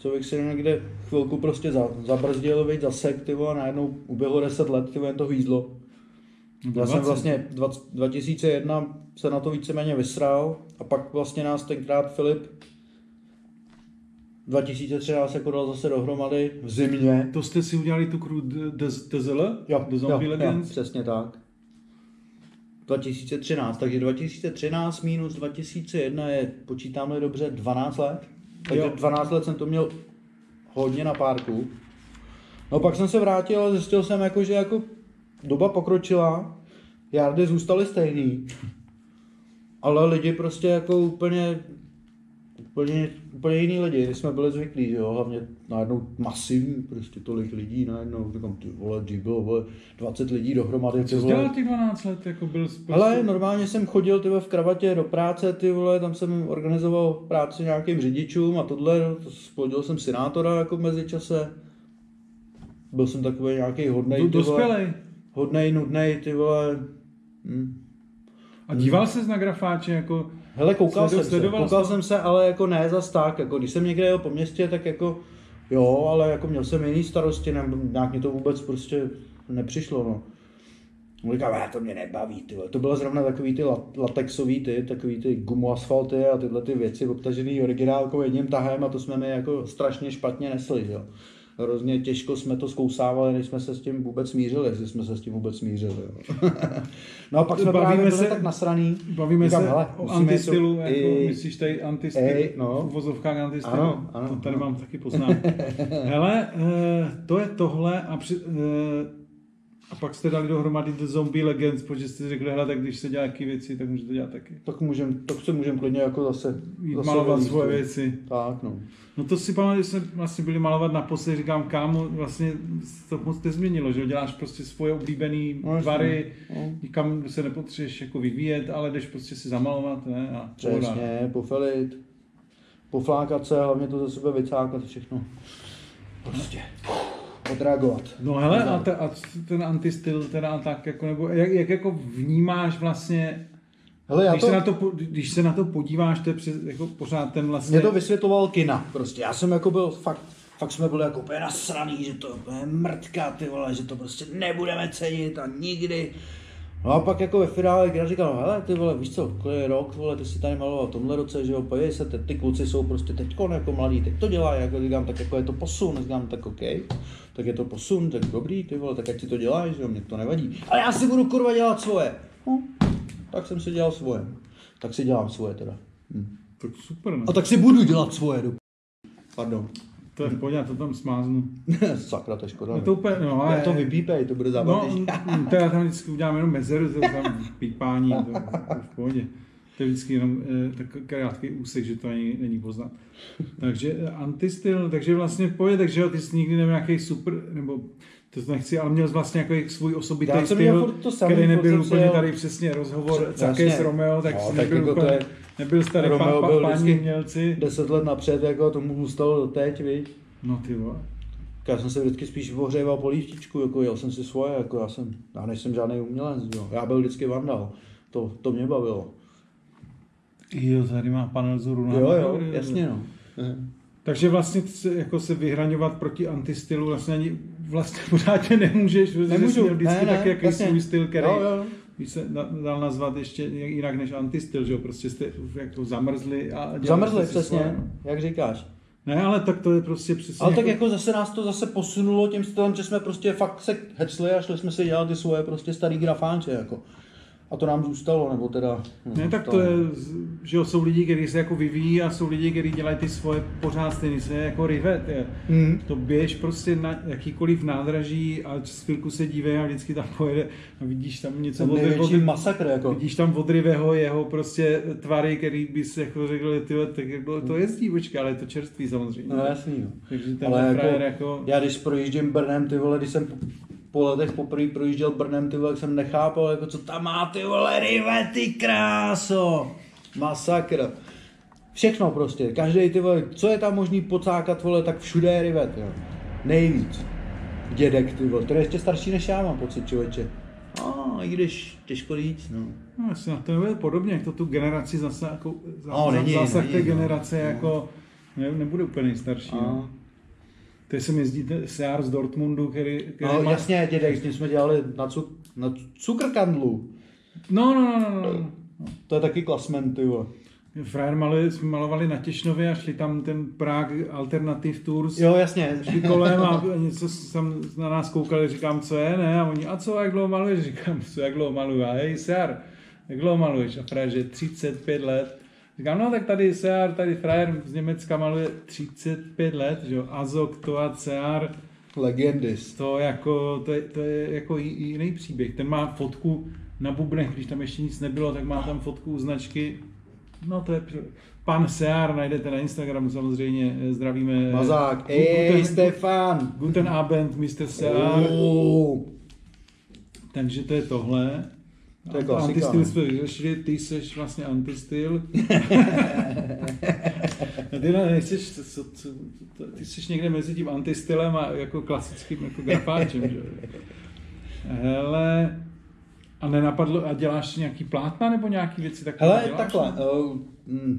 [SPEAKER 2] člověk se někde chvilku prostě za, zabrzdil, veď zasek, ty vole, a najednou uběhlo 10 let, ty vole, jen to hýzlo.
[SPEAKER 1] Nebo
[SPEAKER 2] Já jsem
[SPEAKER 1] 20.
[SPEAKER 2] vlastně 20, 2001 se na to víceméně vysral a pak vlastně nás tenkrát Filip 2013 jako dal zase dohromady v zimě.
[SPEAKER 1] To jste si udělali tu crew DZL?
[SPEAKER 2] Jo,
[SPEAKER 1] The Zombie Legends?
[SPEAKER 2] přesně tak. 2013, takže 2013 minus 2001 je, počítám-li dobře, 12 let. Takže
[SPEAKER 1] Jo.
[SPEAKER 2] 12 let jsem to měl hodně na párku. No pak jsem se vrátil a zjistil jsem, jako, že jako doba pokročila, jardy zůstaly stejný, ale lidi prostě jako úplně, úplně, úplně jiný lidi, jsme byli zvyklí, že jo, hlavně najednou masivní, prostě tolik lidí, najednou říkám, ty vole, dřív bylo vole, 20 lidí dohromady, ty
[SPEAKER 1] Co jsi
[SPEAKER 2] vole,
[SPEAKER 1] dělal těch 12 let? Jako byl
[SPEAKER 2] ale normálně jsem chodil ty vole, v kravatě do práce, ty vole, tam jsem organizoval práci nějakým řidičům a tohle, no, to splodil jsem senátora jako v mezičase. Byl jsem takový nějaký hodnej,
[SPEAKER 1] do,
[SPEAKER 2] ty vole,
[SPEAKER 1] dospělej.
[SPEAKER 2] hodnej, nudnej, ty vole. Hm.
[SPEAKER 1] A díval ses na grafáče jako...
[SPEAKER 2] Hele, koukal
[SPEAKER 1] Sledu-
[SPEAKER 2] jsem se,
[SPEAKER 1] sledoval
[SPEAKER 2] koukal
[SPEAKER 1] jsi
[SPEAKER 2] jsem se, ale jako ne zas tak, jako když jsem někde jel po městě, tak jako jo, ale jako měl jsem jiný starosti, nebo nějak mě to vůbec prostě nepřišlo, no. On Říkal, "Ah, to mě nebaví, ty vole." To bylo zrovna takový ty la- latexový ty, takový ty gumoasfalty a tyhle ty věci obtažený originálkou jedním tahem a to jsme mi jako strašně špatně nesli, že jo. Hrozně těžko jsme to zkousávali, než jsme se s tím vůbec smířili, jestli jsme se s tím vůbec smířili. Jo. no a pak jsme
[SPEAKER 1] Bavíme
[SPEAKER 2] právě byli
[SPEAKER 1] se-
[SPEAKER 2] tak nasraný.
[SPEAKER 1] Bavíme
[SPEAKER 2] Říkám,
[SPEAKER 1] se
[SPEAKER 2] hele,
[SPEAKER 1] o
[SPEAKER 2] musíme
[SPEAKER 1] antistylu,
[SPEAKER 2] to-
[SPEAKER 1] jako,
[SPEAKER 2] i-
[SPEAKER 1] myslíš tady antistyl,
[SPEAKER 2] Ej, no.
[SPEAKER 1] v uvozovkách antistyl,
[SPEAKER 2] Ano, ano,
[SPEAKER 1] to tady
[SPEAKER 2] ano.
[SPEAKER 1] mám taky poznám. Hele, eh, to je tohle a, při, eh, a pak jste dali dohromady The Zombie Legends, protože jste řekli, hele, tak když se dělá nějaké věci, tak můžete dělat taky.
[SPEAKER 2] Tak, můžem, tak se můžeme klidně jako zase...
[SPEAKER 1] Jít
[SPEAKER 2] zase
[SPEAKER 1] malovat
[SPEAKER 2] vylít,
[SPEAKER 1] svoje
[SPEAKER 2] jo.
[SPEAKER 1] věci.
[SPEAKER 2] Tak no.
[SPEAKER 1] No to si pamatuju, že jsme vlastně byli malovat naposledy, říkám, kámo, vlastně se to moc nezměnilo, že jo? děláš prostě svoje oblíbené
[SPEAKER 2] No, jasně.
[SPEAKER 1] tvary,
[SPEAKER 2] no.
[SPEAKER 1] nikam se nepotřebuješ jako vyvíjet, ale jdeš prostě si zamalovat, ne? A pohoda.
[SPEAKER 2] Přesně, pofelit, poflákat se, hlavně to ze sebe vycákat všechno. Prostě. Odreagovat.
[SPEAKER 1] No hele, a, te, a ten antistyl teda tak jako, nebo jak, jak jako vnímáš vlastně,
[SPEAKER 2] Hele, já
[SPEAKER 1] když, to...
[SPEAKER 2] to,
[SPEAKER 1] Se na to, po- když se na to podíváš, to je přes, jako pořád ten vlastně...
[SPEAKER 2] mě to vysvětloval kina, prostě. Já jsem jako byl fakt, fakt jsme byli jako úplně nasraný, že to je mrtka, ty vole, že to prostě nebudeme cenit a nikdy. No a pak jako ve finále, když říkal, hele, ty vole, víš co, je rok, vole, ty si tady maloval v tomhle roce, že jo, podívej se, ty, ty kluci jsou prostě teďkon jako mladí, teď to dělají, jako říkám, tak jako je to posun, říkám, tak OK, tak je to posun, tak dobrý, ty vole, tak ať ti to dělají, že jo, mě to nevadí, ale já si budu kurva dělat svoje. No, tak jsem si dělal svoje, tak si dělám svoje teda.
[SPEAKER 1] Tak super, ne?
[SPEAKER 2] A tak si budu dělat svoje do... Pardon.
[SPEAKER 1] To je v pohodě, já to tam smáznu.
[SPEAKER 2] Sakra, to je škoda.
[SPEAKER 1] No to úplně, no,
[SPEAKER 2] Já
[SPEAKER 1] ale...
[SPEAKER 2] to vypípej, to bude
[SPEAKER 1] No,
[SPEAKER 2] zábavnější.
[SPEAKER 1] mm, to já tam vždycky udělám jenom mezeru, to tam pípání, to, to v pohodě. To je vždycky jenom eh, tak krátký úsek, že to ani není poznat. Takže eh, antistyl, takže vlastně v pohodě, takže jo, ty jsi nikdy neměl nějaký super, nebo to nechci, ale měl jsi vlastně jako svůj osobitý
[SPEAKER 2] Já jsem měl
[SPEAKER 1] styl,
[SPEAKER 2] furt to samý,
[SPEAKER 1] který
[SPEAKER 2] furt
[SPEAKER 1] nebyl
[SPEAKER 2] jsem si
[SPEAKER 1] úplně
[SPEAKER 2] jel-
[SPEAKER 1] tady přesně rozhovor
[SPEAKER 2] Přesně.
[SPEAKER 1] Caky s Romeo, tak,
[SPEAKER 2] No,
[SPEAKER 1] no,
[SPEAKER 2] tak
[SPEAKER 1] nebyl,
[SPEAKER 2] jako to
[SPEAKER 1] úplně,
[SPEAKER 2] je-
[SPEAKER 1] nebyl starý pan,
[SPEAKER 2] Romeo
[SPEAKER 1] pan,
[SPEAKER 2] byl
[SPEAKER 1] pan
[SPEAKER 2] vždycky-
[SPEAKER 1] mělci.
[SPEAKER 2] Deset let napřed, jako tomu zůstalo do teď, viď?
[SPEAKER 1] No ty vole.
[SPEAKER 2] Já jsem se vždycky spíš ohřeval polívtičku, jako jel jsem si svoje, jako já jsem, já nejsem žádný umělec, jo. Já byl vždycky vandal, to, to mě bavilo.
[SPEAKER 1] Jo, tady má panel z Runa.
[SPEAKER 2] jo, jo, jasně no.
[SPEAKER 1] Takže vlastně se, jako se vyhraňovat proti antistylu vlastně ani vlastně pořádně nemůžeš, protože jsi měl vždycky ne, ne, tak jaký
[SPEAKER 2] jasně.
[SPEAKER 1] svůj styl, který
[SPEAKER 2] Jo, jo.
[SPEAKER 1] by se na- dal nazvat ještě nějak jinak než antistyl, že jo, prostě jste jako zamrzli a dělali
[SPEAKER 2] Zamrzli,
[SPEAKER 1] jste si
[SPEAKER 2] přesně,
[SPEAKER 1] svoje.
[SPEAKER 2] jak říkáš.
[SPEAKER 1] Ne, ale tak to je prostě přesně
[SPEAKER 2] Ale tak jako zase nás to zase posunulo tím stylem, že jsme prostě fakt se hecli a šli jsme si dělat ty svoje prostě starý grafánče jako. A to nám zůstalo, nebo teda... no,
[SPEAKER 1] Ne,
[SPEAKER 2] Hmm,
[SPEAKER 1] tak to je, z- že jo, jsou lidi, kteří se jako vyvíjí a jsou lidi, kteří dělají ty svoje pořád stejný, se jako rivet, je.
[SPEAKER 2] Hmm.
[SPEAKER 1] To běž prostě na jakýkoliv nádraží a z chvilku se dívej a vždycky tam pojede a vidíš tam něco
[SPEAKER 2] Ten
[SPEAKER 1] od-
[SPEAKER 2] největší
[SPEAKER 1] od-
[SPEAKER 2] masakr, jako.
[SPEAKER 1] Vidíš tam odryvého jeho prostě tvary, který by si jako řekl, ty vole, tak jak bylo to
[SPEAKER 2] Hmm.
[SPEAKER 1] jezdí, počkej, ale je to čerstvý samozřejmě.
[SPEAKER 2] No jasný, jo.
[SPEAKER 1] Takže ten
[SPEAKER 2] Ale
[SPEAKER 1] frajer
[SPEAKER 2] jako,
[SPEAKER 1] jako-
[SPEAKER 2] jako... Já když projíždím Brnem, ty vole, když jsem po- po letech poprvé projížděl Brnem, ty vole, jak jsem nechápal, jako co tam má, ty vole, rive, ty kráso. Masakr. Všechno prostě, každý ty vole, co je tam možný pocákat, vole, tak všude je rivet, jo. Nejvíc. Dědek, ty vole, to je ještě starší než já, mám pocit, člověče. No, i když těžko říct, no.
[SPEAKER 1] No, jasně, a to je podobně, jak to tu generaci zase, jako, za,
[SPEAKER 2] No, není,
[SPEAKER 1] zásah
[SPEAKER 2] není,
[SPEAKER 1] té
[SPEAKER 2] no.
[SPEAKER 1] generace,
[SPEAKER 2] No.
[SPEAKER 1] jako, ne, nebude úplně nejstarší. No.
[SPEAKER 2] A,
[SPEAKER 1] To jsem jezdí te- Sear z Dortmundu, který, který
[SPEAKER 2] no,
[SPEAKER 1] má...
[SPEAKER 2] jasně, dědek, s ním jsme dělali na, cuk, na cukrkandlu.
[SPEAKER 1] No, no, no, no, no.
[SPEAKER 2] To je taky klasmen, ty vole.
[SPEAKER 1] Frajer mali, jsme malovali na Těšnově a šli tam ten Prague Alternative Tours.
[SPEAKER 2] Jo, jasně.
[SPEAKER 1] Šli kolem a něco jsem na nás koukali, říkám, co je, ne? A oni, a co, jak dlouho maluješ? Říkám, co, jak dlouho maluju? A hej, Sear, jak dlouho maluješ? A frajer, že 35 let. Říkám, no tak tady Sear, tady frajer z Německa maluje 35 let, že jo? Azok, Toa, Sear,
[SPEAKER 2] Legendist.
[SPEAKER 1] to, jako, to, je, to je jako jí- jiný příběh. Ten má fotku na bubnech, když tam ještě nic nebylo, tak má tam fotku u značky. No to je pr- pan Sear, najdete na Instagramu samozřejmě, eh, zdravíme.
[SPEAKER 2] Mazák.
[SPEAKER 1] Guten-
[SPEAKER 2] Ej,
[SPEAKER 1] guten-
[SPEAKER 2] Stefan.
[SPEAKER 1] Guten Abend, Mr. Sear.
[SPEAKER 2] Oh. Uuu.
[SPEAKER 1] Takže to je tohle.
[SPEAKER 2] To je
[SPEAKER 1] Ant-
[SPEAKER 2] klasika,
[SPEAKER 1] Antistyl
[SPEAKER 2] no.
[SPEAKER 1] jsme vyřešili, ty jsi vlastně antistyl. A ty ne, nejseš, No, co, co, co, to- ty jsi někde mezi tím antistylem a jako klasickým jako grafáčem. Že? jo. Hele, a nenapadlo, a děláš nějaký plátna nebo nějaký věci takové?
[SPEAKER 2] Hele,
[SPEAKER 1] děláš?
[SPEAKER 2] takhle, uh,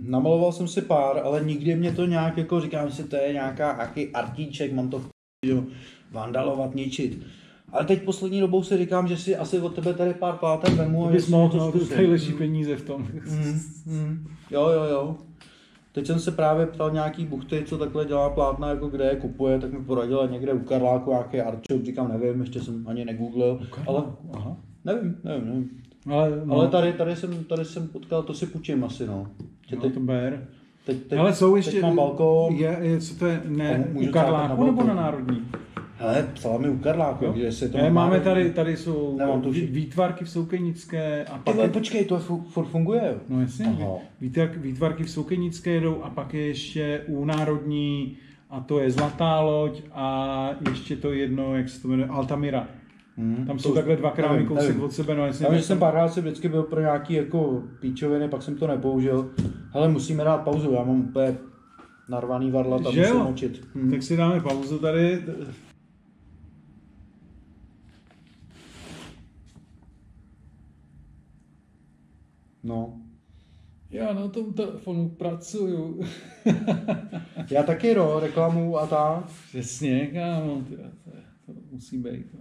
[SPEAKER 2] namaloval jsem si pár, ale nikdy mě to nějak, jako říkám si, to je nějaká jaký artíček, mám to v p- jo, vandalovat, ničit. Ale teď poslední dobou si říkám, že si asi od tebe tady pár plátek vemu
[SPEAKER 1] To
[SPEAKER 2] a že
[SPEAKER 1] bys
[SPEAKER 2] si
[SPEAKER 1] mohl,
[SPEAKER 2] to
[SPEAKER 1] no, to
[SPEAKER 2] zkusím.
[SPEAKER 1] tady leží peníze v tom.
[SPEAKER 2] Mm, mm. Jo, jo, jo. Teď jsem se právě ptal nějaký buchty, co takhle dělá plátna, jako kde je kupuje, tak mi poradila někde u Karláku nějaký artshop, říkám, nevím, ještě jsem ani negooglil, ale
[SPEAKER 1] Aha.
[SPEAKER 2] nevím, nevím, nevím.
[SPEAKER 1] Ale, no,
[SPEAKER 2] Ale tady, tady, jsem, tady jsem potkal, to si půjčím asi, no. Že
[SPEAKER 1] no, to ber.
[SPEAKER 2] Teď, teď,
[SPEAKER 1] Ale jsou ještě...
[SPEAKER 2] Teď mám balkón.
[SPEAKER 1] Je, je, co to je? Ne,
[SPEAKER 2] Tam můžu
[SPEAKER 1] u
[SPEAKER 2] cápat na
[SPEAKER 1] Karláku
[SPEAKER 2] balkón.
[SPEAKER 1] nebo na Národní?
[SPEAKER 2] Hele, psala mi u Karláku, kde se to
[SPEAKER 1] ne, máme tady, tady jsou
[SPEAKER 2] Nemám tuši.
[SPEAKER 1] vý- výtvarky v Soukenické a
[SPEAKER 2] Ty
[SPEAKER 1] pak...
[SPEAKER 2] vole, počkej, to je fu- furt funguje. jo?
[SPEAKER 1] No jasně,
[SPEAKER 2] Aha.
[SPEAKER 1] výtvark, výtvarky v Soukenické jedou a pak je ještě u Národní a to je Zlatá loď a ještě to jedno, jak se to jmenuje, Altamira.
[SPEAKER 2] Hm,
[SPEAKER 1] Tam
[SPEAKER 2] to
[SPEAKER 1] jsou
[SPEAKER 2] už-
[SPEAKER 1] takhle dva krámy
[SPEAKER 2] nevím,
[SPEAKER 1] kousek
[SPEAKER 2] nevím.
[SPEAKER 1] od sebe, no jasně.
[SPEAKER 2] Já vím,
[SPEAKER 1] tak
[SPEAKER 2] že
[SPEAKER 1] tam-
[SPEAKER 2] jsem párkrát si vždycky byl pro nějaký jako píčoviny, pak jsem to nepoužil. Hele, musíme dát pauzu, já mám úplně narvaný varla, tam
[SPEAKER 1] Že
[SPEAKER 2] musím
[SPEAKER 1] jo? Hmm,
[SPEAKER 2] močit. Hm.
[SPEAKER 1] Tak si dáme pauzu tady. t-
[SPEAKER 2] No.
[SPEAKER 1] Já na tom telefonu pracuju.
[SPEAKER 2] Já taky, no, reklamu a tak.
[SPEAKER 1] Přesně, kámo, tyjo, to, je- to musí být. no.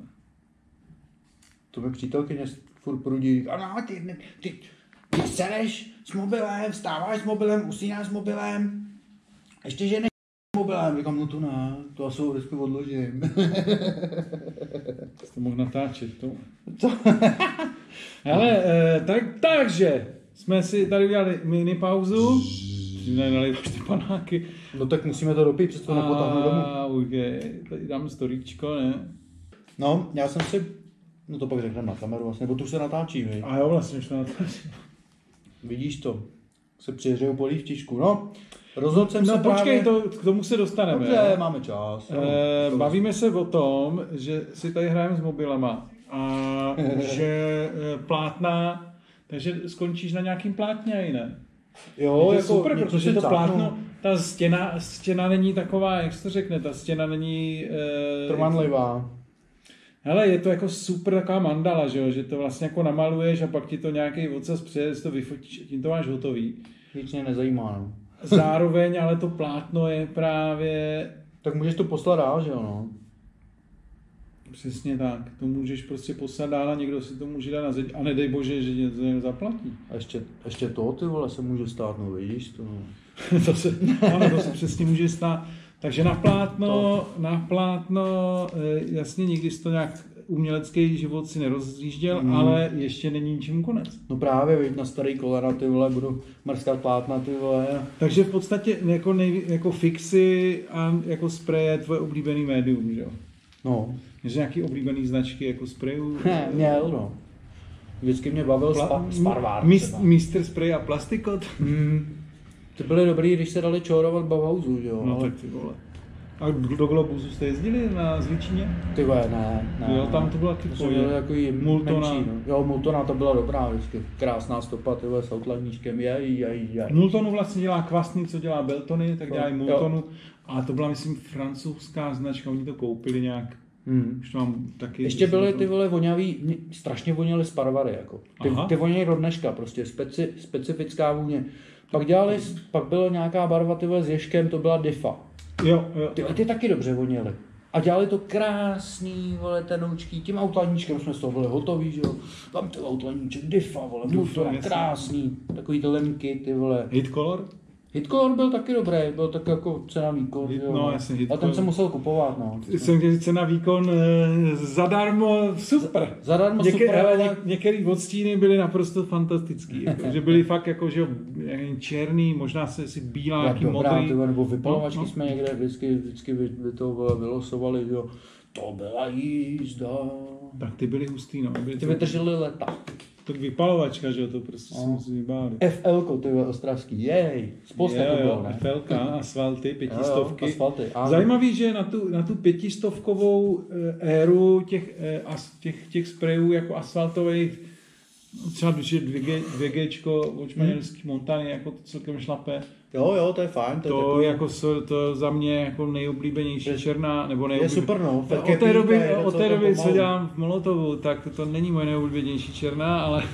[SPEAKER 2] To mi přítelkyně furt prudí. říká, no, ty, ne- ty, ty sereš s mobilem, vstáváš s mobilem, usínáš s mobilem. Ještě, že ne s mobilem. Říkám, no to ne, to asi vždycky odložím.
[SPEAKER 1] To mohl natáčet, to.
[SPEAKER 2] Co?
[SPEAKER 1] Hele, eh, tak, takže jsme si tady udělali mini pauzu. Ne, dali už ty panáky.
[SPEAKER 2] No tak musíme to dopít, přesto nepotáhnu domů.
[SPEAKER 1] A okay. tady dám storíčko, ne?
[SPEAKER 2] No, já jsem si... No to pak řekneme na kameru vlastně, nebo tu se natáčí, vej.
[SPEAKER 1] A jo, vlastně už to natáčím.
[SPEAKER 2] Vidíš to? Se přihřeju polívčičku, no. Rozhodl jsem
[SPEAKER 1] No
[SPEAKER 2] se
[SPEAKER 1] počkej,
[SPEAKER 2] právě...
[SPEAKER 1] to, k tomu se dostaneme.
[SPEAKER 2] Dobře, máme čas. no. jo.
[SPEAKER 1] Eh, bavíme se o tom, že si tady hrajeme s mobilama a že eh, plátna, takže skončíš na nějakým plátně a jiné.
[SPEAKER 2] jo,
[SPEAKER 1] to je
[SPEAKER 2] jako
[SPEAKER 1] super,
[SPEAKER 2] něco
[SPEAKER 1] protože
[SPEAKER 2] si
[SPEAKER 1] to
[SPEAKER 2] cápnu.
[SPEAKER 1] plátno, ta stěna, stěna není taková, jak se to řekne, ta stěna není... eh,
[SPEAKER 2] Trvanlivá.
[SPEAKER 1] Hele, je to jako super taková mandala, že jo? že to vlastně jako namaluješ a pak ti to nějaký ocas přijede, si to vyfotíš a tím to máš hotový.
[SPEAKER 2] Nic mě nezajímá, no.
[SPEAKER 1] Zároveň ale to plátno je právě
[SPEAKER 2] Tak můžeš to poslat dál, že jo, no.
[SPEAKER 1] Přesně tak. To můžeš prostě poslat dál a někdo si to může dát na zeď. A nedej bože, že něco někdo zaplatí.
[SPEAKER 2] A ještě, ještě to, ty vole, se může stát, no vidíš to, no.
[SPEAKER 1] to se, ano, to se přesně může stát. Takže na plátno, na plátno, eh, jasně, nikdy jsi to nějak umělecký život si nerozjížděl,
[SPEAKER 2] Mhm.
[SPEAKER 1] mm. ale ještě není ničím konec.
[SPEAKER 2] No právě, viď, na starý kolena, ty vole, budu mrskat plátna, ty vole.
[SPEAKER 1] Takže v podstatě jako, nej, jako fixy a jako spray je tvoje oblíbený médium, že jo?
[SPEAKER 2] No,
[SPEAKER 1] Že nějaký oblíbený značky jako sprayů?
[SPEAKER 2] He, měl, no. Vždycky mě bavil spa, Sparvár.
[SPEAKER 1] Mist,
[SPEAKER 2] třeba.
[SPEAKER 1] Mistr spray a plastikot?
[SPEAKER 2] Mm. Ty byly dobrý, když se dali čorovat Bauhausu, že jo?
[SPEAKER 1] No
[SPEAKER 2] ale
[SPEAKER 1] tak ty vole. A do Globusu jste jezdili na Zličině?
[SPEAKER 2] Ty vole, ne, ne.
[SPEAKER 1] Jo, tam to byla
[SPEAKER 2] To
[SPEAKER 1] taky
[SPEAKER 2] jsme měli
[SPEAKER 1] pohodě.
[SPEAKER 2] takový
[SPEAKER 1] Multona.
[SPEAKER 2] Multona. Menší, no. Jo, Multona to byla dobrá vždycky. Krásná stopa, ty vole, s outlaníčkem, jaj, jaj, jaj.
[SPEAKER 1] Multonu vlastně dělá kvasny, co dělá Beltony, tak
[SPEAKER 2] Jo.
[SPEAKER 1] dělá i
[SPEAKER 2] Jo.
[SPEAKER 1] Multonu. A to byla, myslím, francouzská značka, oni to koupili nějak
[SPEAKER 2] Mm.
[SPEAKER 1] Ještě mám taky...
[SPEAKER 2] Ještě byly ty vole voňavý, mě- strašně voněly sparvary jako. Ty,
[SPEAKER 1] Aha.
[SPEAKER 2] ty vonějí do dneška, prostě speci, specifická vůně. Pak dělali, pak byla nějaká barva ty vole s ješkem, to byla difa.
[SPEAKER 1] Jo, jo.
[SPEAKER 2] Ty, vole, ty taky dobře voněly. A dělali to krásný, vole, tenoučký, tím autlaníčkem jsme z toho byli hotoví, že jo. Tam ty autlaníček, difa, vole,
[SPEAKER 1] Difa,
[SPEAKER 2] motor,
[SPEAKER 1] jasně.
[SPEAKER 2] krásný, takový ty lemky, ty vole.
[SPEAKER 1] Hit color?
[SPEAKER 2] Hitcolor byl taky dobrý, byl tak jako cena výkon,
[SPEAKER 1] Hit-
[SPEAKER 2] že jo.
[SPEAKER 1] no, jasně,
[SPEAKER 2] A ten
[SPEAKER 1] Hitcolor.
[SPEAKER 2] se musel kupovat, no.
[SPEAKER 1] Jsem že cena výkon eh, zadarmo, super.
[SPEAKER 2] Zadarmo
[SPEAKER 1] Něke,
[SPEAKER 2] super,
[SPEAKER 1] hele,
[SPEAKER 2] ale
[SPEAKER 1] něk, některý odstíny byly naprosto fantastický. Jako, že byly fakt jako, že jo, já nevím, černý, možná se si bílá,
[SPEAKER 2] Jak
[SPEAKER 1] nějaký
[SPEAKER 2] dobrá,
[SPEAKER 1] modrý.
[SPEAKER 2] ty vole, nebo vypalovačky
[SPEAKER 1] No,
[SPEAKER 2] no,
[SPEAKER 1] no.
[SPEAKER 2] no. jsme někde vždycky, vždycky vy, vy to vole, vylosovali, že jo. To byla jízda.
[SPEAKER 1] Tak ty byly hustý, no. Byly
[SPEAKER 2] Ty
[SPEAKER 1] ty to,
[SPEAKER 2] vydrželi leta.
[SPEAKER 1] to vypalovačka, že jo, to prostě
[SPEAKER 2] No.
[SPEAKER 1] jsme si vybáli.
[SPEAKER 2] FL, ty vole, ostravský, jej. Z Polska to
[SPEAKER 1] Jo,
[SPEAKER 2] bylo,
[SPEAKER 1] jo,
[SPEAKER 2] ne?
[SPEAKER 1] FLK, asfalty,
[SPEAKER 2] Jo, jo,
[SPEAKER 1] pětistovky.
[SPEAKER 2] Asfalty, ano.
[SPEAKER 1] Zajímavý, že na tu, na tu pětistovkovou eh, éru těch, eh, as, těch, těch sprejů jako asfaltových, no, třeba když je 2G,
[SPEAKER 2] Hmm?
[SPEAKER 1] očmanělský Montany, jako to celkem šlape,
[SPEAKER 2] Jo, jo, to je fajn, to,
[SPEAKER 1] to,
[SPEAKER 2] je takový,
[SPEAKER 1] jako s- to za mě jako nejoblíbenější
[SPEAKER 2] Je-
[SPEAKER 1] černá, nebo
[SPEAKER 2] je
[SPEAKER 1] nejoblíbenější.
[SPEAKER 2] super, no. Fat
[SPEAKER 1] Od té
[SPEAKER 2] Capinka
[SPEAKER 1] doby,
[SPEAKER 2] je
[SPEAKER 1] od té
[SPEAKER 2] docela
[SPEAKER 1] doby co
[SPEAKER 2] pomalu.
[SPEAKER 1] dělám v Molotovu, tak to není moje nejoblíbenější černá, ale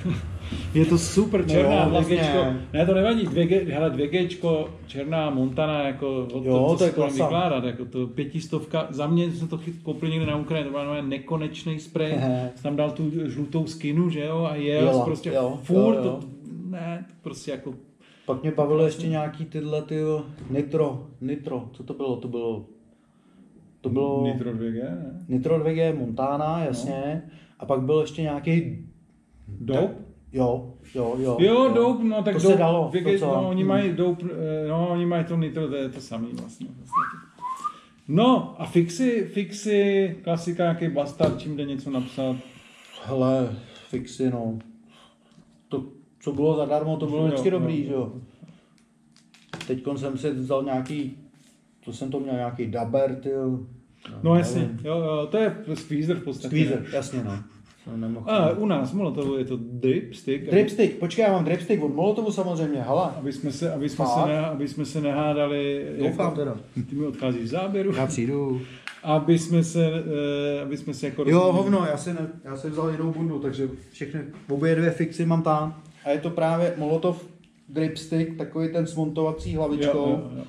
[SPEAKER 1] je to super
[SPEAKER 2] No
[SPEAKER 1] černá,
[SPEAKER 2] jo,
[SPEAKER 1] no,
[SPEAKER 2] vlastně.
[SPEAKER 1] Ne, to nevadí, 2G, hele, 2Gčko, černá Montana, jako o
[SPEAKER 2] Jo,
[SPEAKER 1] co
[SPEAKER 2] to je
[SPEAKER 1] si budeme
[SPEAKER 2] klasa.
[SPEAKER 1] vykládat, jako to pětistovka, za mě jsme to chyt, koupili někde na Ukrajině, to byl normálně nekonečný spray,
[SPEAKER 2] Ehe.
[SPEAKER 1] Jsi tam dal tu žlutou skinu, že jo, a jel,
[SPEAKER 2] Jela,
[SPEAKER 1] prostě
[SPEAKER 2] jo,
[SPEAKER 1] furt,
[SPEAKER 2] jo, jo.
[SPEAKER 1] To, ne, to prostě jako
[SPEAKER 2] Pak mě bavilo ještě nějaký tyhle, ty jo, nitro, nitro, co to bylo, to bylo, to bylo...
[SPEAKER 1] Nitro 2G, ne?
[SPEAKER 2] Nitro 2G Montana, jasně. No. A pak byl ještě nějaký...
[SPEAKER 1] Dope?
[SPEAKER 2] Jo, jo, jo.
[SPEAKER 1] Jo, dope, no tak
[SPEAKER 2] to
[SPEAKER 1] dope,
[SPEAKER 2] se dalo.
[SPEAKER 1] Vědět,
[SPEAKER 2] to co?
[SPEAKER 1] no, oni
[SPEAKER 2] Hmm.
[SPEAKER 1] mají dope, eh, no, oni mají to nitro, to je to samý vlastně. v podstatě. No a fixy, fixy, klasika, nějaký bastard, čím jde něco napsat.
[SPEAKER 2] Hele, fixy, no. To, co bylo zadarmo, to bylo
[SPEAKER 1] Jo,
[SPEAKER 2] vždycky
[SPEAKER 1] jo.
[SPEAKER 2] dobrý, že jo. Teď jsem si vzal nějaký, to jsem to měl nějaký daber, ty jo.
[SPEAKER 1] No jasně, jo, jo, to je squeezer v podstatě.
[SPEAKER 2] Squeezer, jasně no. Jsem nemohl.
[SPEAKER 1] A u nás, Molotovu, je to dripstick. aby-
[SPEAKER 2] Dripstick, počkej, já mám dripstick od Molotovu samozřejmě, hele.
[SPEAKER 1] Aby jsme se, aby jsme se,
[SPEAKER 2] Fakt?
[SPEAKER 1] ne, aby jsme se nehádali, jako-
[SPEAKER 2] Doufám teda.
[SPEAKER 1] ty mi odcházíš z záběru,
[SPEAKER 2] Já přijdu.
[SPEAKER 1] aby jsme se, eh, aby jsme se jako
[SPEAKER 2] Jo, hovno, já si, ne, já si vzal jinou bundu, takže všechny, obě dvě fixy mám tam. A je to právě Molotov dripstick, takový ten s montovací
[SPEAKER 1] jo,
[SPEAKER 2] hlavičkou.
[SPEAKER 1] jo, jo.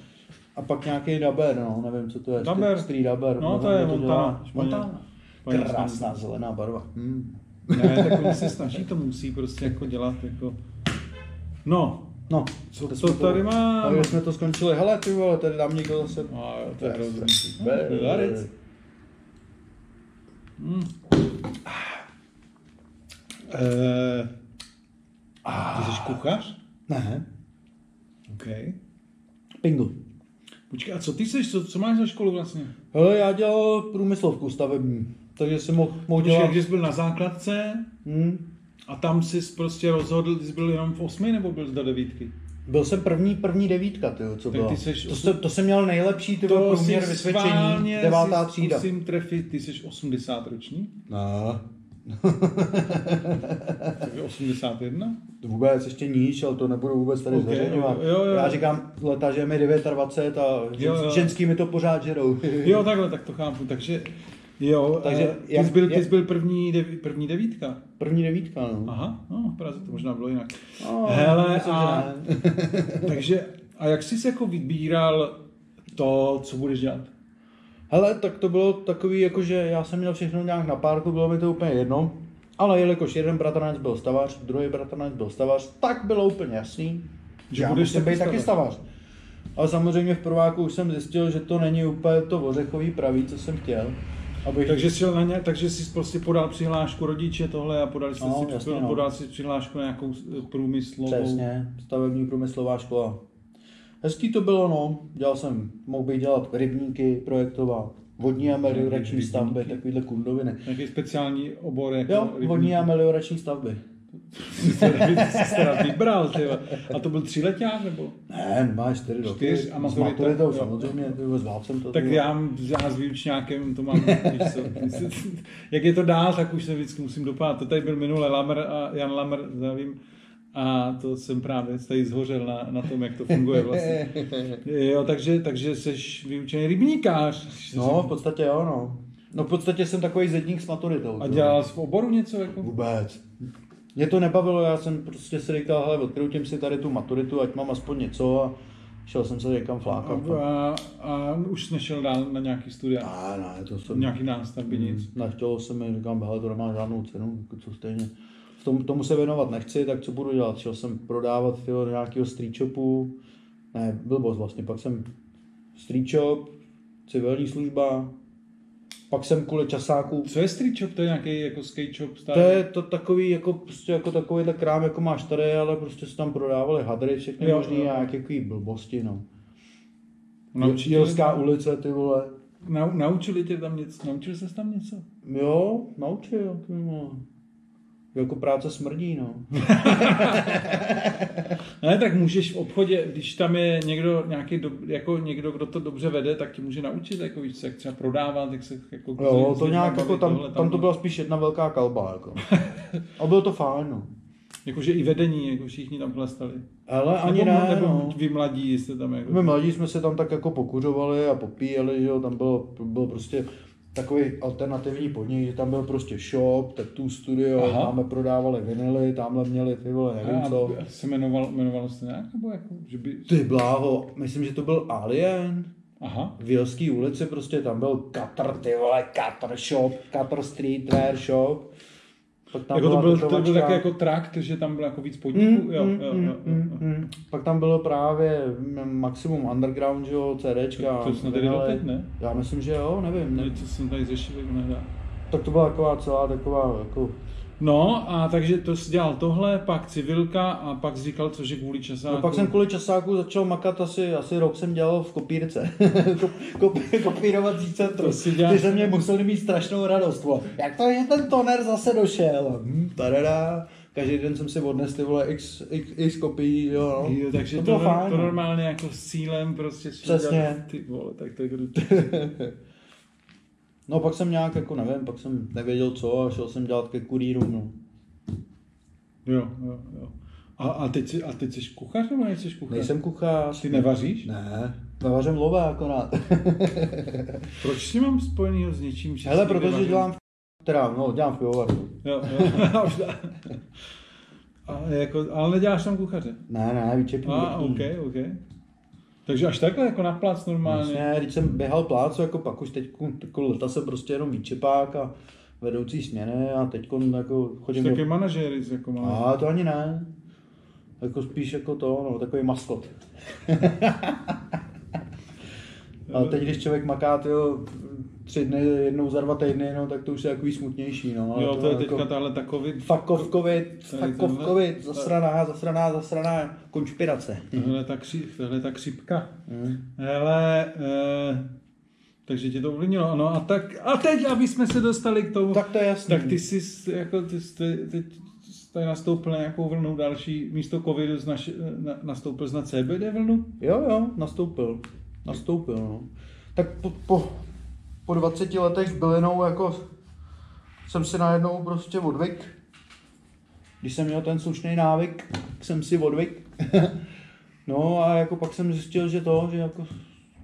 [SPEAKER 2] A pak nějaký daber, no, nevím, co to je.
[SPEAKER 1] Daber.
[SPEAKER 2] Strý daber.
[SPEAKER 1] No,
[SPEAKER 2] nevím,
[SPEAKER 1] to je
[SPEAKER 2] kdo
[SPEAKER 1] Montana,
[SPEAKER 2] dělá.
[SPEAKER 1] Španěl.
[SPEAKER 2] Montana.
[SPEAKER 1] Španěl.
[SPEAKER 2] Krásná zelená barva. Hmm.
[SPEAKER 1] Ne, tak oni se snaží, to musí prostě jako dělat jako... No,
[SPEAKER 2] No,
[SPEAKER 1] Co
[SPEAKER 2] kde
[SPEAKER 1] to
[SPEAKER 2] jsme
[SPEAKER 1] tady máme?
[SPEAKER 2] No, kde jsme to skončili. Hele, ty vole, tady nám někdo zase...
[SPEAKER 1] a jo, No, to je hrozný. No,
[SPEAKER 2] strašný.
[SPEAKER 1] Darec. Mm. Eh, Ty jsi kuchař?
[SPEAKER 2] Ne,
[SPEAKER 1] OK.
[SPEAKER 2] pingu.
[SPEAKER 1] Počkej, a co ty jsi, co, co máš za školu vlastně?
[SPEAKER 2] Hele, já dělal průmyslovku stavební, takže jsem mohl, mohl
[SPEAKER 1] Počkej,
[SPEAKER 2] dělat...
[SPEAKER 1] když jsi byl na základce
[SPEAKER 2] Hmm.
[SPEAKER 1] a tam jsi prostě rozhodl, ty jsi byl jenom v osmi nebo byl jsi do devítky?
[SPEAKER 2] Byl jsem první, první devítka, tyjo, co
[SPEAKER 1] Tak
[SPEAKER 2] bylo.
[SPEAKER 1] ty seš
[SPEAKER 2] to, jsem, to jsem měl nejlepší, ty byl průměr vysvědčení,
[SPEAKER 1] schválně
[SPEAKER 2] devátá
[SPEAKER 1] si
[SPEAKER 2] třída.
[SPEAKER 1] Musím trefit, ty jsi 80 roční,
[SPEAKER 2] No,
[SPEAKER 1] takže 81.
[SPEAKER 2] vůbec ještě níž, ale to nebudu vůbec tady
[SPEAKER 1] Ok,
[SPEAKER 2] zveřejňovat.
[SPEAKER 1] jo, jo, jo.
[SPEAKER 2] Já říkám, leta, že je mi 29 a žen,
[SPEAKER 1] Jo, jo.
[SPEAKER 2] ženský mi to pořád žerou.
[SPEAKER 1] Jo, takhle, tak to chápu. Takže jo,
[SPEAKER 2] Takže
[SPEAKER 1] takže ty,
[SPEAKER 2] jak-
[SPEAKER 1] jsi byl, ty
[SPEAKER 2] jak-
[SPEAKER 1] jsi byl první, devi, první devítka.
[SPEAKER 2] První devítka, no.
[SPEAKER 1] Aha, no, v Praze to možná bylo jinak.
[SPEAKER 2] No,
[SPEAKER 1] Hele,
[SPEAKER 2] myslím,
[SPEAKER 1] a-
[SPEAKER 2] že ne.
[SPEAKER 1] Takže, a jak jsi se jako vybíral to, co budeš dělat?
[SPEAKER 2] Hele, tak to bylo takový, jakože já jsem měl všechno nějak na párku, bylo mi to úplně jedno. Ale jelikož jeden bratranec byl stavař, druhý bratranec byl stavař, tak bylo úplně jasný,
[SPEAKER 1] Že
[SPEAKER 2] že já
[SPEAKER 1] budeš
[SPEAKER 2] musím
[SPEAKER 1] taky
[SPEAKER 2] být taky stavař. Ale samozřejmě v prváku už jsem zjistil, že to není úplně to ořechový pravý, co jsem chtěl. Abych...
[SPEAKER 1] Takže jsi, šel na ně, takže jsi prostě podal přihlášku rodiče tohle a podal jsi,
[SPEAKER 2] No,
[SPEAKER 1] si,
[SPEAKER 2] jasně, no.
[SPEAKER 1] podal jsi přihlášku na nějakou eh, průmyslovou.
[SPEAKER 2] Přesně, stavební průmyslová škola. Hezký to bylo, no. Dělal jsem, mohl bych dělat rybníky, projektovat, vodní a meliorační
[SPEAKER 1] Mhm. Rybníky.
[SPEAKER 2] stavby, takovýhle kundoviny.
[SPEAKER 1] Nějaký speciální obor. Jako
[SPEAKER 2] Jo,
[SPEAKER 1] rybník.
[SPEAKER 2] vodní a meliorační stavby.
[SPEAKER 1] Jsi se teda vybral, ty vole. A to byl třileták nebo?
[SPEAKER 2] Ne, má čtyři roky.
[SPEAKER 1] Čtyř a
[SPEAKER 2] S
[SPEAKER 1] maturita.
[SPEAKER 2] maturitou
[SPEAKER 1] Jo.
[SPEAKER 2] samozřejmě, ty vole, zvládl jsem to.
[SPEAKER 1] Tak
[SPEAKER 2] ty vole.
[SPEAKER 1] já, já s výučňákem to mám, víš co, jak je to dál, tak už se vždycky musím dopát. To tady byl minule Lamr a Jan Lamr, zdravím, a to jsem právě tady zhořel na, na tom, jak to funguje vlastně. Jo, takže, takže jsi vyučený rybníkář.
[SPEAKER 2] No, v podstatě jo, no. No v podstatě jsem takový zedník s maturitou.
[SPEAKER 1] A
[SPEAKER 2] jo.
[SPEAKER 1] dělal jsi v oboru něco? Jako?
[SPEAKER 2] Vůbec. Mě to nebavilo, já jsem prostě si říkal, hele, odkroutím si tady tu maturitu, ať mám aspoň něco a šel jsem se někam
[SPEAKER 1] A,
[SPEAKER 2] flákat.
[SPEAKER 1] a, a, už jsi nešel dál na nějaký studia,
[SPEAKER 2] A Hmm. ne, to jsem...
[SPEAKER 1] nějaký nástavby, nic.
[SPEAKER 2] Nechtělo se mi, říkám, hele, to nemá žádnou cenu, jako co stejně. V tom, tomu se věnovat nechci, tak co budu dělat? Šel jsem prodávat tyho, do nějakého street shopu, ne, blbost vlastně, pak jsem street shop, civilní služba, pak jsem kvůli časáků
[SPEAKER 1] Co je street shop? To je nějaký jako skate shop? Style?
[SPEAKER 2] To je to takový, jako, prostě, jako takový tak krám, jako máš tady, ale prostě se tam prodávali hadry, všechny
[SPEAKER 1] Jo,
[SPEAKER 2] možný
[SPEAKER 1] jo, jo.
[SPEAKER 2] a nějaký blbosti, no.
[SPEAKER 1] Naučili-
[SPEAKER 2] Jelská ulice, ty vole.
[SPEAKER 1] Nau, naučili tě tam něco? Naučil ses tam něco?
[SPEAKER 2] Jo, naučil, ty vole. Jako práce smrdí, no.
[SPEAKER 1] No Ne, tak můžeš v obchodě, když tam je někdo, nějaký do, jako někdo, kdo to dobře vede, tak ti může naučit, jako víš, jak třeba prodávat, jak se jako...
[SPEAKER 2] Jo,
[SPEAKER 1] s
[SPEAKER 2] to
[SPEAKER 1] lidmi
[SPEAKER 2] nějak,
[SPEAKER 1] bavit,
[SPEAKER 2] jako tam,
[SPEAKER 1] tohle,
[SPEAKER 2] tam to byla spíš jedna velká kalba, jako. A bylo to fajn, no.
[SPEAKER 1] Jakože i vedení, jako všichni tam chlastali.
[SPEAKER 2] Ale ani
[SPEAKER 1] nebo,
[SPEAKER 2] ne,
[SPEAKER 1] nebo
[SPEAKER 2] no.
[SPEAKER 1] vy mladí jste tam jako...
[SPEAKER 2] My mladí jsme se tam tak jako pokuřovali a popíjeli, že jo, tam bylo, byl prostě takový alternativní podnik, že tam byl prostě shop, tattoo studio,
[SPEAKER 1] Aha.
[SPEAKER 2] Aha. tamhle prodávali vinily, tamhle měli ty vole, nevím
[SPEAKER 1] a,
[SPEAKER 2] co.
[SPEAKER 1] a se jmenovalo, jmenovalo se nějak, nebo jako, že by...
[SPEAKER 2] Ty bláho, myslím, že to byl Alien.
[SPEAKER 1] Aha.
[SPEAKER 2] V Jelský ulici prostě tam byl Cutter, ty vole, Cutter shop, Cutter streetwear shop. Pak
[SPEAKER 1] Tam jako to byl, to byl
[SPEAKER 2] tetovačka.
[SPEAKER 1] taky jako trakt, že tam bylo jako víc podniků, jo, jo, jo, jo.
[SPEAKER 2] mm. Pak tam bylo právě mm, Maximum Underground, že jo, CDčka.
[SPEAKER 1] To- to snad tedy
[SPEAKER 2] vinily.
[SPEAKER 1] doteď, ne?
[SPEAKER 2] Já myslím, že jo, nevím. Ne.
[SPEAKER 1] Něco No, jsem tady řešil, jako nehrá.
[SPEAKER 2] Tak to byla taková celá taková, jako,
[SPEAKER 1] No a takže to jsi dělal tohle, pak civilka a pak jsi říkal, cože kvůli časáku.
[SPEAKER 2] no, pak jsem kvůli časáku začal makat asi, asi rok jsem dělal v kopírce, Kop- kop- kopírovací centrum.
[SPEAKER 1] To si dělá-
[SPEAKER 2] Ty ze mě museli mít strašnou radost, vole. jak to, že ten toner zase došel, hm, tadada. Každý den jsem si odnesl ty vole x, x, x kopií, jo, no.
[SPEAKER 1] Jo, takže
[SPEAKER 2] to
[SPEAKER 1] to,
[SPEAKER 2] bylo
[SPEAKER 1] to,
[SPEAKER 2] fajn.
[SPEAKER 1] to normálně jako s cílem prostě si
[SPEAKER 2] Přesně.
[SPEAKER 1] dělal- Ty vole, tak to je jako- krutý.
[SPEAKER 2] No pak jsem nějak, jako nevím, pak jsem nevěděl co a šel jsem dělat ke kurýrům, no.
[SPEAKER 1] Jo, jo, jo. A, a, teď, jsi- a teď jsi kuchař nebo nejsi kuchař?
[SPEAKER 2] Nejsem kuchař.
[SPEAKER 1] Ty nevaříš?
[SPEAKER 2] Ne, nevařím lové akorát.
[SPEAKER 1] Proč si mám spojenýho s něčím, že
[SPEAKER 2] Hele,
[SPEAKER 1] si někde
[SPEAKER 2] protože
[SPEAKER 1] vařím?
[SPEAKER 2] dělám, v- teda, no, dělám v pivovaru.
[SPEAKER 1] Jo, jo. Už dá- a jako, ale neděláš tam kuchaře?
[SPEAKER 2] Ne, ne, vyčepím.
[SPEAKER 1] A,
[SPEAKER 2] vrtů.
[SPEAKER 1] OK, OK. Takže až takhle, jako na plac normálně.
[SPEAKER 2] Vlastně, když jsem běhal plácu, jako pak už teď leta jsem prostě jenom výčepák a vedoucí směny a teď jako chodím
[SPEAKER 1] Taky
[SPEAKER 2] do...
[SPEAKER 1] manažery, jako malé.
[SPEAKER 2] A to ani ne. Jako spíš jako to, no, takový maskot. a teď, když člověk maká tyjo, tři dny, jednou za dva týdny, no, tak to už je takový smutnější, no. ale
[SPEAKER 1] Jo, to je
[SPEAKER 2] jako-
[SPEAKER 1] teďka tahle ta covid.
[SPEAKER 2] Fakov covid,
[SPEAKER 1] Tady
[SPEAKER 2] fakov
[SPEAKER 1] tenhle-
[SPEAKER 2] covid, zasraná, zasraná, zasraná, konspirace.
[SPEAKER 1] Tohle ta, kři, tohle ta křipka.
[SPEAKER 2] Hm.
[SPEAKER 1] Hele, eh, takže tě to ovlivnilo. No a, tak, a teď, aby jsme se dostali k tomu, tak,
[SPEAKER 2] Tak to je jasný.
[SPEAKER 1] tak ty jsi jako, ty, jsi- ty, teď tady nastoupil na nějakou vlnu další, místo covidu z naš, na, nastoupil jsi na CBD vlnu?
[SPEAKER 2] Jo, jo, nastoupil. Nastoupil, no. Tak po, po, po 20 letech s bylinou jako jsem si najednou prostě odvyk. Když jsem měl ten slušný návyk, tak jsem si odvyk. no a jako pak jsem zjistil, že to, že jako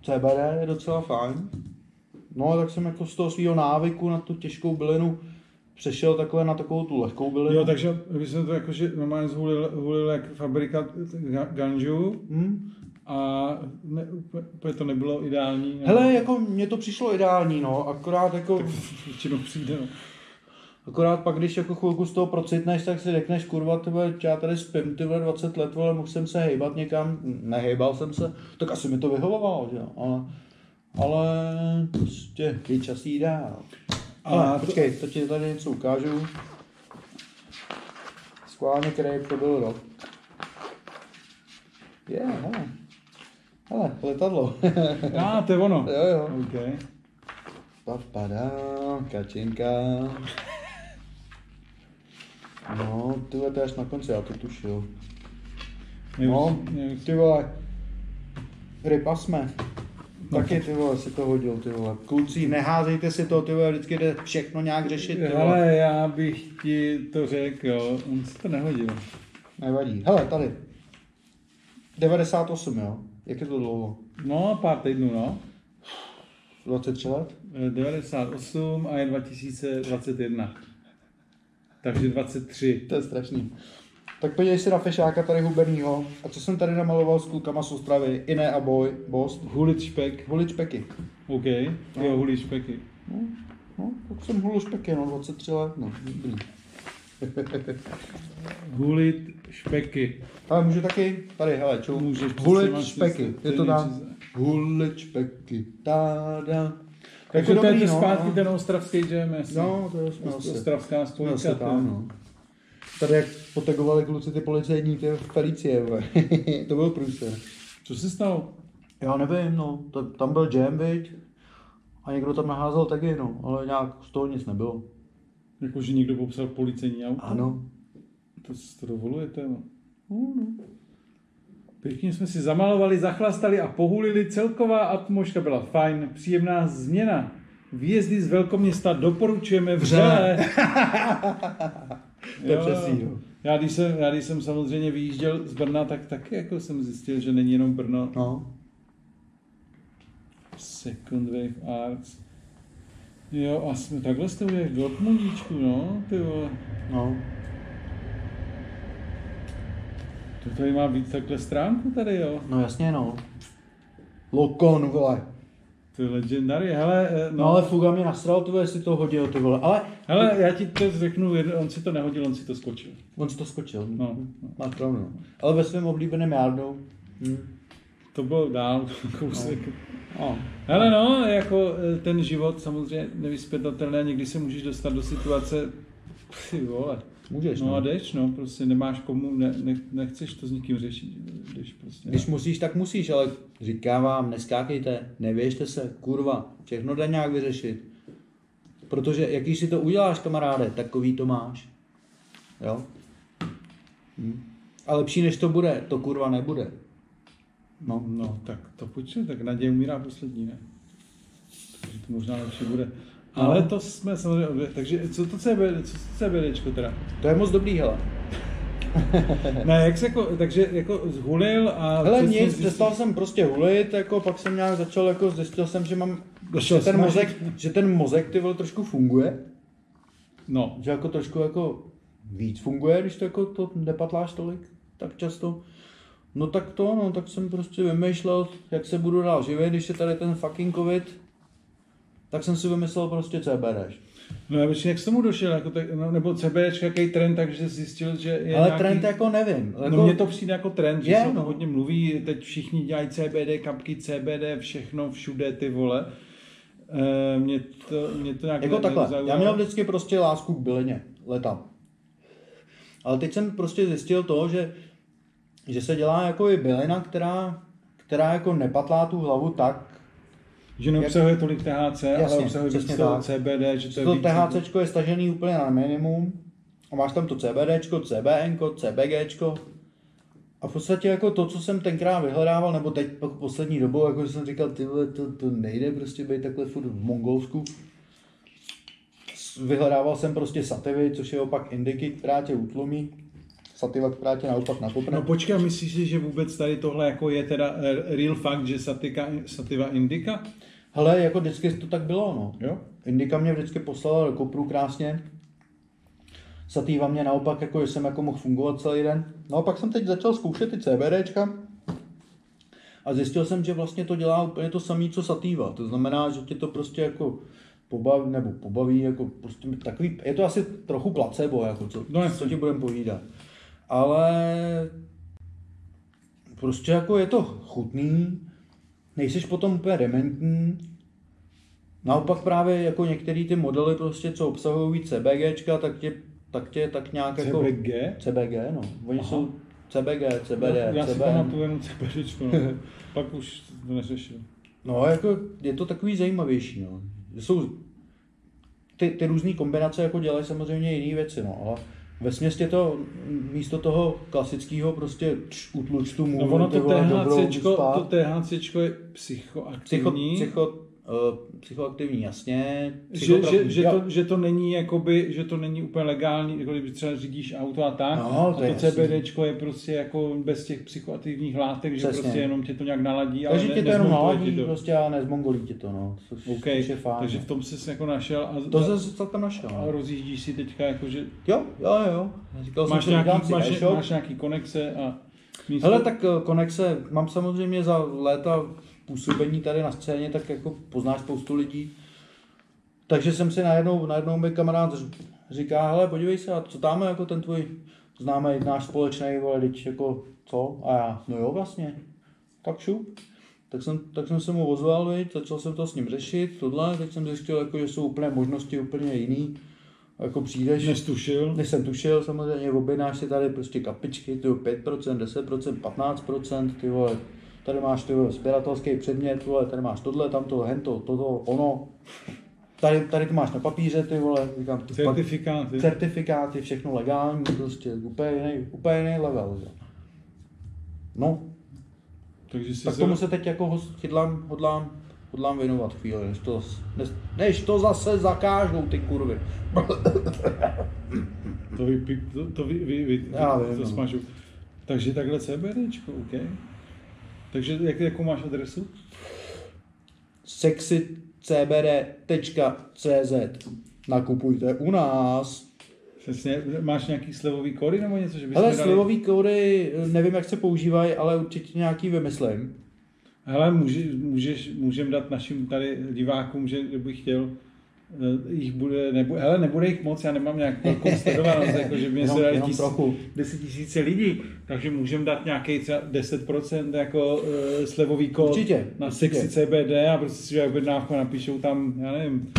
[SPEAKER 2] CBD je docela fajn. No a tak jsem jako z toho svého návyku na tu těžkou bylinu přešel takhle na takovou tu lehkou bylinu.
[SPEAKER 1] Jo, takže my jsme to jakože normálně zhulil, hulil jak fabrika ga- ganžu
[SPEAKER 2] Hm?
[SPEAKER 1] a ne, úplně- úplně to nebylo ideální. no.
[SPEAKER 2] Hele, jako mně to přišlo ideální, no, akorát jako...
[SPEAKER 1] Většinou přijde, no.
[SPEAKER 2] Akorát pak, když jako chvilku z toho procitneš, tak si řekneš, kurva, ty vole, já tady spím ty vole 20 let, vole, mohl jsem se hejbat někam, nehejbal jsem se, tak asi mi to vyhovovalo, že jo, ale, ale prostě je čas jít dál.
[SPEAKER 1] Ale
[SPEAKER 2] Ale
[SPEAKER 1] to-
[SPEAKER 2] počkej, to ti tady něco ukážu. Schválně krejp, to byl rok. Je, yeah, hele. Hele, letadlo.
[SPEAKER 1] A, to je ono.
[SPEAKER 2] jo, jo.
[SPEAKER 1] OK.
[SPEAKER 2] Papada, kačinka. No, ty vole, to je až na konci, já to tušil. No,
[SPEAKER 1] Nevím,
[SPEAKER 2] ty vole, ryba jsme. Taky ty vole, si to hodil, ty vole. No. Kluci, neházejte si to, ty vole, vždycky jde všechno nějak řešit, ty vole.
[SPEAKER 1] Ale já bych ti to řekl, jo. On se to nehodil.
[SPEAKER 2] Nevadí. Hele, tady. 98, jo. Jak je to dlouho?
[SPEAKER 1] No, pár týdnů, no.
[SPEAKER 3] 23 let?
[SPEAKER 1] Eh, 98 a je 2021. Takže 23.
[SPEAKER 3] To je strašný. Tak podívej se na fešáka tady hubenýho. A co jsem tady namaloval s klukama z Ostravy? Iné a boj, bost.
[SPEAKER 1] Hulit špek.
[SPEAKER 3] Hulič peky.
[SPEAKER 1] OK, jo, hulí špeky.
[SPEAKER 3] No, no, tak jsem hulič peky, no 23 let, no, dobrý.
[SPEAKER 1] Hulit špeky.
[SPEAKER 3] Ale můžu taky, tady, hele, čau.
[SPEAKER 1] Můžeš, přesně
[SPEAKER 3] Hulič
[SPEAKER 1] máš
[SPEAKER 3] špeky,
[SPEAKER 1] přesně
[SPEAKER 3] je to
[SPEAKER 1] stejný
[SPEAKER 3] tam.
[SPEAKER 1] číslo.
[SPEAKER 3] Hulič peky, táda.
[SPEAKER 1] Takže
[SPEAKER 3] Jako
[SPEAKER 1] to je
[SPEAKER 3] dobrý,
[SPEAKER 1] ten
[SPEAKER 3] no,
[SPEAKER 1] zpátky
[SPEAKER 3] no.
[SPEAKER 1] ten ostravský JMS.
[SPEAKER 3] No, to jsme
[SPEAKER 1] Ost-
[SPEAKER 3] asi. Jsme
[SPEAKER 1] Ostravská spojka.
[SPEAKER 3] asi
[SPEAKER 1] to je.
[SPEAKER 3] tam, no. Tady jak potagovali kluci ty policejní, ty Felicie, vole. to byl průser.
[SPEAKER 1] Co se stalo?
[SPEAKER 3] Já nevím, no, to, tam byl jam, viď? A někdo tam naházel taky, no, ale nějak z toho nic nebylo.
[SPEAKER 1] Jakože Jako, někdo popsal policejní auto?
[SPEAKER 3] Ano.
[SPEAKER 1] To si to dovolujete, no.
[SPEAKER 3] No, no.
[SPEAKER 1] Pěkně jsme si zamalovali, zachlastali a pohulili. Celková atmosféra byla fajn, příjemná změna. Výjezdy z velkoměsta doporučujeme vřele.
[SPEAKER 3] To je přesný, jo.
[SPEAKER 1] Já když, jsem, já když jsem samozřejmě vyjížděl z Brna, tak taky jako jsem zjistil, že není jenom Brno.
[SPEAKER 3] No,
[SPEAKER 1] Second Wave Arts. Jo, a jsme takhle jste ujeli v Dortmundíčku, no, ty vole.
[SPEAKER 3] no.
[SPEAKER 1] To tady má být takhle stránku tady, jo.
[SPEAKER 3] No jasně, no. Lokon, vole.
[SPEAKER 1] To je legendary, hele, eh,
[SPEAKER 3] No ale Fuga mě nasral, ty vole, jestli to hodil, ty vole. Ale
[SPEAKER 1] Hele, já ti to řeknu, jedno- on si to nehodil, on si to skočil.
[SPEAKER 3] on si to skočil.
[SPEAKER 1] No,
[SPEAKER 3] Máš pravdu. Ale ve svém oblíbeném járdu. Hm.
[SPEAKER 1] to bylo dál kousek.
[SPEAKER 3] No.
[SPEAKER 1] Hele no, jako eh, ten život samozřejmě nevyspětatelný a někdy se můžeš dostat do situace, ty vole,
[SPEAKER 3] Můžeš,
[SPEAKER 1] no
[SPEAKER 3] no.
[SPEAKER 1] a jdeš, no, prostě nemáš komu, ne, ne, nechceš to s nikým řešit, jdeš prostě.
[SPEAKER 2] Když musíš, tak musíš, ale říkám vám, neskákejte, nevěžte se, kurva, všechno jde nějak vyřešit. Protože jaký si to uděláš, kamaráde, takový to máš. Jo? Hm. A lepší než to bude, to kurva nebude.
[SPEAKER 1] No, no, tak to počkej, tak naděje umírá poslední, ne? Takže to možná lepší bude.
[SPEAKER 3] No.
[SPEAKER 1] Ale to jsme samozřejmě, obě- takže co to CB, co to CBDčko teda?
[SPEAKER 2] To je moc dobrý, hele.
[SPEAKER 1] Ne, jak se jako, takže jako zhulil a...
[SPEAKER 2] Hele
[SPEAKER 1] co jsi
[SPEAKER 2] nic,
[SPEAKER 1] zjistil?
[SPEAKER 2] přestal jsem prostě hulit, jako pak jsem nějak začal, jako zjistil jsem, že mám,
[SPEAKER 1] Začal
[SPEAKER 2] že ten
[SPEAKER 1] snažit.
[SPEAKER 2] mozek, že ten mozek, ty vole, trošku funguje.
[SPEAKER 1] No,
[SPEAKER 2] že jako trošku jako víc funguje, když to jako to nepatláš tolik, tak často. No tak to, no tak jsem prostě vymýšlel, jak se budu dál živit, když je tady ten fucking covid, tak jsem si vymyslel prostě CBD.
[SPEAKER 1] no já většině, jak jsi tomu došel, jako tak, no, nebo CBčka, jaký trend, takže jsi zjistil, že je
[SPEAKER 2] Ale
[SPEAKER 1] nějaký...
[SPEAKER 2] trend jako nevím. Jako,
[SPEAKER 1] No mně to přijde jako trend, že
[SPEAKER 2] Je,
[SPEAKER 1] se o tom
[SPEAKER 2] no.
[SPEAKER 1] hodně mluví, teď všichni dělají CBD, kapky CBD, všechno, všude ty vole. E, mě, to, mě to nějak
[SPEAKER 2] jako
[SPEAKER 1] ne-
[SPEAKER 2] takhle,
[SPEAKER 1] nezaujalo.
[SPEAKER 2] já měl vždycky prostě lásku k bylině, leta. Ale teď jsem prostě zjistil to, že, že se dělá jako i bylina, která, která jako nepatlá tu hlavu tak,
[SPEAKER 1] Že neobsahuje tolik THC, ale
[SPEAKER 2] Jasně,
[SPEAKER 1] obsahuje víc
[SPEAKER 2] přesně
[SPEAKER 1] toho
[SPEAKER 2] tak.
[SPEAKER 1] CBD, že to je
[SPEAKER 2] To
[SPEAKER 1] víc... No, jako-
[SPEAKER 2] THC je stažený úplně na minimum. A máš tam to CBD, CBN, CBG. A v podstatě jako to, co jsem tenkrát vyhledával, nebo teď jako poslední dobou, jako jsem říkal, ty vole, to, to nejde prostě být takhle furt v Mongolsku. S- Vyhledával jsem prostě sativy, což je opak indiky, která tě utlumí. Sativa, která tě naopak nakopne.
[SPEAKER 1] No počkej, a myslíš si, že vůbec tady tohle jako je teda eh, real fakt, že satika, sativa indica?
[SPEAKER 2] Hele, jako vždycky to tak bylo, no.
[SPEAKER 1] Jo.
[SPEAKER 2] Indika mě vždycky poslala do kopru krásně. Sativa mě naopak, jako že jsem jako mohl fungovat celý den. No a pak jsem teď začal zkoušet ty CBDčka. A zjistil jsem, že vlastně to dělá úplně to samé, co sativa. To znamená, že tě to prostě jako pobaví, nebo pobaví, jako prostě takový, je to asi trochu placebo, jako co,
[SPEAKER 1] No
[SPEAKER 2] no,
[SPEAKER 1] jasně.
[SPEAKER 2] co ti budem povídat. Ale prostě jako je to chutný, nejseš potom úplně dementní, Naopak právě jako některé ty modely prostě, co obsahují CBGčka, tak tě, tak tě tak nějak jako...
[SPEAKER 1] CBG?
[SPEAKER 2] CBG, no. Oni
[SPEAKER 1] Aha.
[SPEAKER 2] jsou CBG,
[SPEAKER 1] já,
[SPEAKER 2] CBD,
[SPEAKER 1] já si
[SPEAKER 2] CBN.
[SPEAKER 1] pamatuju jenom CBDčko, no. pak už to neřešil.
[SPEAKER 2] No jako je to takový zajímavější, no. Jsou ty, ty různé kombinace jako dělají samozřejmě jiné věci, no, ale ve směstě to m, místo toho klasického prostě čš, utluč tu
[SPEAKER 1] No
[SPEAKER 2] můžu,
[SPEAKER 1] ono to
[SPEAKER 2] ty vole, dobrou, jdu
[SPEAKER 1] THCčko,
[SPEAKER 2] spát.
[SPEAKER 1] to THCčko je psychoaktivní.
[SPEAKER 2] psycho, psycho, Eh, Psychoaktivní, jasně.
[SPEAKER 1] Že, že,
[SPEAKER 2] Psychotropní,
[SPEAKER 1] že,
[SPEAKER 2] jo.
[SPEAKER 1] to, že, to, není jakoby, že to není úplně legální, jako kdyby třeba řídíš auto a tak.
[SPEAKER 2] No, to
[SPEAKER 1] a
[SPEAKER 2] je
[SPEAKER 1] to
[SPEAKER 2] jasný.
[SPEAKER 1] CBDčko je prostě jako bez těch psychoaktivních látek, že
[SPEAKER 2] Přesně.
[SPEAKER 1] prostě jenom tě to nějak naladí,
[SPEAKER 2] Takže
[SPEAKER 1] ale ne,
[SPEAKER 2] tě to jenom
[SPEAKER 1] nezmontuje
[SPEAKER 2] naladí,
[SPEAKER 1] ti to.
[SPEAKER 2] prostě a nezmongolí tě to, no. Což,
[SPEAKER 1] OK,
[SPEAKER 2] což je fajn.
[SPEAKER 1] takže
[SPEAKER 2] no.
[SPEAKER 1] v tom jsi jako našel a,
[SPEAKER 2] To jsem se celkem našel.
[SPEAKER 1] a
[SPEAKER 2] no.
[SPEAKER 1] rozjíždíš si teďka jako, že
[SPEAKER 2] Jo, jo, jo. Říkal
[SPEAKER 1] máš
[SPEAKER 2] jsem, že udělám
[SPEAKER 1] nějaký,
[SPEAKER 2] si
[SPEAKER 1] máš,
[SPEAKER 2] e-shop.
[SPEAKER 1] máš nějaký konexe a místo.
[SPEAKER 2] Hele, tak eh, konexe, mám samozřejmě za léta působení tady na scéně, tak jako poznáš spoustu lidí. Takže jsem si najednou, najednou mi kamarád ř- říká, hele, podívej se, a co tam je jako ten tvůj známý náš společný, vole, teď jako co? A já, no jo, vlastně. Tak šup. Tak jsem, tak jsem se mu ozval, viď, začal jsem to s ním řešit, tohle, teď jsem zjistil, jako, že jsou úplně možnosti úplně jiný. Jako přijdeš,
[SPEAKER 1] nestušil.
[SPEAKER 2] než jsem tušil, samozřejmě objednáš si tady prostě kapičky, ty vole, 5%, 10%, 15%, ty vole, tady máš ty vole, sběratelský předmět, ty vole, tady máš tohle, tamto, hento, toto, ono. Tady, tady to máš na papíře, ty vole, říkám, ty pak-
[SPEAKER 1] Certifikáty.
[SPEAKER 2] certifikáty, všechno legální, prostě úplně jiný, úplně jiný level. Že? No,
[SPEAKER 1] Takže jsi
[SPEAKER 2] tak
[SPEAKER 1] se-
[SPEAKER 2] tomu se teď jako host- chydlám, hodlám, hodlám věnovat chvíli, než to, z- než, než to zase zakážou ty kurvy.
[SPEAKER 1] To vy, vy- to, to vy, vy, vy
[SPEAKER 2] Já vím,
[SPEAKER 1] to
[SPEAKER 2] no.
[SPEAKER 1] smažu. Takže takhle CBDčko, OK. Takže jak, jakou máš adresu?
[SPEAKER 2] sexycbd.cz Nakupujte u nás.
[SPEAKER 1] Přesně, máš nějaký slevový kódy nebo něco, že bys
[SPEAKER 2] Hele,
[SPEAKER 1] mi dali-
[SPEAKER 2] slivový kódy, nevím, jak se používají, ale určitě nějaký vymyslím.
[SPEAKER 1] Hele, může, můžeš, můžem dát našim tady divákům, že bych chtěl, eh, jich bude, nebo, hele, nebude jich moc, já nemám nějak velkou sledovanost, jako, že mě se
[SPEAKER 2] Jenom,
[SPEAKER 1] dali
[SPEAKER 2] jenom
[SPEAKER 1] tisíc,
[SPEAKER 2] trochu.
[SPEAKER 1] desetitisíce lidí, takže můžem dát nějaký třeba 10% jako uh, slevový kód
[SPEAKER 2] Určitě,
[SPEAKER 1] na
[SPEAKER 2] určitě.
[SPEAKER 1] sexy CBD a prostě si dají objednávku a napíšou tam, já nevím,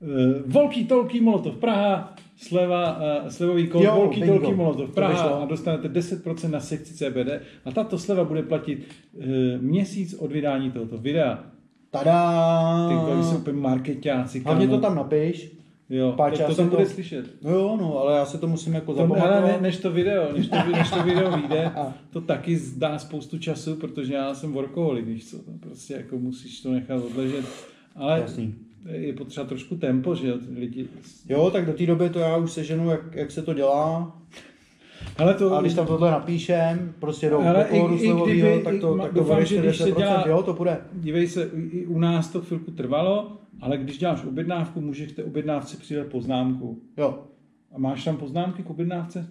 [SPEAKER 1] uh, Volký Tolký Molotov Praha, sleva, uh, slevový kód
[SPEAKER 2] Jo,
[SPEAKER 1] Volký
[SPEAKER 2] bingo.
[SPEAKER 1] Tolký Molotov
[SPEAKER 2] To
[SPEAKER 1] Praha
[SPEAKER 2] vyšlo.
[SPEAKER 1] a dostanete 10% na sekci CBD a tato sleva bude platit uh, měsíc od vydání tohoto videa.
[SPEAKER 2] Tada!
[SPEAKER 1] Ty vole, vy jsou no. úplně marketáci.
[SPEAKER 2] Ah. Hlavně
[SPEAKER 1] kámo.
[SPEAKER 2] to tam napiš.
[SPEAKER 1] jo,
[SPEAKER 2] páč,
[SPEAKER 1] tak
[SPEAKER 2] já
[SPEAKER 1] to
[SPEAKER 2] si
[SPEAKER 1] tam
[SPEAKER 2] to-
[SPEAKER 1] bude slyšet.
[SPEAKER 2] No jo, no, ale já si to musím jako
[SPEAKER 1] To, ale
[SPEAKER 2] zapamatovat.
[SPEAKER 1] ne, než to video, než to, vi- než to video vyjde, to taky dá spoustu času, protože já jsem workoholik, víš co, to prostě jako musíš to nechat odležet, ale
[SPEAKER 2] Jasný.
[SPEAKER 1] je potřeba trošku tempo, že jo, ty lidi,
[SPEAKER 2] Jo, tak do té doby to já už seženu, jak, jak se to dělá.
[SPEAKER 1] ale to,
[SPEAKER 2] A když tam tohle napíšem, prostě do
[SPEAKER 1] Ale
[SPEAKER 2] do
[SPEAKER 1] i-
[SPEAKER 2] kódu
[SPEAKER 1] i
[SPEAKER 2] slevovýho,
[SPEAKER 1] kdyby-
[SPEAKER 2] tak to,
[SPEAKER 1] i-
[SPEAKER 2] tak to
[SPEAKER 1] doufám,
[SPEAKER 2] bude
[SPEAKER 1] že když se
[SPEAKER 2] 40%,
[SPEAKER 1] dělá-
[SPEAKER 2] jo, to bude.
[SPEAKER 1] dívej se, i- i u nás to chvilku trvalo, ale když děláš objednávku, můžeš k té objednávce přidat poznámku.
[SPEAKER 2] Jo,
[SPEAKER 1] A máš tam poznámky k objednávce?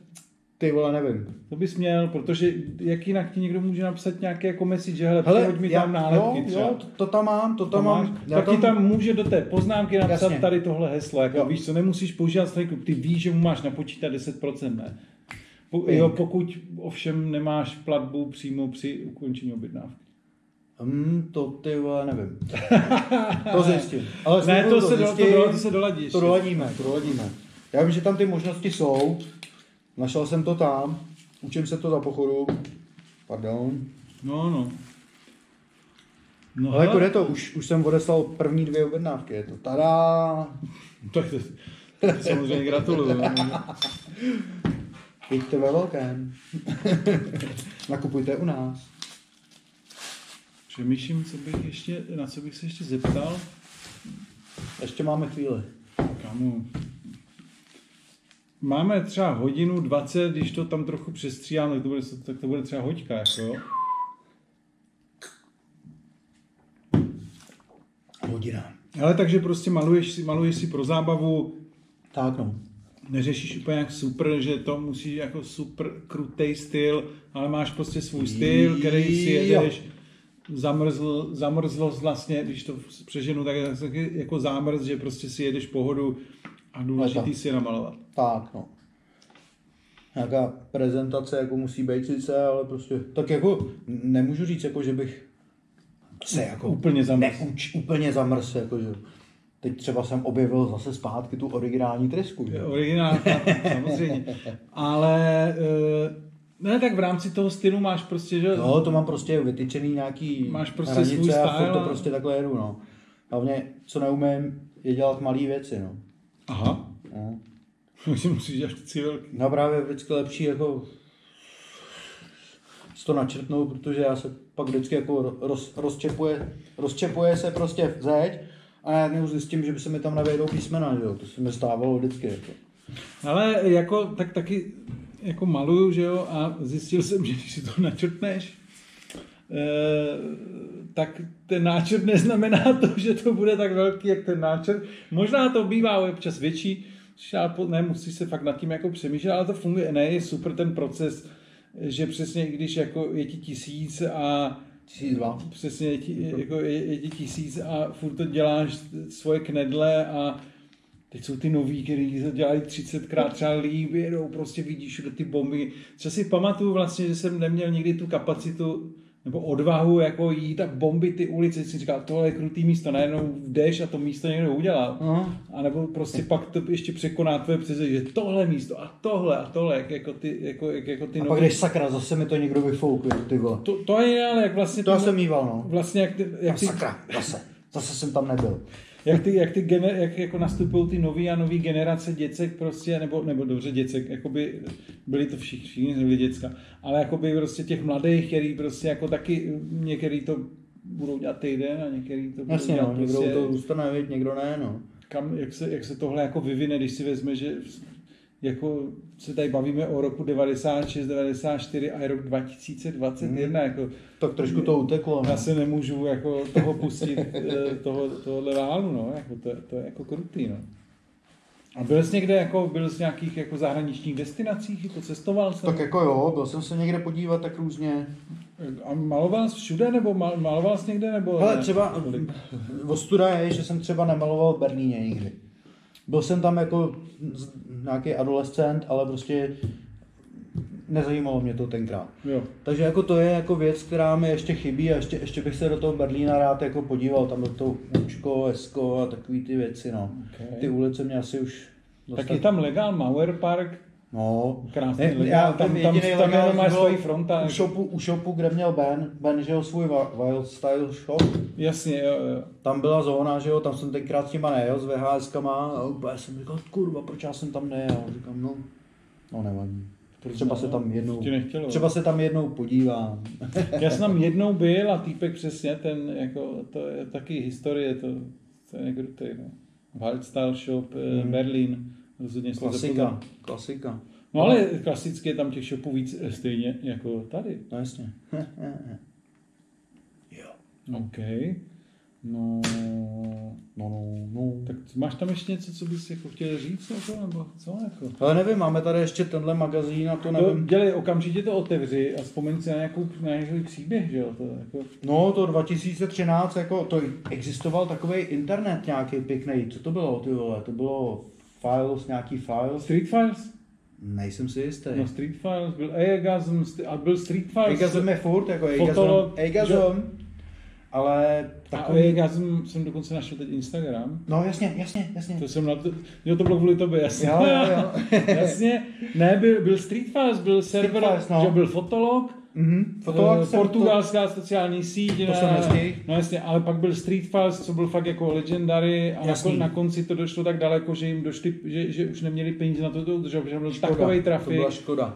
[SPEAKER 2] ty vole, nevím.
[SPEAKER 1] To bys měl, protože jak jinak ti někdo může napsat nějaký jako message, že hele, no, hele mi tam nálepky
[SPEAKER 2] jo,
[SPEAKER 1] třeba.
[SPEAKER 2] jo, to, to tam mám, to, tam
[SPEAKER 1] máš,
[SPEAKER 2] mám. Já
[SPEAKER 1] tak ti tam může do té poznámky napsat
[SPEAKER 2] Jasně.
[SPEAKER 1] Jasně. tady tohle heslo. Jako
[SPEAKER 2] Jo.
[SPEAKER 1] víš co, nemusíš používat starý klub, ty víš, že mu máš napočítat 10%, ne? Po, jo, pokud ovšem nemáš platbu přímo při ukončení objednávky.
[SPEAKER 2] Hmm, to ty vole, nevím. to zjistím. Ale
[SPEAKER 1] ne, to, se do, to,
[SPEAKER 2] zjistím,
[SPEAKER 1] do, to se doladíš.
[SPEAKER 2] to doladíme, to doladíme. Já vím, že tam ty možnosti jsou. Našel jsem to tam. Učím se to za pochodu. Pardon.
[SPEAKER 1] No, no. No,
[SPEAKER 2] Ale jako jde
[SPEAKER 1] hele,
[SPEAKER 2] to, už, už jsem odeslal první dvě objednávky. Je to tada.
[SPEAKER 1] tak to, tak samozřejmě gratuluju.
[SPEAKER 2] Jeďte ve velkém. Nakupujte u nás.
[SPEAKER 1] Přemýšlím, co bych ještě, na co bych se ještě zeptal.
[SPEAKER 2] Ještě máme chvíli.
[SPEAKER 1] Kamu. Máme třeba hodinu 20, když to tam trochu přestříhám, tak to bude, tak to bude třeba hoďka, jako jo.
[SPEAKER 2] Hodina.
[SPEAKER 1] Ale takže prostě maluješ si, maluješ si pro zábavu,
[SPEAKER 2] Tak no.
[SPEAKER 1] neřešíš úplně jak super, že to musí jako super krutej styl, ale máš prostě svůj styl, který si jedeš. Zamrzl, zamrzlost vlastně, když to přeženu, tak je taky jako zámrz, že prostě si jedeš pohodu a důležitý si je namalovat.
[SPEAKER 2] Tak, no. Nějaká prezentace jako musí být sice, ale prostě, tak jako nemůžu říct, jako že bych se jako
[SPEAKER 1] Úplně zamrzl.
[SPEAKER 2] neuč, úplně zamrz, jako že teď třeba jsem objevil zase zpátky tu originální tresku, že? jo.
[SPEAKER 1] Originál, samozřejmě. Ale eh, ne, tak v rámci toho stylu máš prostě, že no.
[SPEAKER 2] Jo, to mám prostě vytyčený nějaký
[SPEAKER 1] Máš prostě
[SPEAKER 2] hranice
[SPEAKER 1] svůj
[SPEAKER 2] a furt
[SPEAKER 1] style
[SPEAKER 2] to
[SPEAKER 1] a-
[SPEAKER 2] prostě takhle jedu, no. Hlavně, co neumím, je dělat malé věci, no.
[SPEAKER 1] aha,
[SPEAKER 2] no.
[SPEAKER 1] že musíš dělat ty velký.
[SPEAKER 2] No právě vždycky lepší jako si to načrtnout, protože já se pak vždycky jako roz, rozčepuje, rozčepuje se prostě zeď a já jednou zjistím, že by se mi tam nevejdou písmena, že jo? to se mi stávalo vždycky. Jako.
[SPEAKER 1] Ale jako, tak taky jako maluju, že jo, a zjistil jsem, že když si to načrtneš, eh, tak ten náčrt neznamená to, že to bude tak velký, jak ten náčrt. Možná to bývá občas větší, což já po- ne, musí se fakt nad tím jako přemýšlet, ale to funguje. Ne, je super ten proces, že přesně i když jako je ti tisíc a
[SPEAKER 2] Tisíc dva.
[SPEAKER 1] přesně je ti, jako je, je ti tisíc a furt to děláš svoje knedle a teď jsou ty noví, který to dělají 30 krát třeba líp, jedou, prostě vidíš všude ty bomby. Třeba si pamatuju vlastně, že jsem neměl nikdy tu kapacitu nebo odvahu jako jít a bombit ty ulice, si říkal, tohle je krutý místo, najednou jdeš a to místo někdo udělal.
[SPEAKER 2] No.
[SPEAKER 1] A nebo prostě pak to ještě překoná tvoje přece, že tohle místo a tohle a tohle, jak jako ty, jako, jak, jako ty
[SPEAKER 2] A pak jdeš sakra, zase mi to někdo vyfoukuje, ty vole.
[SPEAKER 1] To, to je ale jak vlastně...
[SPEAKER 2] To
[SPEAKER 1] ty-
[SPEAKER 2] já jsem mýval, no.
[SPEAKER 1] Vlastně jak ty, jak
[SPEAKER 2] Jak
[SPEAKER 1] ty,
[SPEAKER 2] sakra, zase. Zase jsem tam nebyl.
[SPEAKER 1] jak ty, jak ty gener, jak jako nastupují ty nový a nový generace děcek prostě, nebo, nebo dobře děcek, jakoby byli to všichni, všichni byli děcka, ale jakoby prostě těch mladých, který prostě jako taky, některý to budou dělat týden a některý to budou
[SPEAKER 2] Jasně,
[SPEAKER 1] dělat
[SPEAKER 2] no,
[SPEAKER 1] prostě,
[SPEAKER 2] někdo to zůstane, viď, někdo ne, no.
[SPEAKER 1] kam, jak se, jak se tohle jako vyvine, když si vezme, že jako se tady bavíme o roku 96, 94 a je rok 2021,
[SPEAKER 2] Mhm.
[SPEAKER 1] hmm. jako
[SPEAKER 2] Tak trošku to uteklo,
[SPEAKER 1] Já
[SPEAKER 2] no.
[SPEAKER 1] se nemůžu jako toho pustit, eh, toho, tohohle válu, no, jako to, to je jako krutý, no. A byl jsi někde, jako, byl jsi v nějakých jako zahraničních destinacích, jako cestoval jsem?
[SPEAKER 2] Tak jako jo, byl jsem se někde podívat tak různě.
[SPEAKER 1] A maloval jsi všude, nebo mal, maloval jsi někde, nebo?
[SPEAKER 2] Ale
[SPEAKER 1] ne?
[SPEAKER 2] třeba ostuda je, že jsem třeba nemaloval v Berlíně nikdy. Byl jsem tam jako z- nějaký adolescent, ale prostě nezajímalo mě to tenkrát.
[SPEAKER 1] Jo.
[SPEAKER 2] Takže jako to je jako věc, která mi ještě chybí a ještě, ještě bych se do toho Berlína rád jako podíval, tam do toho Učko, Esko a takový ty věci, no.
[SPEAKER 1] Okay.
[SPEAKER 2] Okay. Ty ulice mě asi už
[SPEAKER 1] Tak je tam legál Mauer Park,
[SPEAKER 2] No,
[SPEAKER 1] krásný
[SPEAKER 2] Ne,
[SPEAKER 1] legál,
[SPEAKER 2] já,
[SPEAKER 1] tam,
[SPEAKER 2] tam,
[SPEAKER 1] tam,
[SPEAKER 2] jedinej
[SPEAKER 1] tam
[SPEAKER 2] legál
[SPEAKER 1] jenom máš
[SPEAKER 2] byl
[SPEAKER 1] svoji fronta. jako-
[SPEAKER 2] U shopu, u shopu, kde měl Ben, Ben, že jo, svůj wa- Wild Style shop,
[SPEAKER 1] Jasně, jo, jo.
[SPEAKER 2] tam byla zóna, že jo, tam jsem tenkrát s těma nejel, s VHS-kama a úplně jsem říkal, kurva, proč já jsem tam nejel, říkám, no, no nevadí.
[SPEAKER 1] Proč
[SPEAKER 2] Třeba
[SPEAKER 1] ne,
[SPEAKER 2] se
[SPEAKER 1] no?
[SPEAKER 2] tam jednou,
[SPEAKER 1] Ti nechtělo.
[SPEAKER 2] třeba se tam jednou podívám.
[SPEAKER 1] Já jsem tam jednou byl a týpek přesně, ten, jako, to je taky historie, to, to je krutý, no. Waldstyle Shop, hmm. Berlín, rozhodně jste
[SPEAKER 2] Klasika, klasika.
[SPEAKER 1] No ale klasicky je tam těch shopů víc eh, stejně jako tady.
[SPEAKER 2] No jasně.
[SPEAKER 1] OK. No,
[SPEAKER 2] No, no, no.
[SPEAKER 1] tak máš tam ještě něco, co bys jako chtěl říct, jako, nebo co? Jako?
[SPEAKER 2] Ale nevím, máme tady ještě tenhle magazín a to
[SPEAKER 1] To,
[SPEAKER 2] nevím.
[SPEAKER 1] dělej, okamžitě to otevři a vzpomeň si na, nějakou, na nějaký příběh, že jo? To, jako,
[SPEAKER 2] No, to 2013, jako to existoval takový internet nějaký pěkný. Co to bylo, ty vole? To bylo Files, nějaký Files?
[SPEAKER 1] Street Files?
[SPEAKER 2] Nejsem si jistý.
[SPEAKER 1] No Street Files, byl Eagasm, st- a byl Street Files.
[SPEAKER 2] Egasm je furt, jako
[SPEAKER 1] Fotolog,
[SPEAKER 2] Egasm. Egasm. Ale
[SPEAKER 1] Takový...
[SPEAKER 2] takový...
[SPEAKER 1] já jsem, jsem dokonce našel teď Instagram.
[SPEAKER 2] No jasně, jasně, jasně.
[SPEAKER 1] To jsem na to, jo, to bylo kvůli tobě, jasně.
[SPEAKER 2] Jo, jo, jo.
[SPEAKER 1] jasně. Ne, byl, byl Street Fast, byl server,
[SPEAKER 2] Fast, no.
[SPEAKER 1] že byl fotolog,
[SPEAKER 2] Mhm.
[SPEAKER 1] eh,
[SPEAKER 2] Fotolog jsem
[SPEAKER 1] portugalská sociální síť.
[SPEAKER 2] To jsem nestihl.
[SPEAKER 1] no jasně, ale pak byl Street Fast, co byl fakt jako legendary a na,
[SPEAKER 2] Jasný.
[SPEAKER 1] kon, na, konci to došlo tak daleko, že jim došli, že, že už neměli peníze na to, to udržet, protože byl
[SPEAKER 2] to... škoda.
[SPEAKER 1] takový
[SPEAKER 2] To
[SPEAKER 1] trafik.
[SPEAKER 2] byla škoda.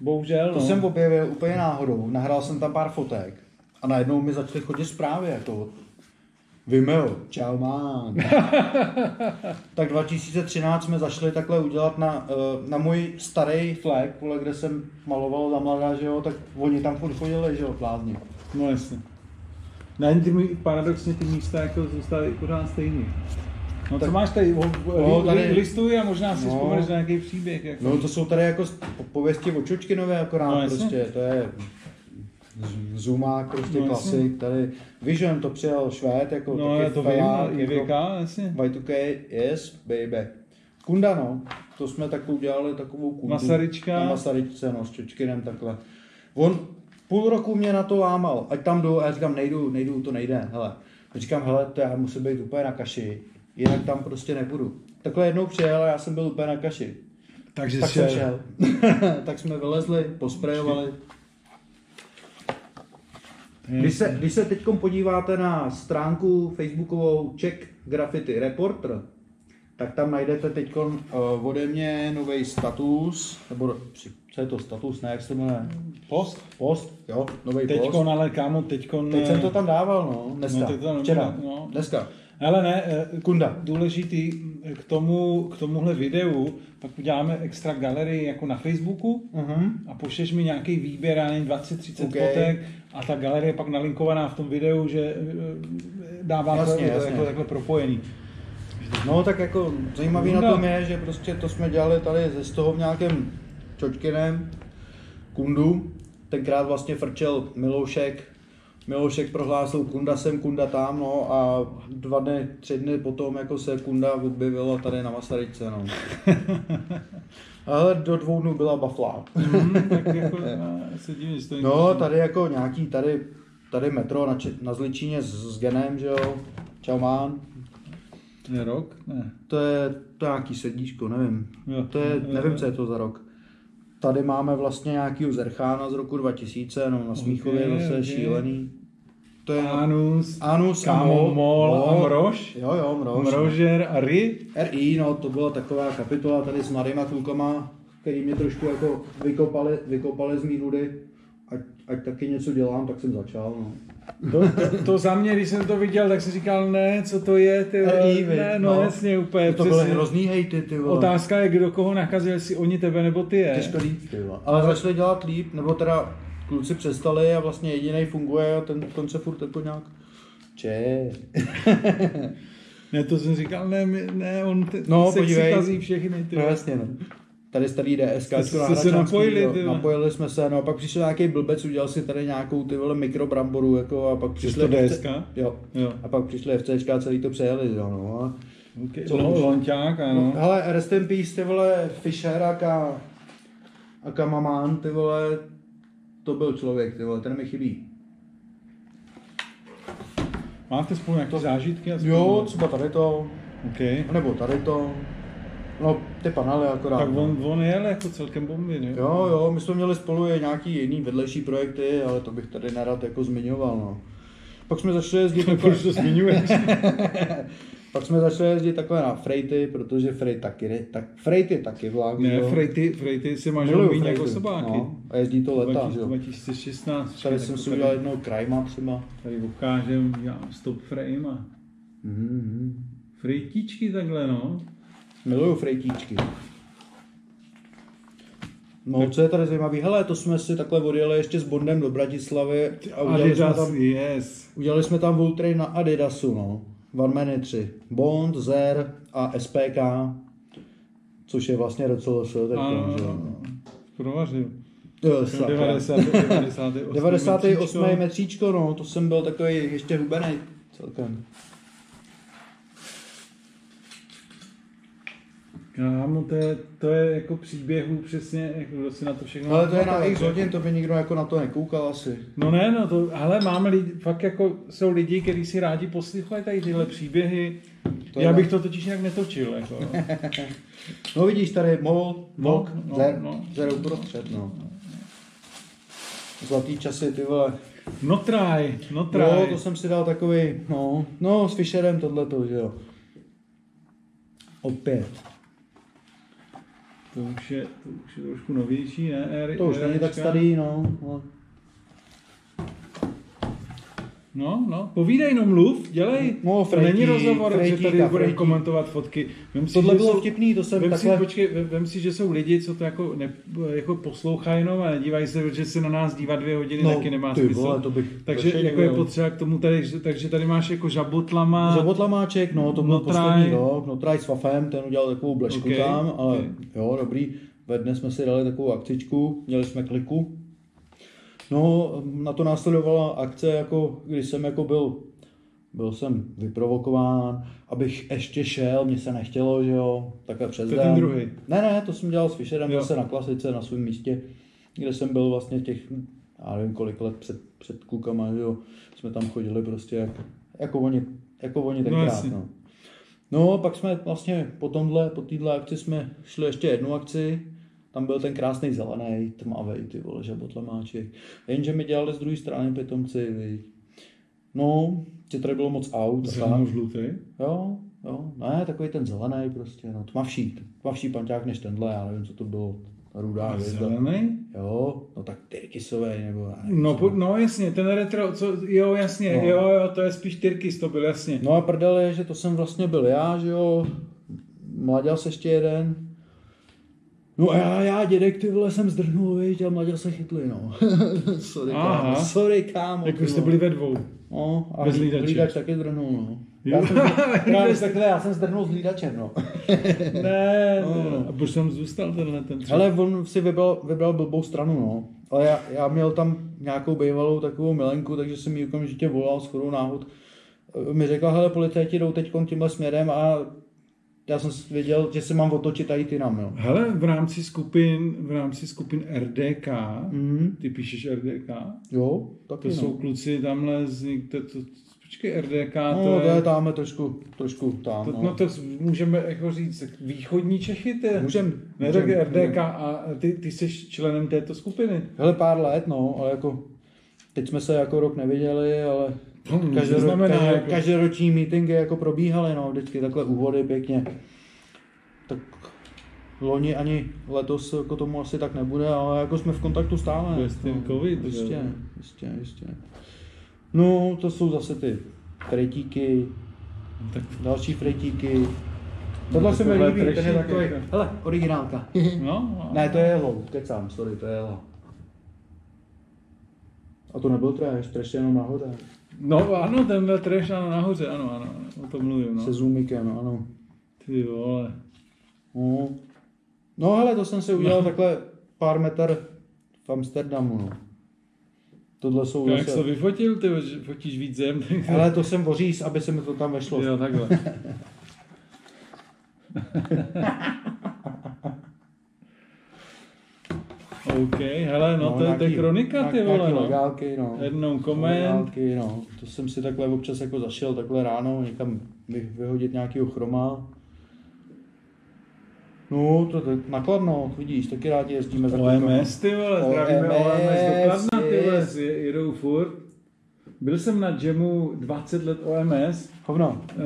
[SPEAKER 1] Bohužel,
[SPEAKER 2] To
[SPEAKER 1] no.
[SPEAKER 2] jsem objevil úplně náhodou, nahrál jsem tam pár fotek a najednou mi začaly chodit zprávy jako Vimeo, čau man. tak 2013 jsme zašli takhle udělat na, eh, na můj starý flag, vole, kde jsem maloval za mladá, že jo, tak oni tam furt chodili, že jo, plázni.
[SPEAKER 1] no jasně. Ne, ty mi paradoxně ty místa jako zůstaly pořád stejný. No co máš tady, no,
[SPEAKER 2] No, tady-
[SPEAKER 1] tady... listuji a možná si no.
[SPEAKER 2] No.
[SPEAKER 1] vzpomeneš na nějaký příběh. Jako.
[SPEAKER 2] No to jsou tady jako s- po- pověsti o Čočkinové akorát
[SPEAKER 1] No,
[SPEAKER 2] no,
[SPEAKER 1] jasně.
[SPEAKER 2] prostě, to je z- Zumák, prostě
[SPEAKER 1] No,
[SPEAKER 2] no,
[SPEAKER 1] jasně.
[SPEAKER 2] klasik, tady Vision to přijal Švéd, jako
[SPEAKER 1] No,
[SPEAKER 2] taky jako-
[SPEAKER 1] já to vím,
[SPEAKER 2] felák,
[SPEAKER 1] i věka, jasně.
[SPEAKER 2] Y2K, yes, baby. Kunda, no. To jsme tak udělali takovou kundu.
[SPEAKER 1] Masaryčka.
[SPEAKER 2] Na Masaryčce, no, s Čečkinem takhle. On půl roku mě na to lámal, ať tam jdu, a já říkám, nejdu, nejdu, to nejde, hele. A říkám, hele, to já musím být úplně na kaši, jinak tam prostě nebudu. Takhle jednou přijel a já jsem byl úplně na kaši.
[SPEAKER 1] Takže
[SPEAKER 2] tak jsem šel. tak jsme vylezli, posprejovali. Když se, když se teď podíváte na stránku facebookovou Czech Graffiti Reporter, eh, tak tam najdete teď ode mě nový status, nebo při- co je to status, ne, jak se to jmenuje?
[SPEAKER 1] Post?
[SPEAKER 2] Post, jo, nový post.
[SPEAKER 1] Teďkon, ale kámo, teďkon...
[SPEAKER 2] Teď jsem to tam dával, no, dneska,
[SPEAKER 1] No,
[SPEAKER 2] no,
[SPEAKER 1] teď to tam
[SPEAKER 2] včera,
[SPEAKER 1] nebude, no.
[SPEAKER 2] dneska.
[SPEAKER 1] Hele ne, eh,
[SPEAKER 2] Kunda.
[SPEAKER 1] důležitý eh, k, tomu, k tomuhle videu, pak uděláme extra galerii jako na Facebooku
[SPEAKER 2] Uh-huh.
[SPEAKER 1] a pošleš mi nějaký výběr, já nevím, 20-30
[SPEAKER 2] OK.
[SPEAKER 1] fotek a ta galerie je pak nalinkovaná v tom videu, že eh, dává
[SPEAKER 2] Jasně,
[SPEAKER 1] to, je to
[SPEAKER 2] jasně.
[SPEAKER 1] Jako, takhle propojený.
[SPEAKER 2] No tak jako zajímavý
[SPEAKER 1] Kunda.
[SPEAKER 2] na tom je, že prostě to jsme dělali tady ze toho v nějakém čočkinem, kundu. Tenkrát vlastně frčel Miloušek, Miloušek prohlásil Kunda sem, Kunda tam, no a dva dny, tři dny potom jako se Kunda objevila tady na Masaryčce, no. Ale do dvou dnů byla baflá.
[SPEAKER 1] Mhm, tak jako, já se divím, že to
[SPEAKER 2] No, tady jako nějaký, tady, tady metro na, Če- na Zličíně s, s Genem, že jo, Čaumán.
[SPEAKER 1] je vlastně rok? Ne.
[SPEAKER 2] To je to je nějaký sedíčko, nevím.
[SPEAKER 1] Jo.
[SPEAKER 2] To je, nevím, co je to za rok. Tady máme vlastně nějakýho Zerchána z roku 2000, no na Smíchově
[SPEAKER 1] Ok,
[SPEAKER 2] okay, zase
[SPEAKER 1] ok.
[SPEAKER 2] okay. šílený. To je
[SPEAKER 1] Anus,
[SPEAKER 2] Anus,
[SPEAKER 1] Kámo,
[SPEAKER 2] Amo,
[SPEAKER 1] Mol a
[SPEAKER 2] Mol.
[SPEAKER 1] Mrož,
[SPEAKER 2] Jo, jo, mrož.
[SPEAKER 1] Mrožer a Ry.
[SPEAKER 2] RI, no to byla taková kapitola tady s mladýma klukama, který mě trošku jako vykopali, vykopali z mý nudy. Ať, ať taky něco dělám, tak jsem začal, no.
[SPEAKER 1] To, to, to za mě, když jsem to viděl, tak jsem říkal, ne, co to je, ty vole,
[SPEAKER 2] RI,
[SPEAKER 1] ne,
[SPEAKER 2] viď,
[SPEAKER 1] no,
[SPEAKER 2] no.
[SPEAKER 1] jasně, úplně,
[SPEAKER 2] To, to byly
[SPEAKER 1] přesně.
[SPEAKER 2] hrozný hejty, ty vole.
[SPEAKER 1] Otázka je, kdo koho nakazil, jestli oni tebe nebo ty je.
[SPEAKER 2] Těžko říct, ty vole. Ale začali dělat líp, nebo teda kluci přestali a vlastně jediný funguje a ten, ten se furt jako nějak... Če.
[SPEAKER 1] Ne, to jsem říkal, ne, my- ne on ty,
[SPEAKER 2] No,
[SPEAKER 1] se
[SPEAKER 2] podívej.
[SPEAKER 1] kazí všechny, ty.
[SPEAKER 2] No jasně, no. Tady starý DSK,
[SPEAKER 1] Jste se napojili, ty vole.
[SPEAKER 2] jako napojili jsme se, no a pak přišel nějaký blbec, udělal si tady nějakou ty vole mikrobramboru, jako a pak přišli...
[SPEAKER 1] to DSK?
[SPEAKER 2] Jo.
[SPEAKER 1] Jo,
[SPEAKER 2] A pak přišli FCčka, celý to přejeli, jo, no. A...
[SPEAKER 1] okay.
[SPEAKER 2] Co
[SPEAKER 1] no,
[SPEAKER 2] už?
[SPEAKER 1] Lonťák, ano.
[SPEAKER 2] No. Hele, rest in peace, ty vole, Fischer a, ka, a Kamamán, ty vole, to byl člověk, ty vole, ten mi chybí.
[SPEAKER 1] Máte spolu nějaké zážitky? aspoň?
[SPEAKER 2] Jo, třeba tady to,
[SPEAKER 1] Okay.
[SPEAKER 2] nebo tady to. No, ty panely akorát.
[SPEAKER 1] Tak on, on jel jako celkem bomby, ne?
[SPEAKER 2] Jo, jo, my jsme měli spolu i nějaký jiný vedlejší projekty, ale to bych tady nerad jako zmiňoval, no. Pak jsme začali jezdit takhle,
[SPEAKER 1] Proč to zmiňuješ?
[SPEAKER 2] pak jsme začali jezdit takhle na freighty, protože freight taky, ne- tak freight je taky vlak, že
[SPEAKER 1] ne,
[SPEAKER 2] jo.
[SPEAKER 1] Frejty, Frejty si
[SPEAKER 2] Miluju
[SPEAKER 1] mažou víň jako
[SPEAKER 2] freighty,
[SPEAKER 1] sobáky.
[SPEAKER 2] No, a jezdí to leta, že jo.
[SPEAKER 1] 2016.
[SPEAKER 2] Tady
[SPEAKER 1] tak
[SPEAKER 2] jsem
[SPEAKER 1] to jako
[SPEAKER 2] si
[SPEAKER 1] tady-
[SPEAKER 2] udělal jednou krajma třeba.
[SPEAKER 1] Tady ukážem, já stop frame a
[SPEAKER 2] Mm-hmm.
[SPEAKER 1] frejtičky takhle, no.
[SPEAKER 2] Miluju frejtíčky. No, co je tady zajímavý? Hele, to jsme si takhle odjeli ještě s Bondem do Bratislavy a udělali jsme
[SPEAKER 1] Adidas,
[SPEAKER 2] tam,
[SPEAKER 1] yes.
[SPEAKER 2] udělali jsme tam World Trade na Adidasu, no. One Man 3. Bond, Zer a SPK, což je vlastně docela se, tak
[SPEAKER 1] Ano,
[SPEAKER 2] to, že jo.
[SPEAKER 1] ano. Provařil.
[SPEAKER 2] Jo,
[SPEAKER 1] Jsem
[SPEAKER 2] sakra.
[SPEAKER 1] 90, 98.
[SPEAKER 2] 98.
[SPEAKER 1] metříčko.
[SPEAKER 2] metříčko, no, to jsem byl takový ještě hubený celkem.
[SPEAKER 1] Kámo, to je, to je jako příběhů přesně, jako kdo si na to všechno...
[SPEAKER 2] Ale to je na
[SPEAKER 1] pamatuje.
[SPEAKER 2] x hodin, to by nikdo jako na to nekoukal asi.
[SPEAKER 1] No ne, no to, hele, máme lidi, fakt jako jsou lidi, kteří si rádi poslouchají tady tyhle příběhy.
[SPEAKER 2] To
[SPEAKER 1] To Já
[SPEAKER 2] je-
[SPEAKER 1] bych to totiž nějak netočil, jako.
[SPEAKER 2] No vidíš, tady je mol,
[SPEAKER 1] No,
[SPEAKER 2] mok,
[SPEAKER 1] no,
[SPEAKER 2] no, zer,
[SPEAKER 1] no.
[SPEAKER 2] no. zer uprostřed, no. Zlatý časy, ty vole.
[SPEAKER 1] No try, no try.
[SPEAKER 2] Jo, to jsem si dal takový, no, no s Fisherem tohleto, že jo. Opět.
[SPEAKER 1] to, už je, to už je trošku novější, ne? R,
[SPEAKER 2] To už není tak
[SPEAKER 1] Rčka.
[SPEAKER 2] starý, no. no.
[SPEAKER 1] No, no, povídej, no mluv, dělej.
[SPEAKER 2] No,
[SPEAKER 1] to
[SPEAKER 2] Frejtík,
[SPEAKER 1] není rozhovor, že
[SPEAKER 2] Frejtíka,
[SPEAKER 1] tady budeme
[SPEAKER 2] Frejtík.
[SPEAKER 1] komentovat fotky. Vem si,
[SPEAKER 2] Tohle
[SPEAKER 1] že
[SPEAKER 2] bylo
[SPEAKER 1] jsou-
[SPEAKER 2] vtipný, to jsem
[SPEAKER 1] Vem si,
[SPEAKER 2] takhle...
[SPEAKER 1] počkej, vem, vem si, že jsou lidi, co to jako, ne, jako poslouchají jenom a nedívají se, protože se na nás dívat dvě hodiny no, taky nemá
[SPEAKER 2] ty
[SPEAKER 1] smysl.
[SPEAKER 2] vole, to bych...
[SPEAKER 1] takže
[SPEAKER 2] to
[SPEAKER 1] jako je
[SPEAKER 2] jo.
[SPEAKER 1] potřeba k tomu tady, že- takže tady máš jako žabotlama.
[SPEAKER 2] Zobotlamáček, no to byl
[SPEAKER 1] Notraj.
[SPEAKER 2] poslední rok, Notraj s Fafem, ten udělal takovou blešku
[SPEAKER 1] Ok,
[SPEAKER 2] tam, ale
[SPEAKER 1] ok.
[SPEAKER 2] jo, dobrý. Ve dne jsme si dali takovou akcičku, měli jsme kliku. No, na to následovala akce, jako, kdy jsem jako byl, byl jsem vyprovokován, abych ještě šel, mě se nechtělo, že jo, takhle přes
[SPEAKER 1] To je ten
[SPEAKER 2] den.
[SPEAKER 1] druhý.
[SPEAKER 2] Ne, ne, to jsem dělal s Fisherem
[SPEAKER 1] Jo.
[SPEAKER 2] zase na klasice, na svém místě, kde jsem byl vlastně těch, já nevím kolik let před, před klukama, že jo, jsme tam chodili prostě jak, jako oni, jako oni tenkrát,
[SPEAKER 1] jasně.
[SPEAKER 2] no. No, pak jsme vlastně po tomhle, po téhle akci jsme šli ještě jednu akci, tam byl ten krásný zelený, tmavý, ty vole, žabotlamáček. Jenže mi dělali z druhé strany pitomci, viď. No, že tady bylo moc aut. a tak.
[SPEAKER 1] Zelenou žlutý.
[SPEAKER 2] Jo, no, jo, ne, takový ten zelený prostě, no, tmavší, tmavší panťák než tenhle, já nevím, co to bylo, Rudá hvězda.
[SPEAKER 1] Zelený?
[SPEAKER 2] Jo, no tak Tyrkisové nebo...
[SPEAKER 1] No, po- no jasně, ten retro, co, jo jasně,
[SPEAKER 2] No.
[SPEAKER 1] jo jo, to je spíš Tyrkis, to byl jasně.
[SPEAKER 2] No a prdel je, že to jsem vlastně byl já, že jo. Mladěl se ještě jeden. No a já, já dědek, ty vole, jsem zdrhnul, viď, a mladěl se chytli, no. sorry,
[SPEAKER 1] Aha.
[SPEAKER 2] kámo, sorry, kámo.
[SPEAKER 1] Jako
[SPEAKER 2] ty
[SPEAKER 1] jste
[SPEAKER 2] vole.
[SPEAKER 1] byli ve dvou.
[SPEAKER 2] No, a
[SPEAKER 1] bez
[SPEAKER 2] bez
[SPEAKER 1] hlídače.
[SPEAKER 2] hlídače. hlídač taky zdrhnul, no.
[SPEAKER 1] Jo.
[SPEAKER 2] Já jsem, právě takhle, já jsem zdrhnul s hlídačem, no.
[SPEAKER 1] Ne,
[SPEAKER 2] No.
[SPEAKER 1] a proč tam zůstal tenhle ten tři?
[SPEAKER 2] Hele, on si vybral, vybral blbou stranu, no. Ale já, já měl tam nějakou bývalou takovou milenku, takže jsem jí okamžitě volal s chodou náhod. Eh, Mi řekla, hele, policajti jdou teď tímhle směrem a já jsem s- věděl, že se mám otočit a jít jinam, jo.
[SPEAKER 1] Hele, v rámci skupin, v rámci skupin RDK,
[SPEAKER 2] Mm,
[SPEAKER 1] ty píšeš RDK,
[SPEAKER 2] jo,
[SPEAKER 1] Mhm. to
[SPEAKER 2] taky
[SPEAKER 1] jsou
[SPEAKER 2] no.
[SPEAKER 1] kluci tamhle z něk- to, to, počkej, RDK,
[SPEAKER 2] No,
[SPEAKER 1] to, je, to,
[SPEAKER 2] tam trošku, trošku tam, no.
[SPEAKER 1] no to můžeme jako říct, východní Čechy, ty.
[SPEAKER 2] Můžem,
[SPEAKER 1] Ne, tak
[SPEAKER 2] můžem,
[SPEAKER 1] RDK a ty, ty jsi členem této skupiny.
[SPEAKER 2] Hele, pár let, no, ale jako teď jsme se jako rok neviděli, ale
[SPEAKER 1] To nic
[SPEAKER 2] každoroč,
[SPEAKER 1] neznamená,
[SPEAKER 2] každé,
[SPEAKER 1] No, jako.
[SPEAKER 2] každoroční meetingy jako probíhaly, no, vždycky takhle úvody pěkně. Tak loni ani letos jako tomu asi tak nebude, ale jako jsme v kontaktu stále.
[SPEAKER 1] To je s tím
[SPEAKER 2] no,
[SPEAKER 1] covid, jo.
[SPEAKER 2] Jistě, jistě, jistě. No, to jsou zase ty fretíky,
[SPEAKER 1] Tak No,
[SPEAKER 2] další fretíky. Tohle se mi
[SPEAKER 1] Tohle je
[SPEAKER 2] líbí, ten je
[SPEAKER 1] trešík,
[SPEAKER 2] takový,
[SPEAKER 1] jako.
[SPEAKER 2] hele, originálka.
[SPEAKER 1] No,
[SPEAKER 2] Ne, to je Hello, kecám, sorry, to je Hello. A to nebyl trash, trash je jenom nahoře.
[SPEAKER 1] no ano, tenhle trash, ano, nahoře, ano, ano, o tom mluvím, no.
[SPEAKER 2] Se zoomikem, ano.
[SPEAKER 1] Ty vole.
[SPEAKER 2] No. no hele, to jsem si udělal takhle pár metr v Amsterdamu, no. Tohle jsou
[SPEAKER 1] To jak jsi to
[SPEAKER 2] zase...
[SPEAKER 1] vyfotil, ty že fotíš víc zem, tak
[SPEAKER 2] Ale to jsem oříz, aby se mi to tam vešlo.
[SPEAKER 1] jo, takhle. OK, hele, no, to, je- to je
[SPEAKER 2] nějaký-
[SPEAKER 1] kronika,
[SPEAKER 2] nějak-
[SPEAKER 1] ty vole,
[SPEAKER 2] nějaký
[SPEAKER 1] no.
[SPEAKER 2] legálky, no.
[SPEAKER 1] Jednou koment,
[SPEAKER 2] Legálky, no. To jsem si takhle občas jako zašel takhle ráno někam vy- vyhodit nějakýho chroma. No, to je nakladno, vidíš, taky rádi jezdíme za
[SPEAKER 1] OMS, ty vole, zdravíme
[SPEAKER 2] OMS,
[SPEAKER 1] OMS do Kladna, ty vole,
[SPEAKER 2] yes.
[SPEAKER 1] je- jedou furt. Byl jsem na jamu 20 let OMS,
[SPEAKER 2] Hovno.
[SPEAKER 1] Eh,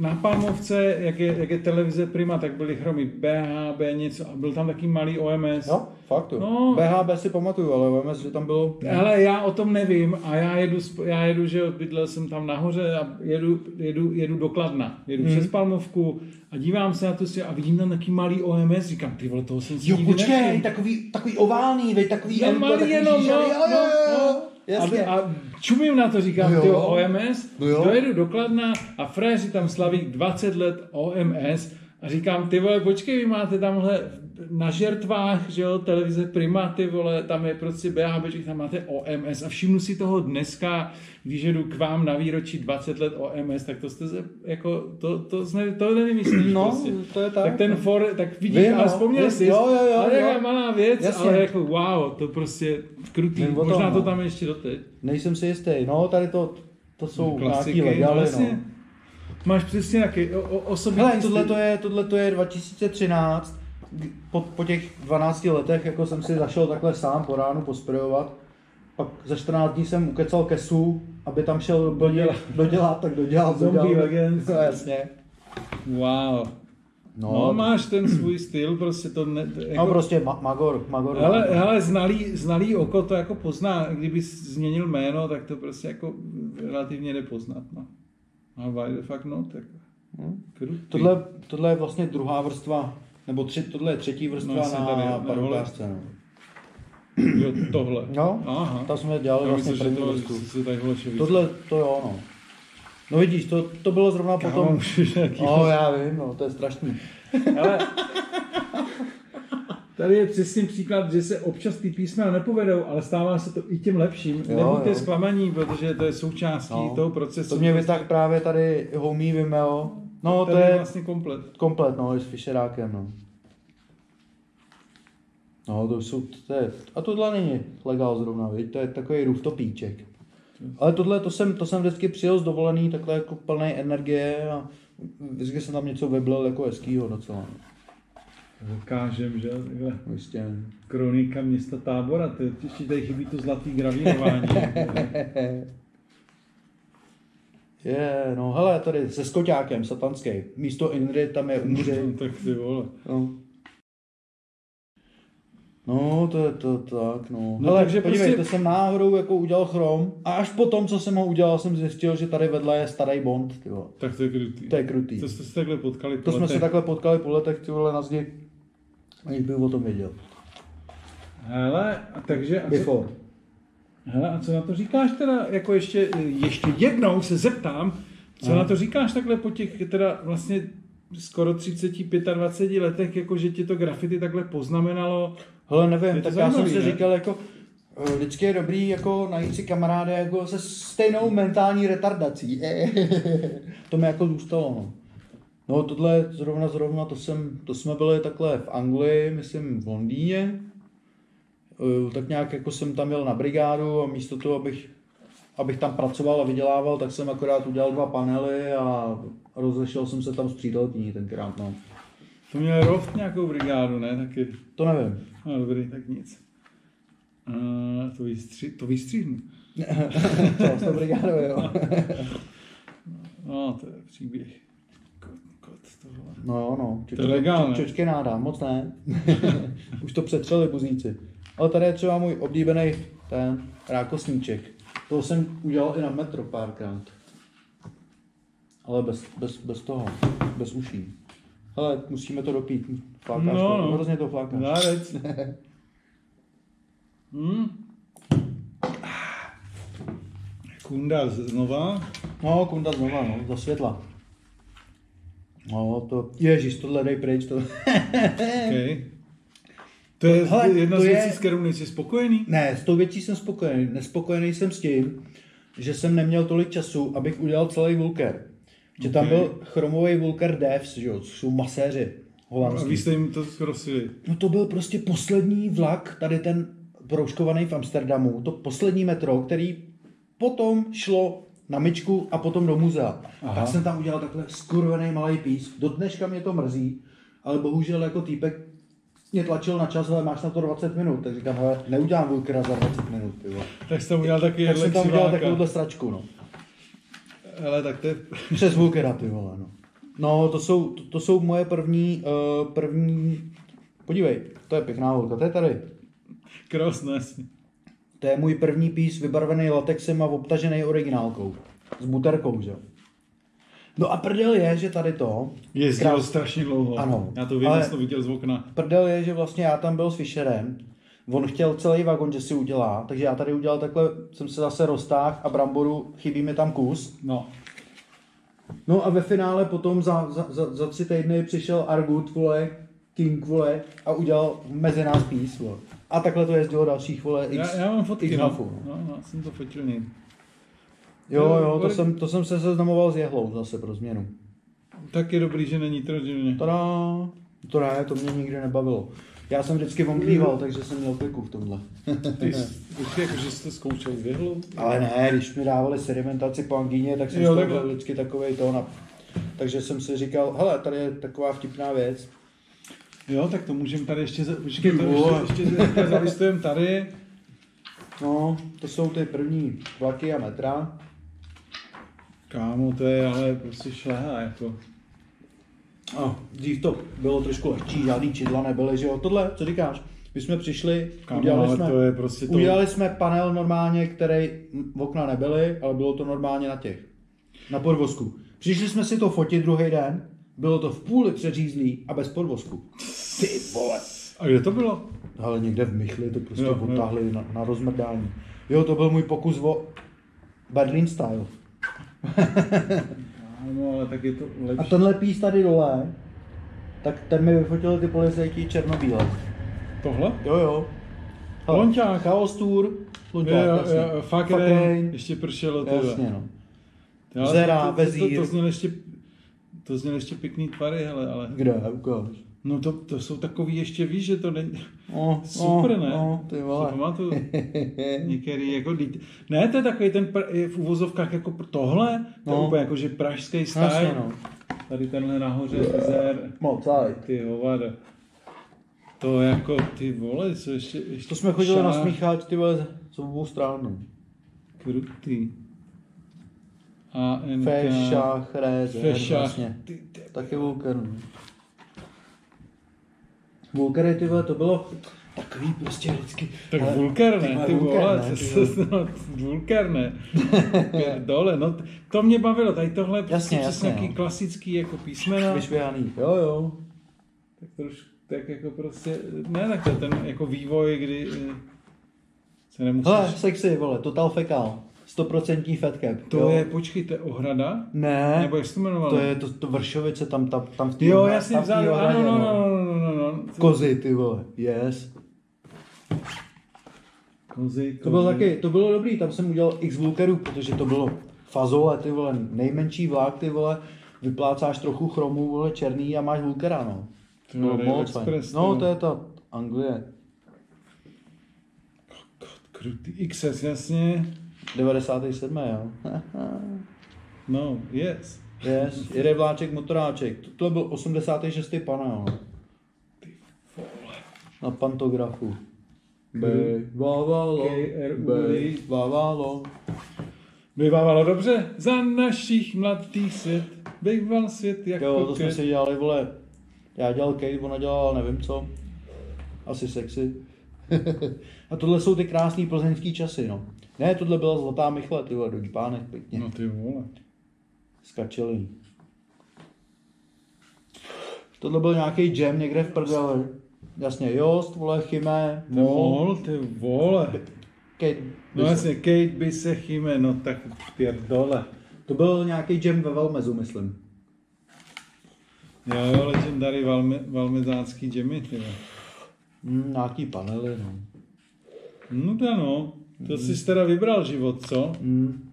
[SPEAKER 1] Na Palmovce, jak je, jak je televize Prima, tak byly chromy BHB něco a byl tam taký malý OMS.
[SPEAKER 2] Jo, fakt jo.
[SPEAKER 1] No.
[SPEAKER 2] BHB si pamatuju, ale OMS, že tam bylo...
[SPEAKER 1] Ale já o tom nevím a já jedu, sp- já jedu že jo, bydlel jsem tam nahoře a jedu, jedu, jedu do Kladna. Jedu přes Palmovku a dívám se na to si a vidím tam taký malý OMS, říkám, ty vole, toho jsem si
[SPEAKER 2] Jo,
[SPEAKER 1] nikdy nevšiml.
[SPEAKER 2] počkej, takový, takový oválný, vej, takový
[SPEAKER 1] No,
[SPEAKER 2] elko,
[SPEAKER 1] malý
[SPEAKER 2] takový
[SPEAKER 1] jenom, no,
[SPEAKER 2] žížavý,
[SPEAKER 1] no,
[SPEAKER 2] jo, jo, jo,
[SPEAKER 1] no.
[SPEAKER 2] jasně.
[SPEAKER 1] A, a čumím na to, říkám,
[SPEAKER 2] No jo.
[SPEAKER 1] ty OMS,
[SPEAKER 2] No jo.
[SPEAKER 1] dojedu do Kladna a fréři tam slaví 20 let OMS a říkám, ty vole, počkej, vy máte tamhle na žertvách, že jo, televize Prima, ty vole, tam je prostě BHB, tam máte OMS a všimnu si toho dneska, když jedu k vám na výročí 20 let OMS, tak to jste se, jako, to, to, to, to nevymyslíš
[SPEAKER 2] No,
[SPEAKER 1] prostě.
[SPEAKER 2] to je tak.
[SPEAKER 1] Tak ten for, tak vidíš,
[SPEAKER 2] Vím,
[SPEAKER 1] ale
[SPEAKER 2] no.
[SPEAKER 1] vzpomněl
[SPEAKER 2] Jo,
[SPEAKER 1] jsi,
[SPEAKER 2] jo, jo, jo,
[SPEAKER 1] ale
[SPEAKER 2] jo.
[SPEAKER 1] malá věc,
[SPEAKER 2] Jasně.
[SPEAKER 1] ale jako wow, to prostě krutý,
[SPEAKER 2] Vím o tom,
[SPEAKER 1] možná to
[SPEAKER 2] no.
[SPEAKER 1] tam ještě doteď.
[SPEAKER 2] Nejsem si jistý, no, tady to, to jsou
[SPEAKER 1] Klasiky,
[SPEAKER 2] nějaký legály, no.
[SPEAKER 1] vlastně. Máš přesně taky o- o- osobní
[SPEAKER 2] Hele,
[SPEAKER 1] styl.
[SPEAKER 2] tohle to je, tohle to je 2013, k- po, po, těch 12 letech jako jsem si zašel takhle sám po ránu posprejovat, pak za 14 dní jsem ukecal kesu, aby tam šel dodělat, dodělat tak dodělal,
[SPEAKER 1] Zombie
[SPEAKER 2] dodělal.
[SPEAKER 1] Legends.
[SPEAKER 2] No, jasně.
[SPEAKER 1] Wow. No, no, máš ten svůj styl, prostě to ne, to jako,
[SPEAKER 2] no prostě ma- Magor, Magor.
[SPEAKER 1] Hele, hele znalý, znalý oko to jako pozná, kdyby jsi změnil jméno, tak to prostě jako relativně nepoznat, no. A why the fuck not, tak
[SPEAKER 2] Hm?
[SPEAKER 1] krutý.
[SPEAKER 2] Tohle, tohle je vlastně druhá vrstva, nebo tři, tohle je třetí vrstva
[SPEAKER 1] No,
[SPEAKER 2] no,
[SPEAKER 1] jasně,
[SPEAKER 2] na
[SPEAKER 1] tady,
[SPEAKER 2] tady,
[SPEAKER 1] ne,
[SPEAKER 2] parokářce. No.
[SPEAKER 1] Jo, tohle.
[SPEAKER 2] No,
[SPEAKER 1] Aha.
[SPEAKER 2] tam jsme dělali
[SPEAKER 1] Já
[SPEAKER 2] vlastně
[SPEAKER 1] myslím, že
[SPEAKER 2] první
[SPEAKER 1] to,
[SPEAKER 2] vrstvu.
[SPEAKER 1] že se takhle ještě vyzná.
[SPEAKER 2] Tohle, to jo, no. No vidíš, to, to bylo zrovna
[SPEAKER 1] Kámo,
[SPEAKER 2] potom...
[SPEAKER 1] už je nějaký-
[SPEAKER 2] No, já vím, no, to je strašný.
[SPEAKER 1] Ale tady je přesný příklad, že se občas ty písmena nepovedou, ale stává se to i těm lepším. Jo,
[SPEAKER 2] Jo,
[SPEAKER 1] Nebuďte jo.
[SPEAKER 2] jo.
[SPEAKER 1] zklamaní, protože to je součástí no,
[SPEAKER 2] No,
[SPEAKER 1] toho procesu.
[SPEAKER 2] To mě vytáhl právě tady homie Vimeo. No, to
[SPEAKER 1] Tady
[SPEAKER 2] je
[SPEAKER 1] vlastně komplet.
[SPEAKER 2] komplet, no, i s Fischerákem, no. No, to jsou, to je, a tohle není legál zrovna, viď? to je takový rooftopíček. Ale tohle, to jsem, to jsem vždycky přijel z dovolený, takhle jako plný energie a vždycky jsem tam něco vyblil jako hezkýho docela.
[SPEAKER 1] Ukážem, že? Takhle.
[SPEAKER 2] no. Jistě.
[SPEAKER 1] Kronika města Tábora, to je, ještě tady chybí to zlatý gravírování.
[SPEAKER 2] Je, yeah, no hele, tady se Skoťákem, satanský. Místo Ingrid tam je Umři.
[SPEAKER 1] tak ty vole.
[SPEAKER 2] No. No, to je to tak, no.
[SPEAKER 1] No,
[SPEAKER 2] Hele,
[SPEAKER 1] takže
[SPEAKER 2] takže podívej,
[SPEAKER 1] prostě-
[SPEAKER 2] to jsem náhodou jako udělal chrom a až po tom, co jsem ho udělal, jsem zjistil, že tady vedle je starý Bond, ty vole.
[SPEAKER 1] Tak to je krutý.
[SPEAKER 2] To je krutý.
[SPEAKER 1] To jste se takhle potkali po
[SPEAKER 2] To jsme
[SPEAKER 1] letech.
[SPEAKER 2] se takhle potkali po letech, ty vole, na zdi, aniž bych o tom věděl.
[SPEAKER 1] Hele, a takže... A co,
[SPEAKER 2] Before.
[SPEAKER 1] hele, a co na to říkáš teda, jako ještě, ještě jednou se zeptám, co
[SPEAKER 2] Aha.
[SPEAKER 1] na to říkáš takhle po těch teda vlastně skoro 30, 25 letech, jako že ti to grafity takhle poznamenalo.
[SPEAKER 2] Hele,
[SPEAKER 1] Je
[SPEAKER 2] nevím,
[SPEAKER 1] to
[SPEAKER 2] tak já jsem
[SPEAKER 1] zajímavý,
[SPEAKER 2] si
[SPEAKER 1] ne?
[SPEAKER 2] říkal, jako, eh, vždycky je dobrý jako najít si kamaráda jako se stejnou mentální retardací. to mi jako zůstalo, no. No tohle zrovna, zrovna, to, jsem, to jsme byli takhle v Anglii, myslím v Londýně. Eh, Tak nějak jako jsem tam jel na brigádu a místo toho, abych, abych tam pracoval a vydělával, tak jsem akorát udělal dva panely a rozešel jsem se tam s přítelkyní tenkrát, no.
[SPEAKER 1] To měl Roft nějakou brigádu, ne? Taky.
[SPEAKER 2] To nevím.
[SPEAKER 1] No dobrý, tak nic. A to, vystři, to vystříhnu.
[SPEAKER 2] To s tou brigádou, jo.
[SPEAKER 1] No, to je příběh. Kot, kot, to vole.
[SPEAKER 2] No jo, no.
[SPEAKER 1] To je legál, ne?
[SPEAKER 2] Čočky náda, moc ne. Už to přetřeli buzíci. Ale tady je třeba můj oblíbený ten rákosníček. To jsem udělal i na metro párkrát. Ale bez, bez, bez toho, bez uší. Hele, musíme to dopít. Flákáš
[SPEAKER 1] No,
[SPEAKER 2] to,
[SPEAKER 1] no.
[SPEAKER 2] hrozně to flákáš.
[SPEAKER 1] Zárec. hmm. Kunda Ah, z- znova.
[SPEAKER 2] No, kunda znova, no, za světla. No, to, ježíš, tohle dej pryč, to...
[SPEAKER 1] Okay. To je
[SPEAKER 2] Hele,
[SPEAKER 1] jedna
[SPEAKER 2] to
[SPEAKER 1] z
[SPEAKER 2] je-
[SPEAKER 1] věcí, s kterou nejsi spokojený.
[SPEAKER 2] Ne, s tou věcí jsem spokojený. Nespokojený jsem s tím, že jsem neměl tolik času, abych udělal celý Vulker. Že tam
[SPEAKER 1] Ok.
[SPEAKER 2] byl chromový Vulker Devs, že jo, což jsou maséři
[SPEAKER 1] A vy
[SPEAKER 2] holandský.
[SPEAKER 1] jste jim to zkrosili.
[SPEAKER 2] No to byl prostě poslední vlak, tady ten brouškovaný v Amsterdamu, to poslední metro, který potom šlo na myčku a potom do muzea.
[SPEAKER 1] Aha.
[SPEAKER 2] Aha. Tak jsem tam udělal takhle skurvený malý pís. Do dneška mě to mrzí, ale bohužel jako týpek mě tlačil na čas, ale máš na to 20 minut. Tak říkám, hele, neudělám Vulkera za 20 minut, ty vole.
[SPEAKER 1] Tak jste tam udělal taky
[SPEAKER 2] Tak jsem tam udělal
[SPEAKER 1] lexivláka.
[SPEAKER 2] takovouhle sračku, no.
[SPEAKER 1] Ale tak to je...
[SPEAKER 2] Přes Vulkera, ty vole, no. No, to jsou, to, to jsou moje první, uh, první... Podívej, to je pěkná holka, to je tady.
[SPEAKER 1] Kros, no jasně.
[SPEAKER 2] To je můj první pís vybarvený latexem a obtažený originálkou. S buterkou, že jo. No a prdel je, že tady to,
[SPEAKER 1] Jezdil strašně dlouho.
[SPEAKER 2] Ano.
[SPEAKER 1] Já to vím,
[SPEAKER 2] Ale-
[SPEAKER 1] já jsem to viděl z okna.
[SPEAKER 2] prdel je, že vlastně já tam byl s Fisherem, on chtěl celý vagon, že si udělá, takže já tady udělal takhle, jsem se zase roztáhl a bramboru, chybí mi tam kus.
[SPEAKER 1] No.
[SPEAKER 2] No a ve finále potom za, za, za, za tři týdny přišel Argut, vole, King, vole, a udělal mezi nás pís, vole. A takhle to jezdilo dalších, vole, x,
[SPEAKER 1] Já, já mám fotky,
[SPEAKER 2] x
[SPEAKER 1] no.
[SPEAKER 2] hafů, no.
[SPEAKER 1] no. no, jsem to fotil někde.
[SPEAKER 2] Jo, jo, to jsem, to jsem se seznamoval s jehlou zase pro změnu.
[SPEAKER 1] Tak je dobrý, že není nitrogeně.
[SPEAKER 2] Tada! To ne, to mě nikdy nebavilo. Já jsem vždycky omdlíval, takže jsem měl kliku v tomhle.
[SPEAKER 1] Ty jsi, počkej, jakože jsi to zkoušel s jehlou?
[SPEAKER 2] Ale ne, když mi dávali sedimentaci po angíně, tak jsem
[SPEAKER 1] Jo,
[SPEAKER 2] jo,
[SPEAKER 1] takhle.
[SPEAKER 2] byl vždycky takovej to na... Takže jsem si říkal, hele, tady je taková vtipná věc.
[SPEAKER 1] Jo, tak to můžeme tady ještě, za- počkej,
[SPEAKER 2] Ty
[SPEAKER 1] to
[SPEAKER 2] vole.
[SPEAKER 1] ještě, ještě, ještě zavistujeme tady.
[SPEAKER 2] No, to jsou ty první vlaky a metra.
[SPEAKER 1] Kámo, to je ale prostě šleha, jako.
[SPEAKER 2] A dřív to bylo trošku lehčí, žádný čidla nebyly, že jo. Tohle, co říkáš? My jsme přišli,
[SPEAKER 1] Kámo,
[SPEAKER 2] udělali
[SPEAKER 1] ale
[SPEAKER 2] jsme,
[SPEAKER 1] to je prostě to-
[SPEAKER 2] udělali jsme panel normálně, který m, v okna nebyly, ale bylo to normálně na těch, na podvozku. Přišli jsme si to fotit druhý den, bylo to v půli přeřízlý a bez podvozku. Ty vole.
[SPEAKER 1] A kde to bylo?
[SPEAKER 2] Ale někde v Michli to prostě
[SPEAKER 1] Jo, jo.
[SPEAKER 2] jo, odtáhli Na, na rozmrdání. Jo, to byl můj pokus o Berlin style. No,
[SPEAKER 1] Kámo, ale tak je to
[SPEAKER 2] A
[SPEAKER 1] lepší.
[SPEAKER 2] tenhle pís tady dole, tak ten mi vyfotil ty policajti černobíle.
[SPEAKER 1] Tohle?
[SPEAKER 2] Jo, jo. Hele,
[SPEAKER 1] Lonťák.
[SPEAKER 2] Chaos Tour.
[SPEAKER 1] Jo,
[SPEAKER 2] Lonťák,
[SPEAKER 1] jo,
[SPEAKER 2] jasně.
[SPEAKER 1] jo, fakt
[SPEAKER 2] Fuck
[SPEAKER 1] rain,
[SPEAKER 2] rain,
[SPEAKER 1] ještě pršelo to.
[SPEAKER 2] Jasně, no.
[SPEAKER 1] Jo,
[SPEAKER 2] Zera,
[SPEAKER 1] to- to- To,
[SPEAKER 2] vezír.
[SPEAKER 1] to, zněl ještě, to zněl ještě pěkný tvary, hele, ale...
[SPEAKER 2] Kde, ukáž.
[SPEAKER 1] No to, to jsou takový ještě, víš, že to není...
[SPEAKER 2] O,
[SPEAKER 1] Super,
[SPEAKER 2] o,
[SPEAKER 1] ne?
[SPEAKER 2] O, No, ty
[SPEAKER 1] To
[SPEAKER 2] vole.
[SPEAKER 1] pamatuju. Některý jako dít. Ne, to je takový ten pr- je v uvozovkách jako pr- tohle, to je
[SPEAKER 2] No.
[SPEAKER 1] úplně jako že pražský style.
[SPEAKER 2] Jasně, no.
[SPEAKER 1] Tady tenhle nahoře zer,
[SPEAKER 2] Mocaj.
[SPEAKER 1] ty hovada. To jako, ty vole, co ještě, ještě
[SPEAKER 2] To jsme chodili na
[SPEAKER 1] šá-
[SPEAKER 2] smícháč, ty vole, z obou stran. no.
[SPEAKER 1] Krutý. A NK.
[SPEAKER 2] Fešach, Rez,
[SPEAKER 1] Fešach.
[SPEAKER 2] vlastně.
[SPEAKER 1] Ty, ty,
[SPEAKER 2] Taky Vulker. no. Vulkery, ty vole, to bylo... Takový prostě lidsky.
[SPEAKER 1] Tak
[SPEAKER 2] Ale-
[SPEAKER 1] vulker
[SPEAKER 2] ty
[SPEAKER 1] ne,
[SPEAKER 2] vole,
[SPEAKER 1] ty
[SPEAKER 2] vulker
[SPEAKER 1] vole,
[SPEAKER 2] ne,
[SPEAKER 1] co
[SPEAKER 2] ty
[SPEAKER 1] se no, vulker ne. Dole, no t- to mě bavilo, tady tohle je prostě
[SPEAKER 2] Jasně,
[SPEAKER 1] přesně
[SPEAKER 2] jasně,
[SPEAKER 1] nějaký
[SPEAKER 2] no.
[SPEAKER 1] klasický jako písmena,
[SPEAKER 2] Vyšvihaný.
[SPEAKER 4] Jo, jo.
[SPEAKER 1] tak trošku, tak jako prostě, ne tak to ten jako vývoj, kdy eh, se nemusíš,
[SPEAKER 2] Hele, sexy, vole, total fekal. 100% fat cap.
[SPEAKER 1] to
[SPEAKER 2] jo.
[SPEAKER 1] je, počkej, to je ohrada,
[SPEAKER 2] Ne,
[SPEAKER 1] nebo jak se to jmenovalo?
[SPEAKER 2] to je to, to Vršovice tam, tam, tam v té
[SPEAKER 1] Jo,
[SPEAKER 2] hra-
[SPEAKER 1] jasně,
[SPEAKER 2] tam v té
[SPEAKER 1] vzadu,
[SPEAKER 2] hraně,
[SPEAKER 1] ano, no, no, no, no, no, no.
[SPEAKER 2] Kozy, ty vole, yes.
[SPEAKER 1] Kozy,
[SPEAKER 2] To bylo
[SPEAKER 1] kozy.
[SPEAKER 2] taky, to bylo dobrý, tam jsem udělal x vulkerů, protože to bylo fazole, ty vole, nejmenší vlák, ty vole, vyplácáš trochu chromu, vole, černý a máš vulkera, no.
[SPEAKER 1] To
[SPEAKER 2] To bylo
[SPEAKER 1] je
[SPEAKER 2] moc fajn.
[SPEAKER 1] Express,
[SPEAKER 2] No,
[SPEAKER 1] ty
[SPEAKER 2] to je ta Anglie,
[SPEAKER 1] God, krutý XS, jasně.
[SPEAKER 2] 97, jo.
[SPEAKER 1] No, yes.
[SPEAKER 2] yes, jede vláček, motoráček, to byl 86. panel, no. Na pantografu. Bej, vávalo,
[SPEAKER 1] KRUD.
[SPEAKER 2] bej, vávalo.
[SPEAKER 1] Bývávalo dobře za našich mladých svět. Býval svět jako
[SPEAKER 2] Jo, to jsme
[SPEAKER 1] květ.
[SPEAKER 2] si dělali, vole. Já dělal Kate, ona dělala nevím co. Asi sexy. a tohle jsou ty krásný plzeňský časy, no. Ne, tohle byla zlatá michle, ty vole, do džbánek pěkně.
[SPEAKER 1] No ty vole.
[SPEAKER 2] Skačeli. Tohle byl nějaký jam někde v prdeli. Jasně, Jost, vole, Chimé,
[SPEAKER 1] Ten
[SPEAKER 2] Mol,
[SPEAKER 1] mol, ty vole.
[SPEAKER 2] Kate.
[SPEAKER 1] No jasně, Kate by se chyme, no tak dole.
[SPEAKER 2] To byl nějaký jam ve Velmezu, myslím.
[SPEAKER 1] Jo, jo, legendary valme, valmezánský džemy, ty vole.
[SPEAKER 2] Mm, nějaký panely, no.
[SPEAKER 1] No to no. To jsi teda vybral život, co?
[SPEAKER 2] Mm.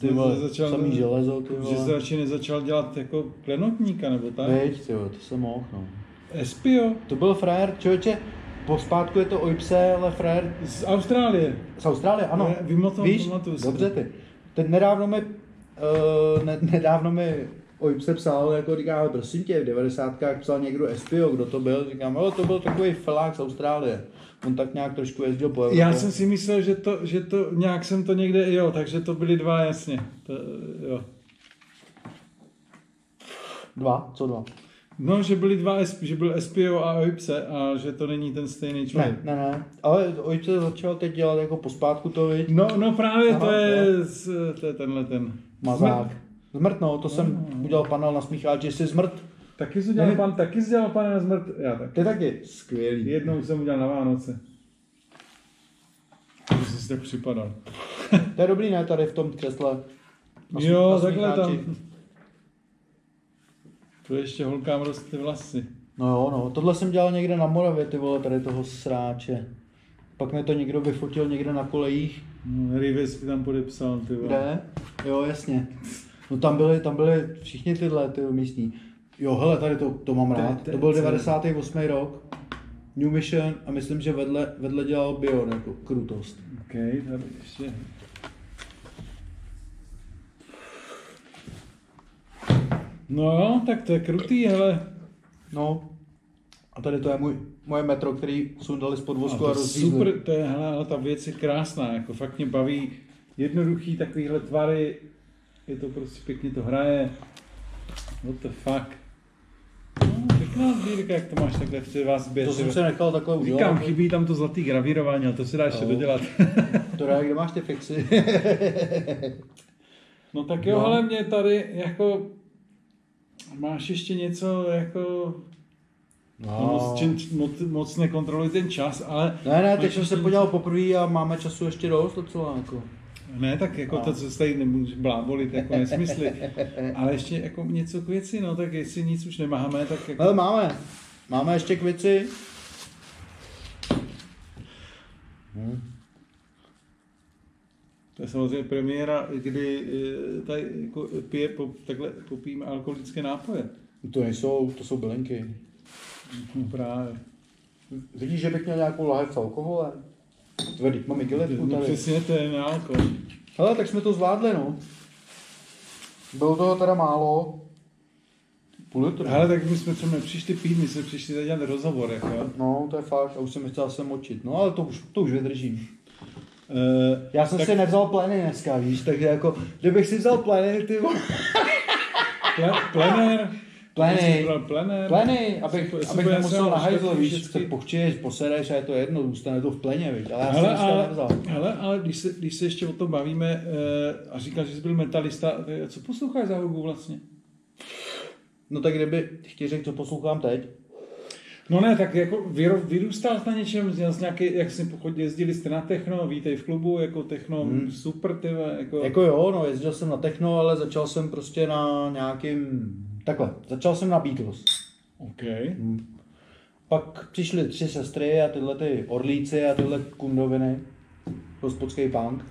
[SPEAKER 2] Ty
[SPEAKER 1] Jsi
[SPEAKER 2] vole,
[SPEAKER 1] začal-
[SPEAKER 2] samý železo, ty vole.
[SPEAKER 1] Že jsi radši nezačal dělat jako klenotníka, nebo tak?
[SPEAKER 2] Veď, ty jo, to jsem mohl, no.
[SPEAKER 1] Espio
[SPEAKER 2] To byl frajer, člověče, po zpátku je to Oipse, ale frajer
[SPEAKER 1] z Austrálie.
[SPEAKER 2] z Austrálie, ano.
[SPEAKER 1] Ne, vymotal-
[SPEAKER 2] Víš,
[SPEAKER 1] pamatuju si.
[SPEAKER 2] dobře ty. Teď nedávno mi, uh, ne, nedávno mi Oipse psal, jako říká, ale prosím tě, v 90. psal někdo Espio, kdo to byl, říkám, jo, to byl takový felák z Austrálie. On tak nějak trošku jezdil po Evropě.
[SPEAKER 1] Já jsem si myslel, že to, že to, nějak jsem to někde, jo, takže to byly dva, jasně. To, jo.
[SPEAKER 2] Dva, co dva?
[SPEAKER 1] No, že byly dva, SP, že byl SPO a OIPSE a že to není ten stejný člověk.
[SPEAKER 2] Ne, ne, ne. Ale Oipse začal teď dělat jako pospátku to, viď?
[SPEAKER 1] No, no právě Aha, to,
[SPEAKER 2] Aha,
[SPEAKER 1] je, z, to je tenhle ten.
[SPEAKER 2] Mazák. Zmrt, no, to jsem udělal panel na smícháči, jsi zmrt.
[SPEAKER 1] Taky jsi udělal
[SPEAKER 2] Ne.
[SPEAKER 1] pan, taky jsi dělal pana zmrt, já tak.
[SPEAKER 2] Ty taky. Skvělý.
[SPEAKER 1] Jednou jsem udělal na Vánoce. Že jsi si tak připadal.
[SPEAKER 2] To je dobrý, ne, tady v tom křesle. Vlastně Na sm-
[SPEAKER 1] Jo,
[SPEAKER 2] na
[SPEAKER 1] takhle
[SPEAKER 2] smícháči.
[SPEAKER 1] tam. To ještě holkám roste ty vlasy.
[SPEAKER 2] No jo, no, tohle jsem dělal někde na Moravě, ty vole, tady toho sráče. Pak mi to někdo vyfotil někde na kolejích.
[SPEAKER 1] No, Rives mi tam podepsal, ty vole.
[SPEAKER 2] Kde? Jo, jasně. No tam byly, tam byly všichni tyhle, ty místní. Jo, hele, tady to, to mám rád. To byl 98. rok. New Mission a myslím, že vedle, vedle dělal Bion, jako krutost.
[SPEAKER 1] OK, tady ještě. No jo, tak to je krutý, hele.
[SPEAKER 2] No, a tady to je můj, moje metro, který sundali z podvozku a,
[SPEAKER 1] to
[SPEAKER 2] a
[SPEAKER 1] je
[SPEAKER 2] rozřízli.
[SPEAKER 1] super, to je, hele, ale ta věc je krásná, jako fakt mě baví jednoduchý takovýhle tvary, je to prostě pěkně to hraje. What the fuck. No, pěkná sbírka, jak to máš takhle před vás zbět.
[SPEAKER 2] To jsem se nechal takhle udělat.
[SPEAKER 1] Říkám, chybí tam to zlatý gravírování, ale to se dá ještě
[SPEAKER 2] Jo.
[SPEAKER 1] dodělat.
[SPEAKER 2] To dá, kde máš ty fixy?
[SPEAKER 1] No tak jo,
[SPEAKER 2] No.
[SPEAKER 1] ale mě tady jako máš ještě něco jako no. moc, čin, moc, moc nekontroluji ten čas, ale
[SPEAKER 2] Ne, ne,
[SPEAKER 1] máš
[SPEAKER 2] teď jsem se
[SPEAKER 1] ještě
[SPEAKER 2] podělal poprvé a máme času ještě dost docela jako.
[SPEAKER 1] něco- Ne, tak jako
[SPEAKER 2] No.
[SPEAKER 1] to, co se tady nemůžeš blábolit, jako nesmysly, ale ještě jako něco k věci, no tak jestli nic už nemáme, tak jako...
[SPEAKER 2] Hele, máme. Máme ještě kvici. Hm,
[SPEAKER 1] To je samozřejmě premiéra, kdy eh, tady jako pije, po, takhle popijeme alkoholické nápoje.
[SPEAKER 2] To nejsou, to jsou bylinky.
[SPEAKER 1] No právě.
[SPEAKER 2] Vidíš, že bych měl nějakou lahev s alkoholem? Tvrdý, mám i giletku
[SPEAKER 1] No
[SPEAKER 2] tady.
[SPEAKER 1] přesně, to je na alkohol.
[SPEAKER 2] Hele, tak jsme to zvládli, no. Bylo toho teda málo. Půl litru.
[SPEAKER 1] Ale tak my jsme třeba příští týden, my jsme přišli tady dělat rozhovor, jako. jo.
[SPEAKER 2] No, to je fakt, a už jsem mi chtěl se močit. No, ale to už, to už vydržím.
[SPEAKER 1] Eh,
[SPEAKER 2] Já jsem
[SPEAKER 1] tak
[SPEAKER 2] si nevzal pleny dneska, víš, takže jako, kdybych si vzal pleny, ty vole,
[SPEAKER 1] ple- plenér,
[SPEAKER 2] Pleny,
[SPEAKER 1] Jsem plené.
[SPEAKER 2] pleny, abych,
[SPEAKER 1] Super,
[SPEAKER 2] abych
[SPEAKER 1] super,
[SPEAKER 2] nemusel
[SPEAKER 1] jsem
[SPEAKER 2] na hajzl,
[SPEAKER 1] špatný
[SPEAKER 2] víš, se
[SPEAKER 1] všechny.
[SPEAKER 2] pochčiješ, posereš a je to jedno, zůstane to v pleně, víš, ale já jsem
[SPEAKER 1] Hele,
[SPEAKER 2] dneska ale...
[SPEAKER 1] ale,
[SPEAKER 2] nevzal.
[SPEAKER 1] hele, ale když se, když se ještě o tom bavíme eh, a říkáš, že jsi byl metalista, eh, co posloucháš za hudbu vlastně?
[SPEAKER 2] No tak kdyby ti řekl, co poslouchám teď,
[SPEAKER 1] No ne, tak jako vyro- vyrůstal jsi na něčem, měl jsi nějaký, jak jsi pochodil, jezdili jste na techno, vítej v klubu, jako techno, hmm. super, ty vole, jako, jako,
[SPEAKER 2] Jako jo, no, jezdil jsem na techno, ale začal jsem prostě na nějakým, takhle, začal jsem na Beatles.
[SPEAKER 1] OK.
[SPEAKER 2] Pak přišly tři sestry a tyhle ty orlíci a tyhle kundoviny, hospodský punk.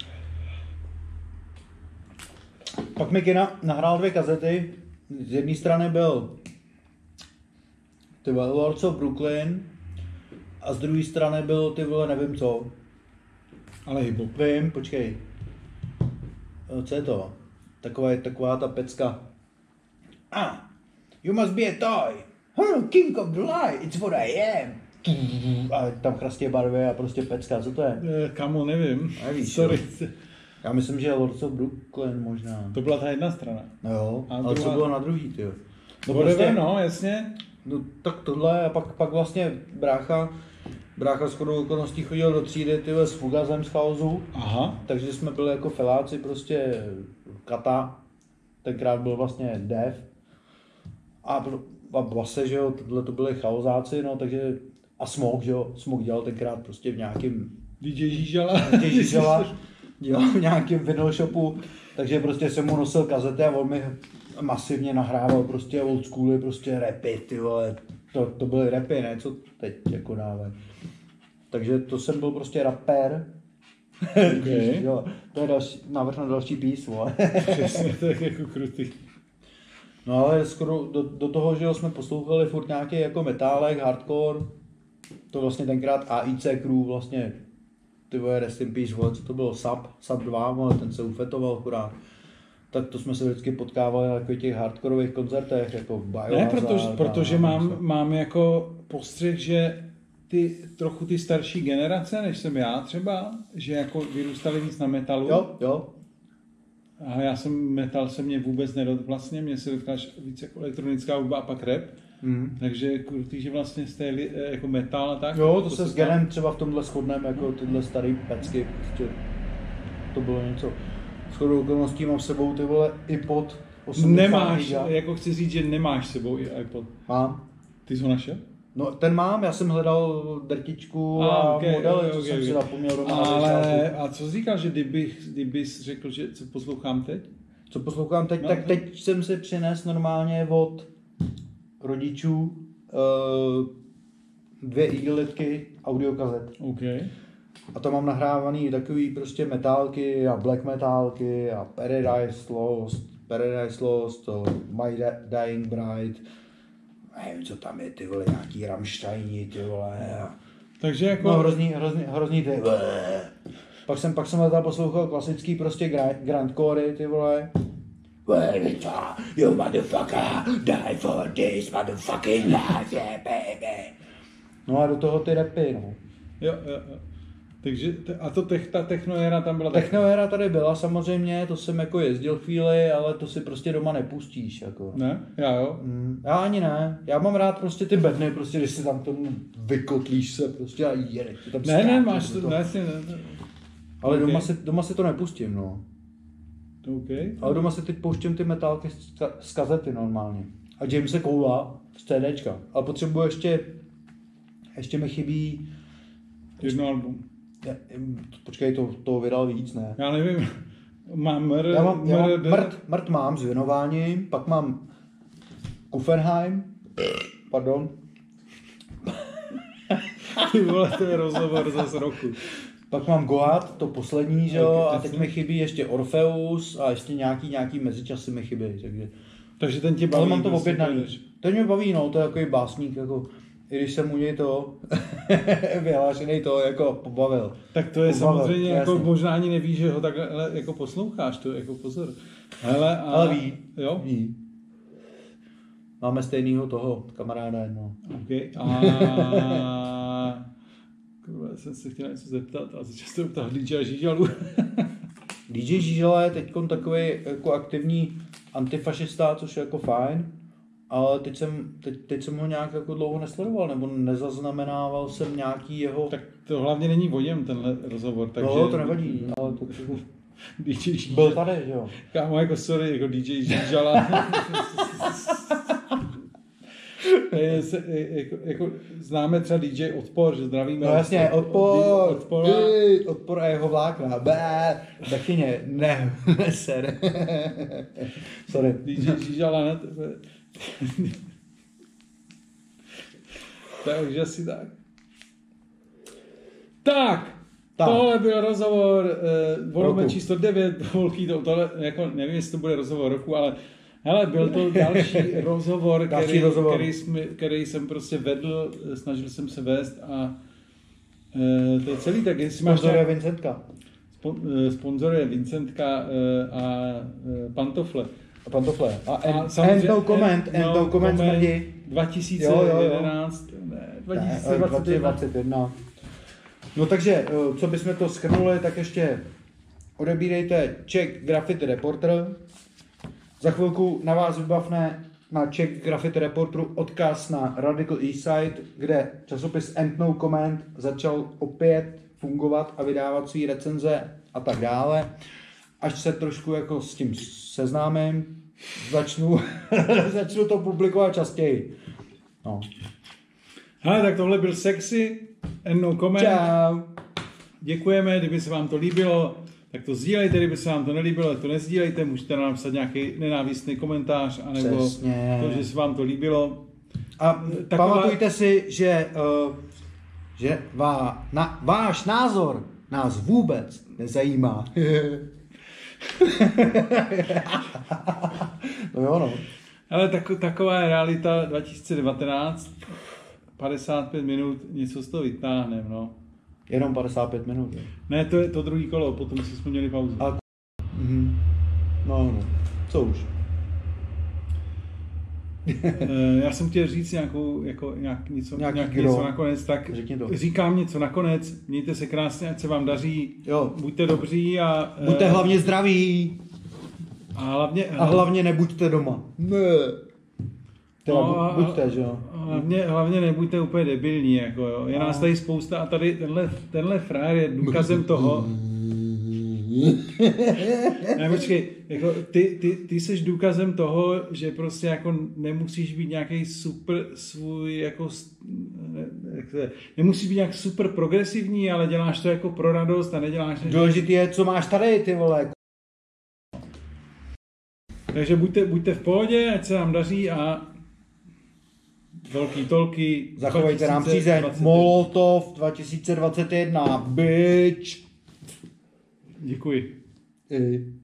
[SPEAKER 2] Pak mi Kina nahrál dvě kazety, z jedné strany byl ty vole, Lords of Brooklyn a z druhé strany byl ty vole nevím co.
[SPEAKER 1] Ale hybo.
[SPEAKER 2] Vím, počkej. Eh, Co je to? Taková, je- taková ta pecka. Ah, you must be a toy. Huh, king of the lie, it's what I am. A tam chrastě barvy a prostě pecka, co to je?
[SPEAKER 1] Eh, kamo, nevím.
[SPEAKER 2] Nevíš,
[SPEAKER 1] Sorry.
[SPEAKER 2] Já myslím, že Lords of Brooklyn možná.
[SPEAKER 1] To byla ta jedna strana.
[SPEAKER 2] No jo,
[SPEAKER 1] A
[SPEAKER 2] ale co
[SPEAKER 1] druhá-
[SPEAKER 2] bylo na druhý, ty jo?
[SPEAKER 1] No,
[SPEAKER 2] prostě-
[SPEAKER 1] Whatever, no, jasně.
[SPEAKER 2] No tak tohle a pak, pak vlastně brácha, brácha s chodou okolností chodil do třídy tyhle s fugazem z chaosu.
[SPEAKER 1] Aha.
[SPEAKER 2] Takže jsme byli jako feláci, prostě kata, tenkrát byl vlastně dev. A, pro- a vlastně, že jo, tohle to byli chaosáci, no, takže a Smog, že jo, Smog dělal tenkrát prostě v nějakém
[SPEAKER 1] DJ Žížala.
[SPEAKER 2] těžitela, dělal v nějakém vinyl shopu, takže prostě jsem mu nosil kazety a on mi masivně nahrával prostě old schooly, prostě rapy, ty vole, to, to byly rapy, ne, co teď jako dávají. Takže to jsem byl prostě rapper,
[SPEAKER 1] okay.
[SPEAKER 2] Jo, to je další, návrh na další pís, vole.
[SPEAKER 1] Přesně, to je jako krutý.
[SPEAKER 2] No ale skoro do, do toho, že jo, jsme poslouchali furt nějaký jako metálek, hardcore, to vlastně tenkrát AIC Crew vlastně, ty vole, rest in peace, vole, co to bylo, SAP, SAP 2, vole, ten se ufetoval chudák. Tak to jsme se vždycky potkávali na takových těch hardkorových koncertech, jako v Biohazard.
[SPEAKER 1] Ne, protože,
[SPEAKER 2] a- no,
[SPEAKER 1] protože mám, mám jako postřeh, že ty trochu ty starší generace, než jsem já třeba, že jako vyrůstali víc na metalu.
[SPEAKER 2] Jo, jo,
[SPEAKER 1] A já jsem metal se mě vůbec nedot vlastně, mě se dotkla až víc jako elektronická hudba a pak rap. Mm. Takže je krutý, že vlastně jste li- eh, jako metal a tak. Prostě
[SPEAKER 2] Jo, to, se s
[SPEAKER 1] stalo.
[SPEAKER 2] Genem třeba v tomhle shodneme, jako tyhle starý pecky, prostě to bylo něco. S chodou okolností mám s sebou ty vole i pod 80
[SPEAKER 1] Nemáš,
[SPEAKER 2] giga.
[SPEAKER 1] jako chci říct, že nemáš s sebou i iPod.
[SPEAKER 2] Mám.
[SPEAKER 1] Ty jsi ho našel?
[SPEAKER 2] No ten mám, já jsem hledal drtičku a, a
[SPEAKER 1] ok,
[SPEAKER 2] modely,
[SPEAKER 1] ok,
[SPEAKER 2] co
[SPEAKER 1] ok,
[SPEAKER 2] jsem
[SPEAKER 1] ok.
[SPEAKER 2] si zapomněl doma na
[SPEAKER 1] Ale
[SPEAKER 2] začátku.
[SPEAKER 1] a co jsi říkal, že kdybych, kdybys řekl, že co poslouchám teď?
[SPEAKER 2] Co poslouchám teď,
[SPEAKER 1] No,
[SPEAKER 2] tak
[SPEAKER 1] ok.
[SPEAKER 2] teď jsem si přines normálně od rodičů eh, dvě igelitky audiokazet.
[SPEAKER 1] OK.
[SPEAKER 2] A to mám nahrávaný takový prostě metálky a black metálky a Paradise Lost, Paradise Lost, to My Da- Dying Bride, nevím, co tam je, ty vole, nějaký Rammsteini, ty vole. a-
[SPEAKER 1] Takže jako...
[SPEAKER 2] No hrozný, hrozný, hrozný ty vole. Pak jsem, pak jsem leta poslouchal klasický prostě gra- Grand Corey, ty vole. Well, you motherfucker, die for this motherfucking life, yeah, baby. No a do toho ty rapy, no.
[SPEAKER 1] Jo, jo, jo. Takže, te- a to tech, ta technoéra tam byla taky.
[SPEAKER 2] Technohera tady byla samozřejmě, to jsem jako jezdil chvíli, ale to si prostě doma nepustíš. Jako.
[SPEAKER 1] Ne? Já jo.
[SPEAKER 2] Mm, Já ani ne. Já mám rád prostě ty bedny, prostě, když si tam k tomu vykotlíš se prostě a jede. ti Tam
[SPEAKER 1] Ne, ne,
[SPEAKER 2] skáčeš
[SPEAKER 1] máš
[SPEAKER 2] do
[SPEAKER 1] to,
[SPEAKER 2] toho.
[SPEAKER 1] ne, jasně, ne, ne.
[SPEAKER 2] Ale doma,
[SPEAKER 1] Ok.
[SPEAKER 2] si, doma si to nepustím, no.
[SPEAKER 1] OK.
[SPEAKER 2] Ale doma si ty pouštím ty metálky z, ka- z kazety normálně. A Jamese Cola z CDčka. Ale potřebuji ještě, ještě mi chybí,
[SPEAKER 1] Jedno album.
[SPEAKER 2] ne, em, počkej, to, to vydal víc, ne?
[SPEAKER 1] Já nevím. Mám mr,
[SPEAKER 2] Já mám, já mám
[SPEAKER 1] mr-
[SPEAKER 2] mrt, mrt mám s věnováním, pak mám Kufenheim, pardon,
[SPEAKER 1] Ty vole, to je rozhovor zase roku.
[SPEAKER 2] pak mám Goat, to poslední, že jo,
[SPEAKER 1] Ok,
[SPEAKER 2] a
[SPEAKER 1] tak
[SPEAKER 2] teď
[SPEAKER 1] co?
[SPEAKER 2] mi chybí ještě Orfeus a ještě nějaký, nějaký mezičasy mi chybí, takže,
[SPEAKER 1] Takže ten tě baví.
[SPEAKER 2] ale mám to
[SPEAKER 1] prostě,
[SPEAKER 2] objednaný.
[SPEAKER 1] jdeš.
[SPEAKER 2] To mě baví, no, to je takový básník, jako, i když jsem u něj to vyhlášený to jako pobavil.
[SPEAKER 1] Tak to je
[SPEAKER 2] Pobavil,
[SPEAKER 1] samozřejmě,
[SPEAKER 2] to je
[SPEAKER 1] jako
[SPEAKER 2] jasný.
[SPEAKER 1] možná ani nevíš, že ho takhle ale jako posloucháš, to je jako pozor. Hele, a,
[SPEAKER 2] Ale ví.
[SPEAKER 1] Jo,
[SPEAKER 2] Ví. Máme stejného toho kamaráda jednoho.
[SPEAKER 1] OK. A... Kurva, jsem se chtěl něco zeptat a začal jsem ptát Líče a Žížalu.
[SPEAKER 2] DJ Žižela je teď takový jako aktivní antifašista, což je jako fajn. Ale teď jsem, teď, teď jsem ho nějak jako dlouho nesledoval, nebo nezaznamenával jsem nějaký jeho...
[SPEAKER 1] Tak to hlavně není o něm tenhle rozhovor, takže...
[SPEAKER 2] no, to nevadí, ale to,
[SPEAKER 1] DJ Žížala-
[SPEAKER 3] Byl tady, že jo?
[SPEAKER 1] Kámo, jako sorry, jako DJ Žížala. Je, se, je, jako, jako, známe třeba DJ Odpor, že zdravíme.
[SPEAKER 2] No jasně, odpor,
[SPEAKER 1] odpor,
[SPEAKER 2] odpor, odpor a jeho vlákna, bé, Bechyně, ne, ser. Sorry.
[SPEAKER 1] DJ Žížala na tebe. Takže asi tak. Tak,
[SPEAKER 2] Tak.
[SPEAKER 1] tohle byl rozhovor eh, volumen
[SPEAKER 2] Roku.
[SPEAKER 1] číslo 9, volký to, tohle, jako nevím, jestli to bude rozhovor roku, ale hele, byl to další rozhovor,
[SPEAKER 2] Další
[SPEAKER 1] který,
[SPEAKER 2] rozhovor.
[SPEAKER 1] Který, jsme, který, jsem prostě vedl, eh, snažil jsem se vést a eh, to je celý, tak jestli máš
[SPEAKER 2] Sponzoruje
[SPEAKER 1] nějak,
[SPEAKER 2] Vincentka.
[SPEAKER 1] spon- eh, sponzoruje Vincentka eh, a eh, pantofle.
[SPEAKER 2] A pantofle. A, and,
[SPEAKER 1] A
[SPEAKER 2] and
[SPEAKER 1] samozřejmě-
[SPEAKER 2] no comment, and no, comment, smrdi.
[SPEAKER 1] 2011, ne, 2021.
[SPEAKER 2] 2021. No takže, eh, co bychom to schrnuli, tak ještě odebírejte Czech Graffiti Reporter. Za chvilku na vás vybavne na Czech Graffiti Reporteru odkaz na Radical Eastside, kde časopis End No Comment začal opět fungovat a vydávat své recenze a tak dále. Až se trošku jako s tím seznámím, začnu, začnu to publikovat častěji. No.
[SPEAKER 1] Hele, tak tohle byl sexy, and no comment.
[SPEAKER 2] Čau.
[SPEAKER 1] Děkujeme, kdyby se vám to líbilo, tak to sdílejte, kdyby se vám to nelíbilo, tak to nezdílejte, můžete nám napsat nějaký nenávistný komentář, anebo
[SPEAKER 2] Přesně.
[SPEAKER 1] to, že se vám to líbilo.
[SPEAKER 2] A
[SPEAKER 1] Taková-
[SPEAKER 2] Taková... pamatujte si, že, uh, že vá, na, váš názor nás vůbec nezajímá. no jo, no.
[SPEAKER 1] Ale tak, taková je realita 2019, 55 minut, něco z toho vytáhneme, no.
[SPEAKER 2] Jenom 55 minut. jo.
[SPEAKER 1] Ne, to je to druhý kolo, potom si jsme měli pauzu.
[SPEAKER 2] A- Mhm. No, no. Co už?
[SPEAKER 1] Eh, Já jsem chtěl říct nějakou, jako, nějak, něco,
[SPEAKER 2] Nějaký
[SPEAKER 1] nějak,
[SPEAKER 2] gro.
[SPEAKER 1] něco nakonec, tak
[SPEAKER 2] Řekni to.
[SPEAKER 1] říkám něco nakonec, mějte se krásně, ať se vám daří,
[SPEAKER 2] Jo.
[SPEAKER 1] buďte dobří a, eh,
[SPEAKER 2] Buďte hlavně zdraví
[SPEAKER 1] a hlavně,
[SPEAKER 2] a hlavně nebuďte doma. Ne. Teda
[SPEAKER 1] No,
[SPEAKER 2] bu-
[SPEAKER 1] a-
[SPEAKER 2] buďte, že jo.
[SPEAKER 1] Hlavně, hlavně nebuďte úplně debilní, jako jo. Je
[SPEAKER 2] No.
[SPEAKER 1] nás tady spousta a tady tenhle, tenhle frajer je důkazem toho. Ne, počkej, jako ty, ty, ty seš důkazem toho, že prostě jako nemusíš být nějaký super svůj, jako s- ne, jak to je, nemusíš být nějak super progresivní, ale děláš to jako pro radost a neděláš to.
[SPEAKER 2] Důležitý je, co máš tady, ty vole.
[SPEAKER 1] Takže buďte, buďte v pohodě, ať se nám daří a velký tolky.
[SPEAKER 2] Zachovejte nám přízeň.
[SPEAKER 1] 2021.
[SPEAKER 2] Molotov 2021, bitch.
[SPEAKER 1] Děkuji.
[SPEAKER 2] Ej.